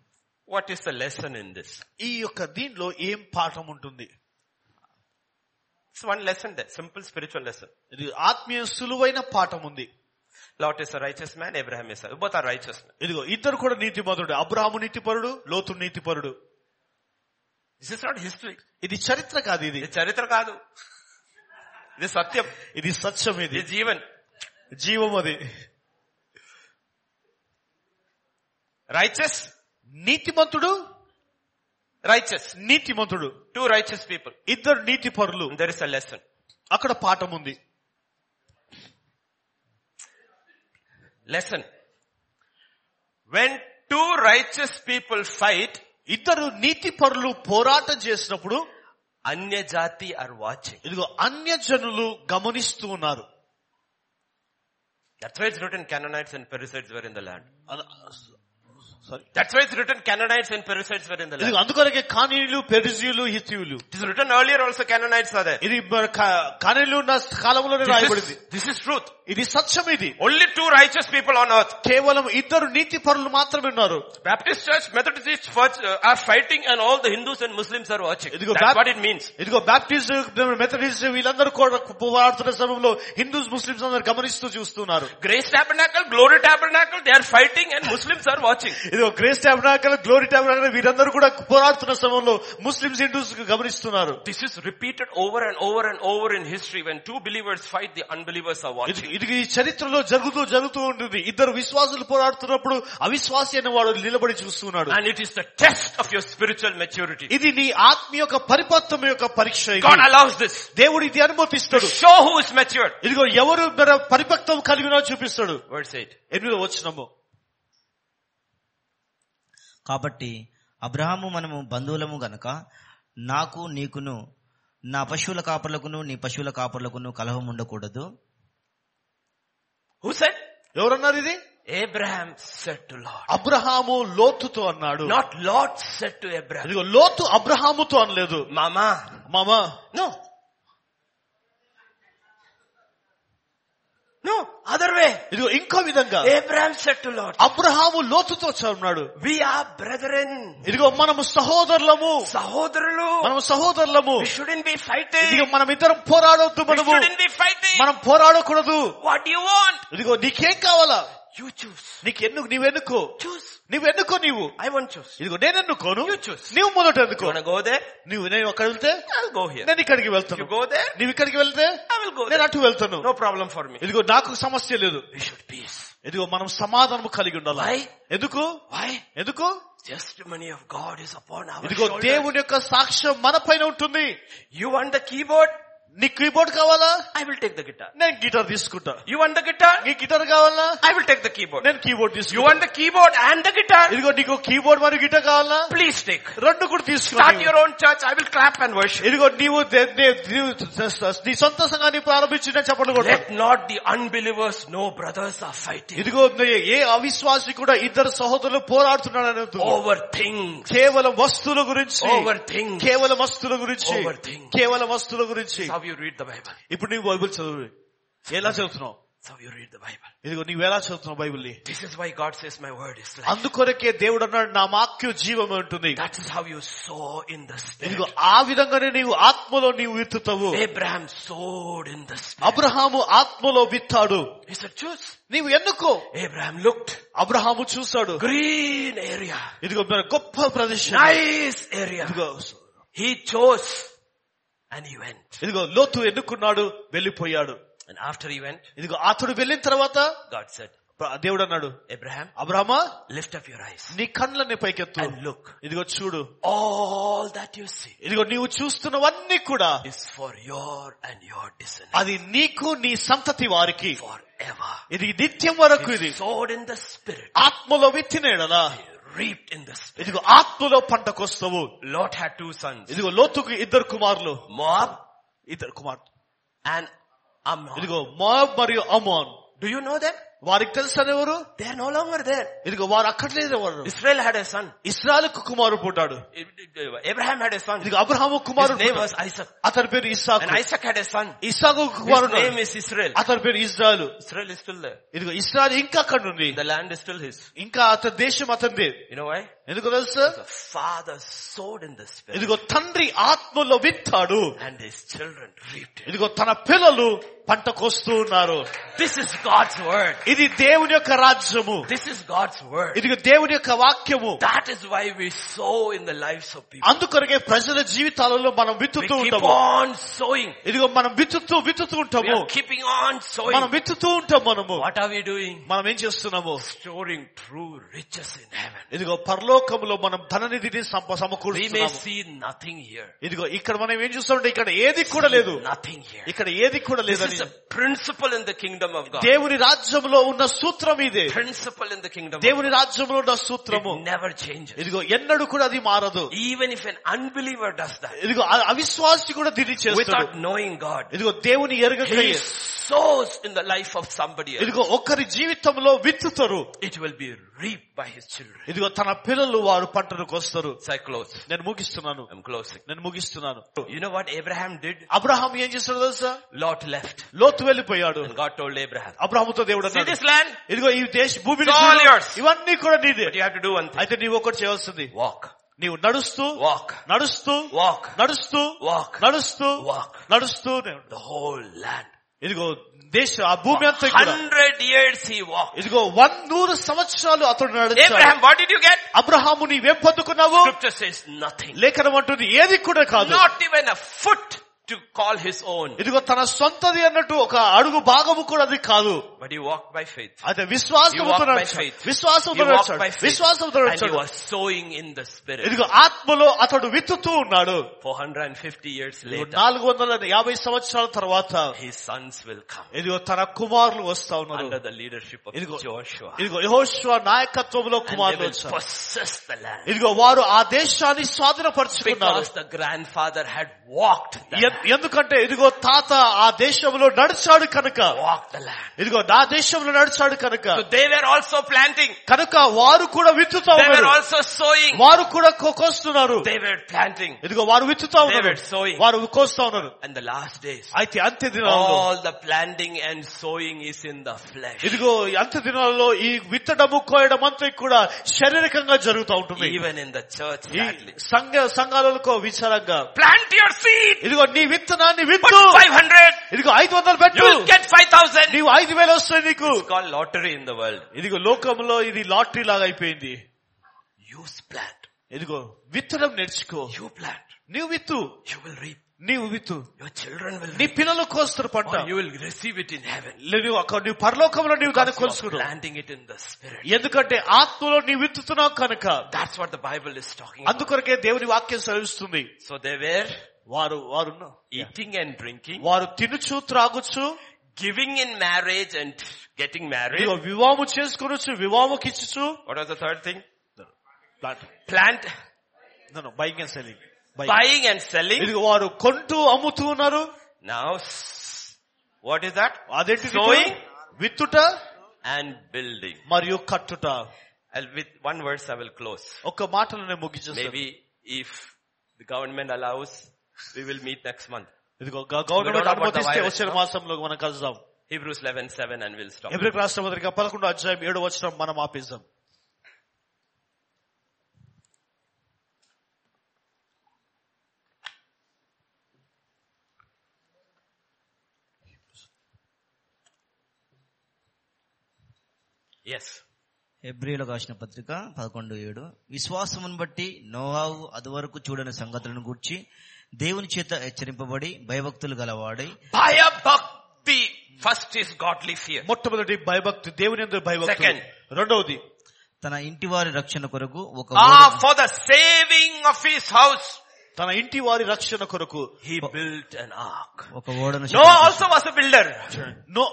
A: What is the lesson in this?
B: ఈ యొక్క దీనిలో ఏం పాఠం ఉంటుంది
A: It's one lesson there. Simple spiritual lesson.
B: ఇది ఆత్మీయ సులువైన పాఠం ఉంది
A: Lot is a righteous man, Abraham is a, both are righteous men.
B: ఇదిగో ఇద్దరు కూడా నీతిమంతుడు అబ్రాహము నీతిపరుడు లోతు నీతిపరుడు
A: This is not history.
B: ఇది చరిత్ర కాదు ఇది
A: ఇది చరిత్ర కాదు This is Satyam.
B: ఇది సత్యం ఇది
A: This is Jeevan.
B: జీవం అది
A: Righteous.
B: నీతిమంతుడు
A: Righteous.
B: నీతిమంతుడు
A: Two righteous people.
B: ఇద్దరు నీతి పరులు
A: There is a lesson.
B: అక్కడ పాఠం ఉంది
A: Lesson. When two righteous people fight,
B: ఇద్దరు నీతి పరులు పోరాటం చేసినప్పుడు
A: Anya Jati are watching.
B: ఇదిగో అన్య జనులు గమనిస్తూ ఉన్నారు
A: That's why it's written Canaanites and Perizzites were in the land.
B: Sorry
A: That's why it's written Canaanites and Perizzites were in the
B: ఇది
A: land.
B: అందుకొరకే కానీయులు పెరిజీయులు హిత్యులు
A: It is written earlier also Canaanites are there.
B: ఇది మరి కా- కానీయులు ఉన్న కాలంలోనే
A: This
B: రాయబడింది
A: is, this is truth.
B: ఇది సత్యం ఇది
A: Only two righteous people on earth.
B: కేవలం ఇద్దరు నీతి పరులు మాత్రమే ఉన్నారు
A: Baptist church, Methodist church first, uh, are fighting and all the Hindus and Muslims are watching.
B: ఇదిగో
A: That's
B: బ్యాప్-
A: what it means.
B: ఇదిగో బాప్టిస్ట్ మెథడిస్ట్ వీళ్ళందరూ కూడా పోరాడుతున్న సమయంలో హిందూస్ ముస్లింస్ అందరు గమనిస్తూ చూస్తున్నారు
A: Grace Tabernacle, Glory Tabernacle, they are fighting and Muslims are watching.
B: ఇదిగో గ్రేస్ ట్యాబ్నాకల్ గ్లోరీ ట్యాబ్నాకల్ వీరందరూ కూడా పోరాడుతున్న సమయంలో ముస్లింస్ హిందూస్ గమనిస్తున్నారు
A: This is repeated over and over and over in history. When two believers fight, the unbelievers are watching.
B: ఇది ఇది ఈ చరిత్రలో జరుగుతూ జరుగుతూ ఉంటుంది ఇద్దరు విశ్వాసులు పోరాడుతున్నప్పుడు అవిశ్వాసి అనే వాడు నిలబడి చూస్తున్నాడు
A: And it is the test of your spiritual maturity.
B: ఇది నీ ఆత్మ యొక్క పరిపక్వం యొక్క పరీక్ష ఇది.
A: God allows this
B: దేవుడు ఇది
A: to
B: అనుమతిస్తాడు
A: show who is matured.
B: ఇదిగో ఎవరు మన పరిపక్వం కలిగినో చూపిస్తాడు
A: Verse 8.
B: ఎనిమిదో వచ్చినము
C: కాబట్టి అబ్రహాము మనము బంధువులము గనుక నాకు నీకును నా పశువుల కాపర్లకును నీ పశువుల కాపర్లకును కలహం ఉండకూడదు
A: Who said?
B: ఎవరన్నారు ఇది
A: Abraham said to Lot.
B: Abraham లోతుతో అన్నాడు
A: Not Lot said to Abraham.
B: ఇదిగో లోతు అబ్రహాముతో అనలేదు
A: Mama.
B: మామా
A: No. No. Other way.
B: ఇదిగో ఇంకో విధంగా
A: Abraham said to Lot.
B: Abraham లోతుతో అన్నాడు
A: We are brethren.
B: ఇదిగో మనము సహోదరులము
A: Sahodralu.
B: మనము సహోదరులము
A: We shouldn't be
B: ఇదిగో
A: fighting.
B: మనం ఇద్దరం పోరాడొద్దు
A: We
B: మనము
A: shouldn't be fighting.
B: మనం పోరాడకూడదు
A: What do you want?
B: ఇదిగో నీకేం కావాలా
A: You choose.
B: నీకు ఎందుకు నీవెన్నుకో
A: Choose.
B: నీవెన్నుకో నీవు
A: I won't choose.
B: ఇదిగో నేను ఎన్నుకోను
A: You choose.
B: నీవు మొదట
A: You
B: ఎన్నుకో
A: wanna go there?
B: నీవు నేను అక్కడ వెళ్తే
A: I'll go here.
B: నేను ఇక్కడికి
A: If you
B: వెళ్తాను
A: go there,
B: నీవు ఇక్కడికి వెళ్తే
A: I will go
B: నేను
A: there.
B: అటు వెళ్తాను
A: No problem for me.
B: ఇదిగో నాకు సమస్య లేదు
A: We should peace.
B: ఇదిగో మనం సమాధానం కలిగి ఉండాలి
A: Why?
B: ఎందుకు
A: Why?
B: ఎందుకు
A: Testimony of God is upon our
B: ఇదిగో
A: shoulders.
B: దేవుని యొక్క సాక్ష్యం మన పైన ఉంటుంది
A: You want the keyboard?
B: నీ కీబోర్డ్ కావాలా
A: I will take the guitar.
B: నేను గిటార్ తీసుకుంటా
A: You want the guitar?
B: నీ గిటార్ కావాలా
A: I will take the keyboard.
B: నేను కీబోర్డ్
A: You
B: తీసుకుంటా
A: want the keyboard and the guitar?
B: ఇదిగో నీకు కీబోర్డ్ మరియు గిటార్ కావాలా
A: Please take.
B: రెండు కూడా
A: Start
B: తీసుకుంటా
A: your own church. I will clap and worship.
B: ఇదిగో నీవు దే- దే- నీవు నీ సొంత సంఘాన్ని ప్రారంభించిన చెప్పడం కూడా
A: Let not the unbelievers know brothers are fighting
B: ఇదిగో నే- ఏ అవిశ్వాసి కూడా ఇద్దరు సహోదరులు పోరాడుతున్నారని అనుకుంటున్నాను.
A: over things.
B: కేవలం వస్తువుల గురించి
A: Over things.
B: కేవలం వస్తువుల గురించి
A: Overthink.
B: కేవలం వస్తువుల గురించి
A: That's how you read the Bible.
B: ఇప్పుడు నీవు బైబిల్ చదువు ఎలా చదువుతున్నావు
A: That's how you read the Bible.
B: ఇదిగో నీవు ఎలా చదువుతున్నావు బైబిల్ ని
A: This is why God says my word is life.
B: అందుకొరకే దేవుడు అన్నాడు నా వాక్యం జీవం ఉంటుంది
A: That is how you sow in the spirit.
B: ఇదిగో ఆ విధంగానే నీవు ఆత్మలో నీవు విత్తుతావు
A: Abraham sowed in the spirit.
B: Abraham ఆత్మలో విత్తాడు
A: He said, choose.
B: నీవు ఎందుకో
A: Abraham looked.
B: అబ్రహాము చూశాడు
A: Green area.
B: ఇదిగో మన గొప్ప ప్రదేశం
A: Nice area.
B: ఇదిగో
A: He chose and he went.
B: ఇదిగో లోతు ఎన్నుకున్నాడు వెళ్ళిపోయాడు
A: And after he went,
B: ఇదిగో అతడు వెళ్ళిన తర్వాత
A: God said,
B: ప్ర- దేవుడు అన్నాడు
A: Abraham,
B: అబ్రహమా
A: lift up your eyes
B: నీ కళ్ళని పైకెత్తు
A: and look.
B: ఇదిగో చూడు
A: All that you see
B: ఇదిగో నీవు చూస్తున్నవన్నీ కూడా
A: is for your and your descendants
B: అది నీకు నీ సంతతి వారికి
A: forever.
B: ఇది నిత్యం వరకు ఇది
A: He sowed in the spirit.
B: ఆత్మలో విత్తిన ఎడలా
A: He reaped in the spirit.
B: ఇదిగో ఆత్మలో పంటకొస్తవు
A: Lot had two sons.
B: ఇదిగో లోతుకు ఇద్దరు కుమారులు
A: Moab
B: ఇద్దరు కుమారులు
A: and Ammon.
B: ఇదిగో మోయాబ్ మరియు Ammon
A: Do you know them?
B: వారికి తెలుసని ఎవరు
A: They are no longer there.
B: ఇదిగో వారు అక్కడ లేదు వారు
A: Israel had a son.
B: ఇస్రాయల్కు కుమారు పుట్టాడు
A: Abraham had a son.
B: ఇదిగో Abraham
A: His
B: Kumar
A: name was Isaac.
B: అతని పేరు
A: And
B: Isaac
A: Isaac had a son.
B: Isaac కుమారు
A: His name is Israel.
B: అతని పేరు Israel
A: Israel is still there.
B: ఇదిగో ఇస్రాయల్ ఇంకా అక్కడ నుండి
A: The land is still his.
B: ఇంకా అతని దేశం అతనిదే
A: You know why?
B: ఎందుకు తెలుసా
A: The father sowed in the spirit
B: ఇదిగో తండ్రి ఆత్మలో విత్తాడు
A: and his children reaped it.
B: ఇదిగో తన పిల్లలు పంట కోస్తూ ఉన్నారు
A: This is God's word.
B: ఇది దేవుని యొక్క రాజ్యము
A: This is God's word.
B: ఇదిగో దేవుని యొక్క వాక్యము
A: That is why we sow in the lives of people.
B: అందుకొరకే ప్రజల జీవితాలలో మనం
A: We
B: విత్తుతూ
A: keep
B: ఉంటాము
A: on sowing.
B: ఇదిగో మనం విత్తుతూ విత్తుతూ
A: We
B: ఉంటాము
A: are keeping on
B: మనం
A: sowing.
B: విత్తుతూ ఉంటాం మనము
A: What are we doing?
B: మనం ఏం చేస్తున్నాము
A: Storing true riches in heaven.
B: ఇదిగో పరలోకములో మనం ధననిధిని సంప
A: We may
B: సమకూరుస్తున్నాము
A: see nothing here.
B: ఇదిగో ఇక్కడ మనం ఏం చూస్తామంటే ఇక్కడ ఏది కూడా లేదు
A: Nothing here.
B: ఇక్కడ ఏది కూడా
A: This is
B: లేదని
A: a principle in the kingdom of God.
B: దేవుని రాజ్యంలో ఉన్న సూత్రం ఇదే
A: Principle in the kingdom of God.
B: దేవుని రాజ్యంలో ఉన్న సూత్రము
A: It never changes.
B: ఇదిగో ఎన్నడూ కూడా అది మారదు
A: Even if an unbeliever does that,
B: ఇదిగో ఆ అవిశ్వాసి కూడా దీన్ని చేస్తాడు
A: without knowing God,
B: ఇదిగో దేవుని ఎరగక
A: he sows in the life of somebody else.
B: ఇదిగో ఒకరి జీవితంలో విత్తుతారు
A: It will be reaped by his children.
B: ఇదిగో తన పిల్లలు వారు పంటలకు వస్తారు
A: So I close.
B: నేను ముగిస్తున్నాను
A: I'm closing.
B: నేను ముగిస్తున్నాను
A: You know what Abraham did?
B: Abraham ఏం చేస్తాడు తెలుసా
A: Lot left.
B: లోతు వెళ్ళిపోయాడు
A: And God told Abraham,
B: అబ్రహాముతో దేవుడు
A: see
B: అన్నాడు,
A: this land?
B: ఇదిగో ఈ దేశ భూమిని
A: It's all
B: చూడు,
A: yours.
B: ఇవన్నీ కూడా నీదే
A: But you have to do one thing.
B: అయితే నీవు ఒకటి చేయవలసింది
A: Walk.
B: నీవు నడుస్తూ
A: Walk.
B: నడుస్తూ
A: Walk.
B: నడుస్తూ
A: Walk.
B: నడుస్తూ
A: Walk.
B: నడుస్తూ
A: The whole land.
B: ఇదిగో దేశ ఆ భూమి అంతా కూడా
A: Hundred years he walked.
B: ఇదిగో వన్ నూరు సంవత్సరాలు అతడు నడిచాడు
A: Abraham, what did you get?
B: Abraham నీవేం పొందుకున్నావు
A: Scripture says nothing.
B: లేఖనం అంటుంది ఏది కూడా కాదు
A: Not even a foot to call his own.
B: ఇదిగో తన సొంతది అన్నట్టు ఒక అడుగు భాగము కూడా అది కాదు
A: But he walked by faith.
B: అయితే
A: You walk
B: విశ్వాసంతో
A: by
B: నడిచాడు.
A: faith.
B: విశ్వాసంతో
A: You walk
B: నడిచాడు.
A: by faith.
B: విశ్వాసంతో
A: And he
B: నడిచాడు.
A: was sowing in the spirit.
B: ఇదిగో ఆత్మలో అతడు విత్తుతూ ఉన్నాడు
A: 450 years
B: ఇదిగో
A: later,
B: నాలుగు వందల యాభై సంవత్సరాల తర్వాత
A: his sons will come
B: ఇదిగో తన కుమారులు వస్తా ఉన్నారు
A: under the leadership of
B: ఇదిగో-
A: Joshua.
B: ఇదిగో యెహోషువ నాయకత్వంలో
A: And
B: కుమారులు
A: they will
B: వచ్చారు
A: possess the land.
B: ఇదిగో వారు ఆ దేశాన్ని స్వాధీనపరుచుకున్నారు
A: Because the grandfather had walked the
B: N-
A: land.
B: ఎందుకంటే ఇదిగో తాత ఆ దేశంలో నడిచాడు కనుక
A: Walked the land.
B: ఇదిగో నా దేశంలో నడిచాడు కనుక
A: So they were also planting.
B: కనుక వారు కూడా విత్తుతా
A: They were
B: ఉన్నారు
A: also sowing.
B: వారు కూడా కో- కోస్తున్నారు
A: They were planting.
B: ఇదిగో వారు విత్తుతా
A: They
B: ఉన్నారు
A: were sowing.
B: వారు కోస్తా ఉన్నారు
A: And the last days,
B: అయితే అంత్య దినాలలో
A: all the planting and sowing is in the flesh.
B: ఇదిగో ఈ అంత్య దినాలలో ఈ విత్తడము కోయడం అంతా కూడా శారీరకంగా జరుగుతూ ఉంటుంది
A: Even in the church,
B: ఈ
A: sadly.
B: సంఘ సంఘాలకు విచారంగా
A: Plant your seed!
B: ఇదిగో నీ విత్తనాన్ని
A: Put
B: విత్తు
A: 500!
B: ఇదిగో ఐదు వందలు
A: You
B: పెట్టు
A: will get 5000!
B: నీవు ఐదు వేలు వస్తాయి నీకు
A: It's called lottery in the world.
B: ఇదిగో లోకంలో ఇది లాటరీ లాగా అయిపోయింది
A: Use plant.
B: ఇదిగో విత్తడం నేర్చుకో
A: You plant.
B: నీవు విత్తు
A: You will reap.
B: నీవు విత్తు
A: Your children will
B: నీ
A: reap.
B: పిల్లలు కోస్తారు పంట
A: Or Oh, you will receive it in heaven.
B: లే, నువ్వు అక్కడ నువ్వు పరలోకంలో నీవు దాన్ని
A: Because you are
B: కొలుసుకున్నావు
A: planting it in the spirit.
B: ఎందుకంటే ఆత్మలో నీవు విత్తుతున్నావు కనుక
A: That's what the Bible is talking about.
B: అందుకొరకే దేవుని వాక్యం సెలవిస్తుంది
A: So they were
B: వారు వారు
A: eating and drinking,
B: వారు తినుచు త్రాగుచు
A: giving in marriage and getting married.
B: ఇదిగో వివాహము చేసుకునొచ్చు వివాహముకిచ్చుచు
A: What was the third thing?
B: Plant.
A: Plant,
B: No, no, buying and selling. Buying.
A: buying and selling.
B: ఇదిగో వారు కొంటూ అమ్ముతూ ఉన్నారు
A: Now, s- what is that?
B: అదేంటి
A: Sowing.
B: విత్తుట
A: And building.
B: మరియు కట్టుట
A: And with one verse I will close.
B: ఒక మాటలు నేను ముగించేస్తాను
A: Maybe if the government allows, we will meet next month.
B: ఇదిగో గ- గవర్నమెంట్
A: about the
B: అనుమతిస్తే
A: virus,
B: వచ్చే
A: no?
B: మాసంలో మనం కలుద్దాం
A: Hebrews 11, 7 and we'll stop.
B: ఎవరికి రాష్ట్ర పత్రిక పదకొండు అధ్యాయం ఏడు వచ్చిన మనం ఆపేద్దాం
A: Yes.
C: హెబ్రియులకు రాసిన పత్రిక పదకొండు ఏడు విశ్వాసమును బట్టి నోహావు అదివరకు చూడని సంగతులను గూర్చి దేవుని చేత హెచ్చరింపబడి భయభక్తులు గలవాడై
A: Bhaya bhakti. First is godly fear.
B: మొట్టమొదటి భయభక్తి దేవుని ఎందుకు భయభక్తి
A: Second.
B: రెండవది
C: తన ఇంటి వారి రక్షణ కొరకు ఒక
A: Ah,
C: ఓడ-
A: for the saving of his house,
B: తన ఇంటి వారి రక్షణ కొరకు
A: he built an ark.
C: ఒక ఓడను
A: Noah also was a builder.
B: నో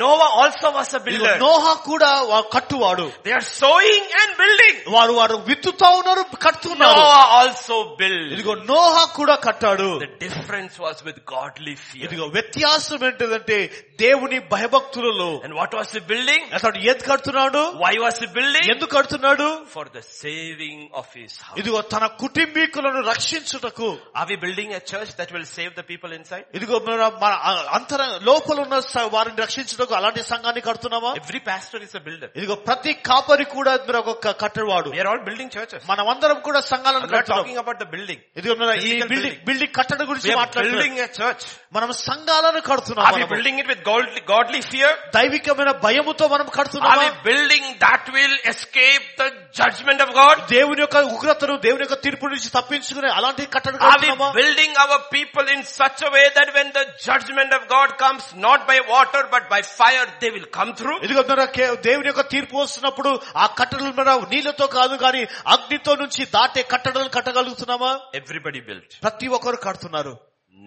A: Noah also was a builder.
B: Noah కూడా వా- కట్టువాడు
A: They are sowing and building.
B: వారు వారు విత్తుతా ఉన్నారు కడుతున్నారు
A: Noah also built.
B: ఇదిగో నోహ కూడా కట్టాడు
A: The difference was with godly fear.
B: ఇదిగో వ్యత్యాసం ఏంటిదంటే దేవుని భయభక్తులలో
A: And what was he building?
B: అతడు ఏది కడుతున్నాడు
A: Why was he building?
B: ఎందుకు కడుతున్నాడు
A: For the saving of his house.
B: ఇదిగో తన కుటుంబీకులను రక్షించుటకు
A: Are we building a church that will save the people inside?
B: ఇదిగో మన మన అంతర లోపల ఉన్న స- వారిని రక్షించడానికి అలాంటి సంఘాన్ని కడుతున్నామా
A: Every pastor is a builder.
B: ఇదిగో ప్రతి కాపరి కూడా మీరు ఒక కట్టడవాడు
A: We are all building churches.
B: మనమందరం కూడా సంఘాలను
A: I'm not
B: కడుతున్నాం
A: talking about the building.
B: ఇదిగో మన ఈ
A: Physical
B: బిల్డింగ్
A: building.
B: బిల్డింగ్ కట్టడం గురించి
A: We are
B: మాట్లాడుతున్నాం
A: building a church.
B: మనం సంఘాలను కడుతున్నాం
A: Are we
B: మనము.
A: building it with godly, godly fear?
B: దైవికమైన భయముతో మనం
A: Are
B: కడుతున్నామా
A: we building that will escape the judgment of God?
B: దేవుని యొక్క ఉగ్రతను దేవుని యొక్క తీర్పు నుంచి తప్పించుకునే అలాంటి కట్టడం
A: Are we
B: కడుతున్నామా
A: building our people in such a way that when the judgment of God comes, not by water but by fire, they will come through?
B: ఇదిగో మన కే- దేవుని యొక్క తీర్పు వస్తున్నప్పుడు ఆ కట్టడలు మన నీళ్లతో కాదు కానీ అగ్నితో నుంచి దాటే కట్టడలు కట్టగలుగుతున్నామా
A: Everybody built.
B: ప్రతి ఒక్కరు కడుతున్నారు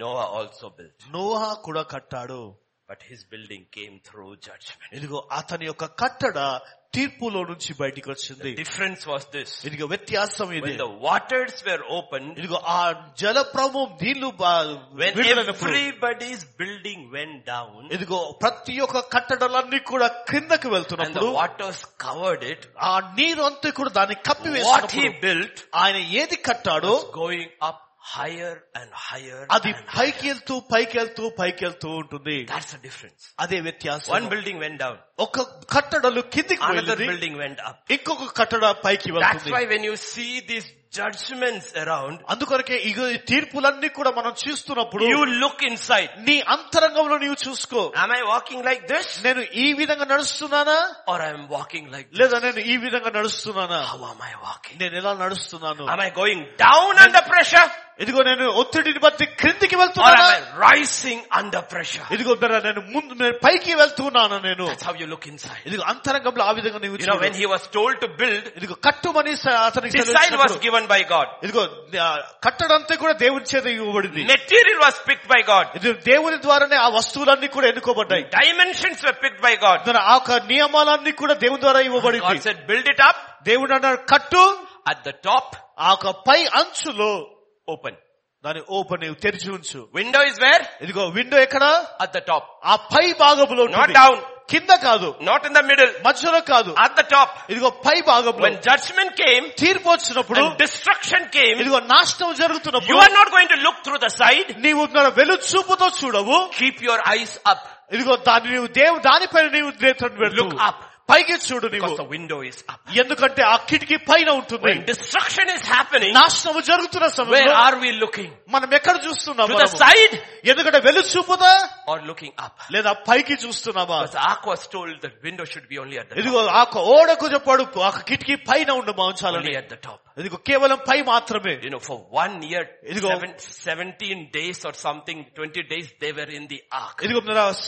A: Noah also built.
B: నోహా కూడా కట్టాడు
A: But his building came through judgment.
B: ఇదిగో అతని యొక్క కట్టడ తీర్పులో నుంచి బయటికి వచ్చింది
A: The difference was this.
B: ఇదిగో వ్యత్యాసం ఇది
A: When the waters were opened,
B: ఇదిగో ఆ జలప్రభు నీళ్లు బా-
A: when
B: విడుదలైనప్పుడు
A: everybody's building went down
B: ఇదిగో ప్రతి ఒక్క కట్టడాలన్నీ కూడా కిందకి
A: and
B: వెళ్తున్నప్పుడు
A: the waters covered it,
B: ఆ నీరు అంతా కూడా దాన్ని కప్పి
A: what he
B: వేసినప్పుడు
A: built
B: ఆయన ఏది కట్టాడో
A: was going up higher and higher.
B: అది
A: and-
B: పైకి వెళ్తూ పైకి వెళ్తూ పైకి వెళ్తూ ఉంటుంది
A: That's the difference.
B: అదే
A: One
B: వ్యత్యాసం
A: building went down,
B: ఒక కట్టడలు కిందికి
A: another
B: వెళ్ళింది
A: building went up.
B: ఇంకొక కట్టడ పైకి
A: That's
B: వెళ్తుంది
A: why when you see these judgments around,
B: అందుకొరకే ఇగో ఈ తీర్పులన్నీ కూడా మనం చూస్తున్నప్పుడు
A: you look inside.
B: నీ అంతరంగంలో నీవు చూసుకో
A: Am I walking like this?
B: నేను ఈ విధంగా నడుస్తున్నానా
A: Or I'm walking like this?
B: లేదా నేను ఈ విధంగా నడుస్తున్నానా
A: How am I walking?
B: నేను ఎలా నడుస్తున్నాను
A: Am I going down under pressure?
B: ఇదిగో నేను ఒత్తిడిని బట్టి క్రిందికి
A: Or am
B: వెళ్తున్నానా
A: I rising under pressure?
B: ఇదిగో బిడ్డ, నేను ముందు నేను పైకి వెళ్తున్నాను నేను
A: That's how you look inside.
B: ఇదిగో అంతరంగంలో ఆ విధంగా నీవు
A: You know,
B: చూడు.
A: when he was told to build,
B: ఇదిగో కట్టుమని స- అతనికి
A: design was
B: సెలవిచ్చినప్పుడు,
A: given by God.
B: ఇదిగో ఆ, కట్టడంతా కూడా దేవుని చేత ఇవ్వబడింది
A: Material was picked by God.
B: ఇది దేవుని ద్వారానే ఆ వస్తువులన్నీ కూడా ఎన్నుకోబడ్డాయి
A: Dimensions were picked by God.
B: దాని ఆ యొక్క నియమాలన్నీ కూడా దేవుని ద్వారా ఇవ్వబడింది
A: God said, build it up
B: దేవుడు అన్నాడు కట్టు
A: at the top,
B: ఆ యొక్క పై అంచులో
A: open.
B: దాని ఓపెన్ తెరిచి ఉంచు
A: Window is where?
B: ఇదిగో విండో ఎక్కడ
A: At the top.
B: ఆ పై భాగంలో
A: Not
B: ఉంటుంది.
A: down,
B: కింద కాదు
A: not in the middle,
B: మధ్యలో కాదు
A: at the top.
B: ఇదిగో పై భాగంలో
A: When judgment came
B: తీర్పు వచ్చినప్పుడు
A: and destruction came,
B: ఇదిగో నాశనం
A: you
B: జరుగుతున్నప్పుడు
A: are not going to look through the side.
B: నీవు మన వెలుచూపుతో చూడవు
A: Keep your eyes up
B: ఇదిగో దాన్ని నీవు దేవు దానిపైన నీవు నేత్రం పెడుతూ
A: Look up.
B: పైకి చూడు నీవు
A: because the window is up.
B: ఎందుకంటే ఆ కిటికీ పైన ఉంటుంది
A: When destruction is happening,
B: నాశనము జరుగుతున్న
A: where
B: సమయంలో
A: are we looking?
B: మనం ఎక్కడ చూస్తున్నాం
A: To the side
B: ఎందుకంటే వెలుచూపుదా
A: or looking up?
B: లేదా పైకి చూస్తున్నామా
A: Because Ark was told that window should be only at the
B: ఇదిగో ఆ యొక్క ఓడకు చెప్పాడు ఆ యొక్క కిటికీ పైన ఉండు
A: top.
B: మాంచాలని
A: Only at the top.
B: ఇదిగో కేవలం పై మాత్రమే
A: You know, for one year,
B: ఇదిగో.
A: seven, 17 days or something, 20 days, they were in the ark.
B: ఇదిగో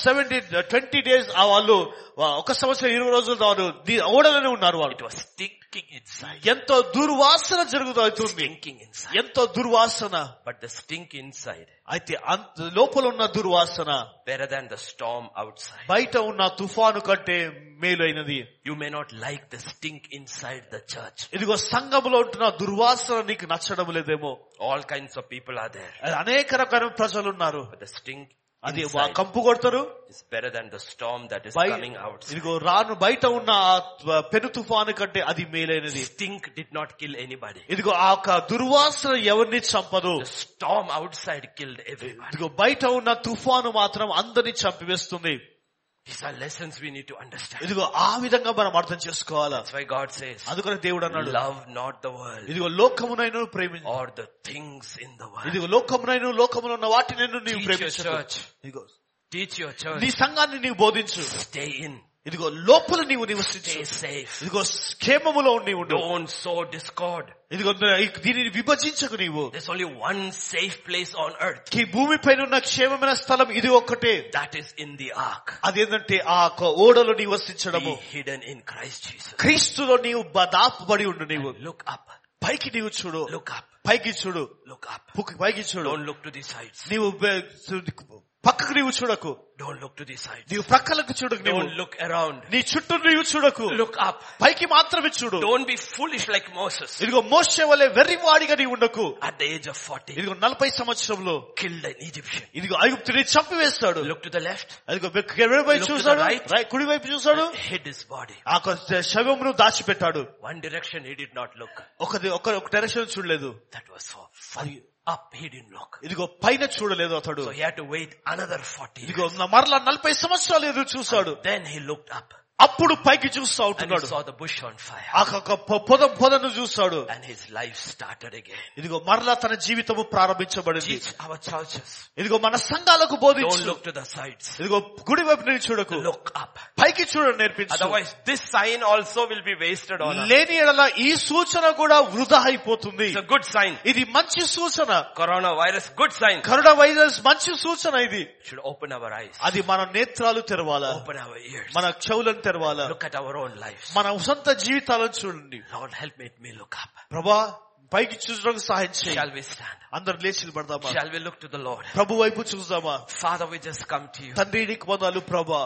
B: సెవెంటీ ట్వంటీ డేస్ ఆ వాళ్ళు ఆ, ఒక సంవత్సరం ఇరవై రోజుల వారు దీ- ఓడలోనే ఉన్నారు వాళ్ళు
A: It was stinking inside.
B: ఎంతో దుర్వాసన జరుగుతుంది
A: Stinking inside.
B: ఎంతో దుర్వాసన
A: But the stink inside,
B: అయితే అంత లోపల ఉన్న దుర్వాసన
A: better than the storm outside.
B: బయట ఉన్న తుఫాను కంటే మేలైనది
A: You may not like the stink inside the church.
B: ఇదిగో సంఘంలో ఉంటున్న దుర్వాసన నీకు నచ్చడం లేదేమో
A: All kinds of people are there.
B: అది అనేక రకాల ప్రజలు ఉన్నారు
A: But the stink
B: అది
A: inside
B: కంపు కొడతారు
A: is better than the storm that is
B: బయ-
A: coming outside.
B: ఇదిగో రాను బయట ఉన్న ఆ త్వ- పెను తుఫాను కంటే అది మేలైనది
A: Stink did not kill anybody.
B: ఇదిగో ఆ యొక్క దుర్వాసన ఎవరిని చంపదు
A: The storm outside killed everybody.
B: ఇదిగో బయట ఉన్న తుఫాను మాత్రం అందరినీ చంపివేస్తుంది
A: These are lessons we need to understand.
B: ఇదిగో ఆ విధంగా మనం అర్థం చేసుకోవాలా
A: That's why God says,
B: అందుకని దేవుడు అన్నాడు
A: love not the world
B: ఇదిగో లోకమునైను ప్రేమించు
A: or the things in the world.
B: ఇదిగో లోకమునైను లోకములో ఉన్న వాటిని నీవు
A: Teach your
B: ప్రేమించు
A: church.
B: ఇదిగో
A: Teach your
B: నీ
A: church.
B: సంఘాన్ని నీవు బోధించు
A: Stay in.
B: ఇదిగో లోపల నీవు నివసించు
A: Stay safe.
B: ఇదిగో క్షేమములో ఉండి ఉండు
A: Don't sow discord.
B: ఇదిగో దీనిని విభజించకు నీవు
A: There's only one safe place on earth.
B: ఈ భూమి పైన ఉన్న క్షేమమైన స్థలం ఇది ఒక్కటే
A: That is in the ark.
B: అదేంటంటే ఆ యొక్క ఓడలో
A: Be
B: నివసించడము
A: hidden in Christ Jesus.
B: క్రీస్తులో నీవు బ- దాపబడి ఉండు నీవు
A: Look up.
B: పైకి నీవు చూడు
A: Look up.
B: పైకి చూడు
A: Look up.
B: పుక్కి- పైకి చూడు
A: Don't look to the sides.
B: నీవు బె- చూ- పక్కకు నీవు చూడకు
A: Don't look to the sides.
B: నీవు ప్రక్కలకు చూడకు నీవు
A: Don't look around.
B: నీ చుట్టూ నీవు చూడకు
A: Look up.
B: పైకి మాత్రమే చూడు
A: Don't be foolish like Moses
B: ఇదిగో మోసే వలె వెర్రివాడిగా నీవు ఉండకు
A: at the age of 40.
B: ఇదిగో నలభై సంవత్సరంలో
A: Killed an Egyptian.
B: ఇదిగో ఐగుప్తుని చంపివేస్తాడు
A: Look to the left.
B: అదిగో ఎడవైపు
A: Look to the
B: చూశాడు
A: right.
B: రై- కుడివైపు చూశాడు
A: And hid his body.
B: ఆ యొక్క శవమును దాచిపెట్టాడు
A: One direction he did not look.
B: ఒకది ఒక ఒక డైరెక్షన్ చూడలేదు
A: That was so funny. Up he didn't look.
B: ఇదిగో పైన చూడలేదు అతడు
A: So he had to wait another 40 years.
B: ఇదిగో నా మరలా నలభై సంవత్సరాలు ఎదురు చూశాడు
A: Then he looked up
B: అప్పుడు పైకి చూస్తా
A: and he
B: ఉంటున్నాడు
A: saw the bush on fire.
B: ఆ యొక్క పొ- పొద పొదను చూస్తాడు
A: And his life started again.
B: ఇదిగో మరలా తన జీవితము ప్రారంభించబడింది
A: Teach our churches.
B: ఇదిగో మన సంఘాలకు
A: Don't
B: బోధించు
A: look to the sides.
B: ఇదిగో గుడి వైపు నేను చూడకు
A: Look up.
B: పైకి చూడ నేర్పించు
A: Otherwise this sign also will be wasted on us.
B: లేని ఎడల ఈ సూచన కూడా వృధా అయిపోతుంది
A: It's a good sign.
B: ఇది మంచి సూచన
A: Coronavirus, good sign.
B: Coronavirus మంచి సూచన ఇది
A: Should open our eyes.
B: అది మన నేత్రాలు తెరవాలా
A: Open our ears.
B: మన చెవులను తెరవాలా
A: Oh, Look at our own lives.
B: మన సొంత జీవితాలను చూడండి
A: Lord help me, me look up.
B: ప్రభా పైకి చూడడానికి సహాయం చేయాలి
A: Shall we stand?
B: అందరు లేచి నిలబడదామా
A: Shall we look to the Lord?
B: ప్రభు వైపు చూద్దామా
A: Father, we just come to you.
B: తండ్రి నీకు వందాలు ప్రభా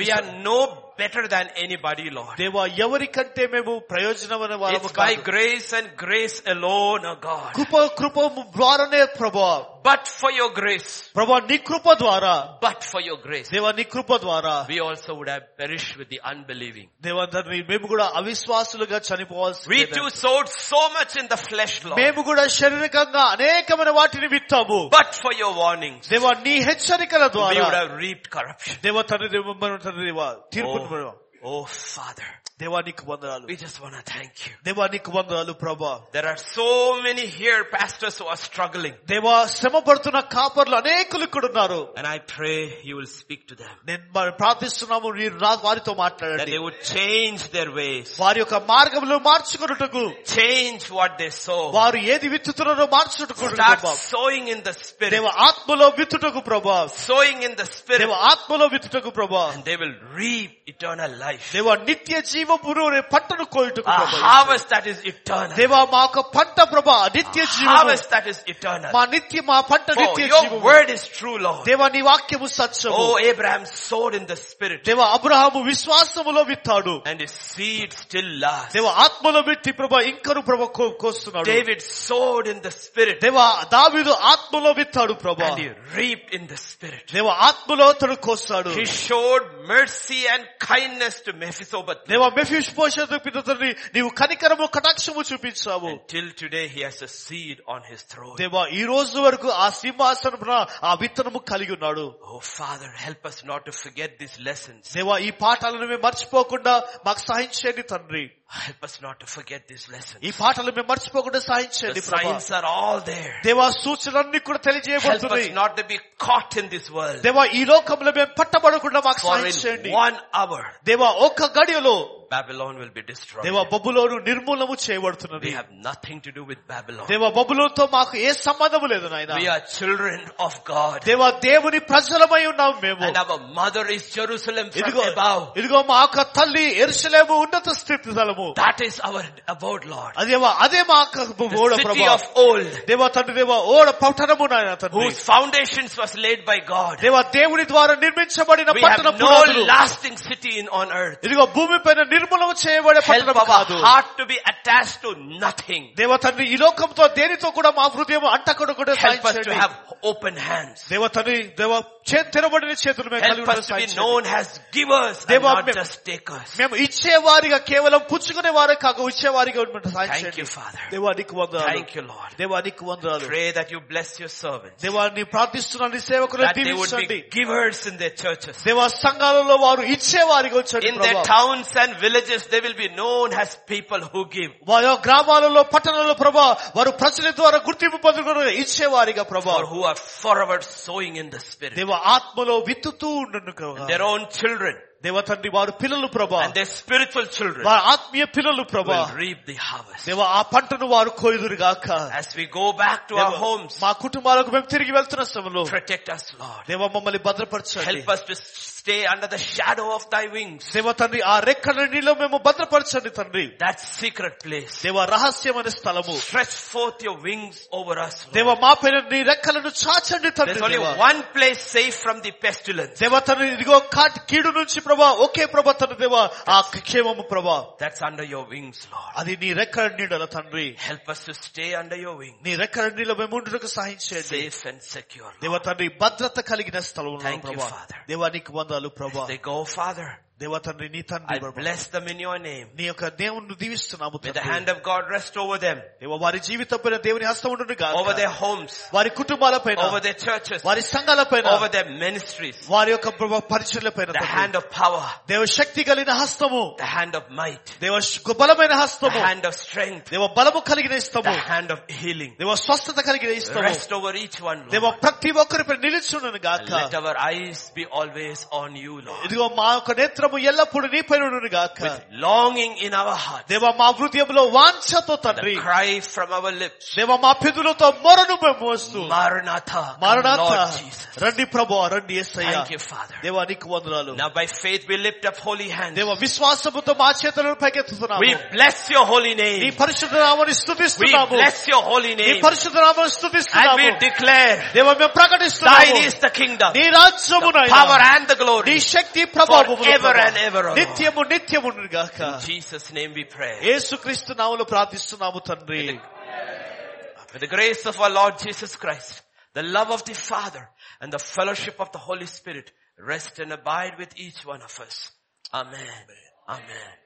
A: We are no better than anybody, Lord.
B: దేవా ఎవరికంటే మేము ప్రయోజనమైన వారము
A: It's by
B: కాదు
A: grace and grace alone, O God.
B: కృప కృప ద్వారానే ప్రభా
A: But for your grace,
B: ప్రభా నీ కృప ద్వారా
A: but for your grace,
B: దేవా నీ కృప ద్వారా
A: we also would have perished with the unbelieving.
B: దేవా తండ్రి మేము కూడా అవిశ్వాసులుగా చనిపోవాల్సి
A: We too sowed so much in the flesh, Lord.
B: మేము కూడా శారీరకంగా అనేకమైన వాటిని విత్తాము
A: But for your warnings,
B: దేవా నీ హెచ్చరికల
A: we
B: ద్వారా
A: would have reaped corruption.
B: దేవ తండ్రి దేవ మనం తండ్రి దేవ తీర్పు
A: Oh, oh Father,
B: దేవా నీకు వందనాలు
A: we just want to thank you.
B: దేవా నీకు వందనాలు ప్రభా
A: There are so many here pastors who are struggling.
B: దేవా శ్రమ పడుతున్న కాపర్లు అనేకులు ఇక్కడ ఉన్నారు
A: And I pray you will speak to them.
B: నేను మరి ప్రార్థిస్తున్నాము మీరు రా- వారితో
A: That
B: మాట్లాడండి
A: they would change their ways.
B: వారి యొక్క మార్గంలో మార్చుకున్నట్టుకు
A: Oh. Change what they sow.
B: వారు ఏది విత్తుతున్నారో మార్చుటకు
A: Start sowing in the
B: దేవ
A: spirit.
B: ఆత్మలో విత్తుటకు ప్రభా
A: Sowing in the spirit.
B: దేవ ఆత్మలో విత్తుటకు ప్రభా
A: And they will reap eternal life.
B: దేవ నిత్య జీవపును అనే పంటను కోయుటకు
A: A
B: ప్రభా
A: harvest that is eternal. A
B: దేవ మా యొక్క పంట ప్రభా నిత్య జీవము
A: harvest that is eternal.
B: మా నిత్య మా పంట
A: For
B: నిత్య
A: Oh, your
B: జీవము
A: word is true, Lord.
B: దేవ నీ వాక్యము సత్యము
A: Oh, Abraham sowed in the spirit.
B: దేవ అబ్రహాము విశ్వాసములో విత్తాడు
A: And his seed still lasts.
B: దేవ ఆత్మలో విత్తి ప్రభా ఇంకను ప్రభ కో- కోస్తున్నాడు
A: David sowed in the spirit.
B: దేవ దావీదు ఆత్మలో విత్తాడు ప్రభా
A: And he reaped in the spirit.
B: దేవ ఆత్మలో అతడు కోస్తాడు
A: He showed mercy and kindness to Mephisobet.
B: దేవ మెఫిష్ పోషణ పితని నీవు కనికరము కటాక్షము చూపించావు
A: Till today he has a seed on his throne.
B: దేవ ఈ రోజు వరకు ఆ సింహాసనమున ఆ విత్తనము కలిగి ఉన్నాడు
A: Oh Father, help us not to forget these lessons.
B: దేవ ఈ పాఠాలను మేము మర్చిపోకుండా మాకు సహాయం చేయండి తండ్రి
A: Help us not to forget these lessons.
B: ఈ పాఠాలను మేము మర్చిపోకుండా సహాయం
A: The
B: చేయండి ప్రభా
A: signs are all there.
B: దేవా సూచనలన్నీ కూడా
A: Help us
B: తెలియజేయబడుతున్నాయి
A: not to be caught in this world.
B: దేవా ఈ లోకంలో మేము పట్టబడకుండా మాకు
A: For
B: సహాయం చేయండి
A: in one hour,
B: దేవా ఒక్క గడియలో
A: Babylon will be destroyed.
B: దేవా బబులోను నిర్మూలము
A: We
B: చేయబడుతున్నది
A: have nothing to do with Babylon.
B: దేవా బబులోతో మాకు ఏ సంబంధము లేదు
A: We
B: నాయన
A: are children of God.
B: దేవా దేవుని ప్రజలమై ఉన్నాం మేము
A: And our mother is Jerusalem from
B: ఇదిగో
A: above.
B: ఇదిగో మా యొక్క తల్లి ఎరుసలేము ఉన్నత స్థితి తలము
A: That is our abode, Lord.
B: అదేవా అదే మా యొక్క ఓడ
A: The city
B: ప్రభా
A: of old,
B: దేవా తండ్రి దేవా ఓడ పట్టణము నాయన తండ్రి
A: whose foundations was laid by God.
B: దేవా దేవుని ద్వారా నిర్మించబడిన
A: We have
B: పట్టణ
A: no
B: పునాదులు.
A: lasting city in, on earth.
B: ఇదిగో భూమి పైన నిర్మూలన చేయబడే
A: Help
B: పట్టణం
A: our
B: కాదు
A: heart to be attached to nothing.
B: దేవ తండ్రి ఈ లోకంతో దేనితో కూడా మా హృదయం అంటకూడకుండా
A: Help us to have open hands.
B: దేవ తండ్రి దేవ చే- తెరబడిన చేతులు మేము కలిగి
A: Help
B: ఉండడం
A: us to
B: సాయం
A: be
B: చేయండి.
A: known as givers and
B: Deva,
A: not
B: ma'am.
A: just takers.
B: మేము ఇచ్చేవారిగా కేవలం పుచ్చుకునే వారే కాక ఇచ్చేవారిగా ఉండడం సాయం
A: Thank
B: చేయండి
A: you, Father.
B: దేవానికి వందనాలు
A: Thank you, Lord.
B: దేవానికి వందనాలు
A: Pray that you bless your servants.
B: దేవాన్ని ప్రార్థిస్తున్నాను నీ సేవకులను
A: That they would
B: దీవించండి
A: be givers in their churches.
B: దేవా సంఘాలలో వారు ఇచ్చేవారిగా వచ్చండి
A: In their
B: ప్రభా.
A: towns and villages, they will be known as people who give.
B: వారి యొక్క గ్రామాలలో పట్టణాలలో ప్రభా వారు ప్రజల ద్వారా గుర్తింపు పొందుకుని ఇచ్చేవారిగా ప్రభా
A: Or who are forever sowing in the Spirit.
B: దేవ ఆత్మలో విత్తుతూ ఉండను
A: Their own children
B: దేవ తండ్రి వారు పిల్లలు ప్రభా
A: and their spiritual children
B: వారి ఆత్మీయ పిల్లలు ప్రభా
A: will reap the harvest.
B: దేవ ఆ పంటను వారు కోయుదురుగాక
A: As we go back to
B: దేవా,
A: our homes,
B: మా కుటుంబాలకు మేము తిరిగి వెళ్తున్న సమయంలో
A: protect us, Lord.
B: దేవ మమ్మల్ని భద్రపరచండి
A: Help us to stay under the shadow of thy wings.
B: దేవ తండ్రి ఆ రెక్కల నీలో మేము భద్రపరచండి తండ్రి
A: That secret place.
B: దేవ రహస్యమైన స్థలము
A: Stretch forth your wings over us. Lord.
B: దేవ మా పైన నీ రెక్కలను చాచండి తండ్రి
A: There's only
B: దేవా.
A: one place safe from the pestilence.
B: దేవ తండ్రి ఇదిగో కాటి కీడు నుంచి ప్రభా ఒకే ప్రభా తండ్రి దేవా ఆ క్షేమము ప్రభా
A: That's under your wings, Lord.
B: అది నీ రెక్కల నీడల తండ్రి
A: Help us to stay under your wings.
B: నీ రెక్కల నీలో మేము ఉండటకు సహాయం చేయండి
A: Safe and secure. Lord.
B: దేవ తండ్రి భద్రత కలిగిన స్థలం
A: Thank you,
B: ప్రభా
A: Father.
B: దేవానికి వందాలు ప్రభా
A: They go, Father.
B: దేవతండ్రి నీ తండ్రి
A: I bless them in your name.
B: నీ యొక్క దేవుని దీవిస్తున్నాము
A: May the hand of God rest over them,
B: దేవా, వారి జీవితం పైన దేవుని హస్తం ఉంటుంది
A: over their homes,
B: వారి కుటుంబాల పైన
A: over their churches,
B: వారి సంఘాల పైన
A: over their ministries.
B: వారి యొక్క ప్రభు పరిచయల పైన
A: The hand of power,
B: దేవ శక్తి కలిగిన హస్తము
A: the hand of might,
B: దేవ శ- బలమైన
A: the
B: హస్తము
A: hand of strength,
B: దేవ బలము కలిగిన
A: the
B: ఇస్తము
A: hand of healing.
B: దేవ స్వస్థత కలిగిన ఇస్తము
A: Rest over each one,
B: దేవ
A: Lord.
B: ప్రతి ఒక్కరిపై నిలుచుండను గాక
A: Let our eyes be always on you, Lord.
B: ఇదిగో మా యొక్క నేత్రము ఎల్లప్పుడూ నీ పైన ఉండును గాక
A: With longing in our heart,
B: దేవ మా హృదయంలో వాంఛతో తండ్రి
A: the cry from our lips,
B: దేవ మా పిదులతో మొరను మేము మోస్తూ
A: Maranatha, come
B: మరణాత
A: Lord Jesus.
B: రండి ప్రభు రండి ఎస్సయ్యా
A: Thank you, Father.
B: దేవా నీకు వందనాలు
A: Now by faith we lift up holy hands.
B: దేవ విశ్వాసముతో మా చేతులను
A: We
B: పైకెత్తుతున్నాము
A: bless your holy
B: నీ
A: name.
B: పరిశుద్ధ నామని
A: We
B: స్తుతిస్తున్నాము
A: bless your holy
B: నీ
A: name.
B: పరిశుద్ధ నామని
A: And
B: స్తుతిస్తున్నాము
A: we declare,
B: దేవ మేము
A: thine
B: ప్రకటిస్తున్నాము
A: is the kingdom,
B: నీ
A: the
B: రాజ్యము
A: power and the
B: నీ
A: glory.
B: శక్తి ప్రభావము
A: Forever and ever, O Lord.
B: నిత్యము నిత్యము గాక
A: In Jesus' name we pray.
B: యేసుక్రీస్తు నామములో ప్రార్థిస్తున్నాము తండ్రి
A: With the grace of our Lord Jesus Christ, the love of the Father, and the fellowship of the Holy Spirit, rest and abide with each one of us. Amen. Amen.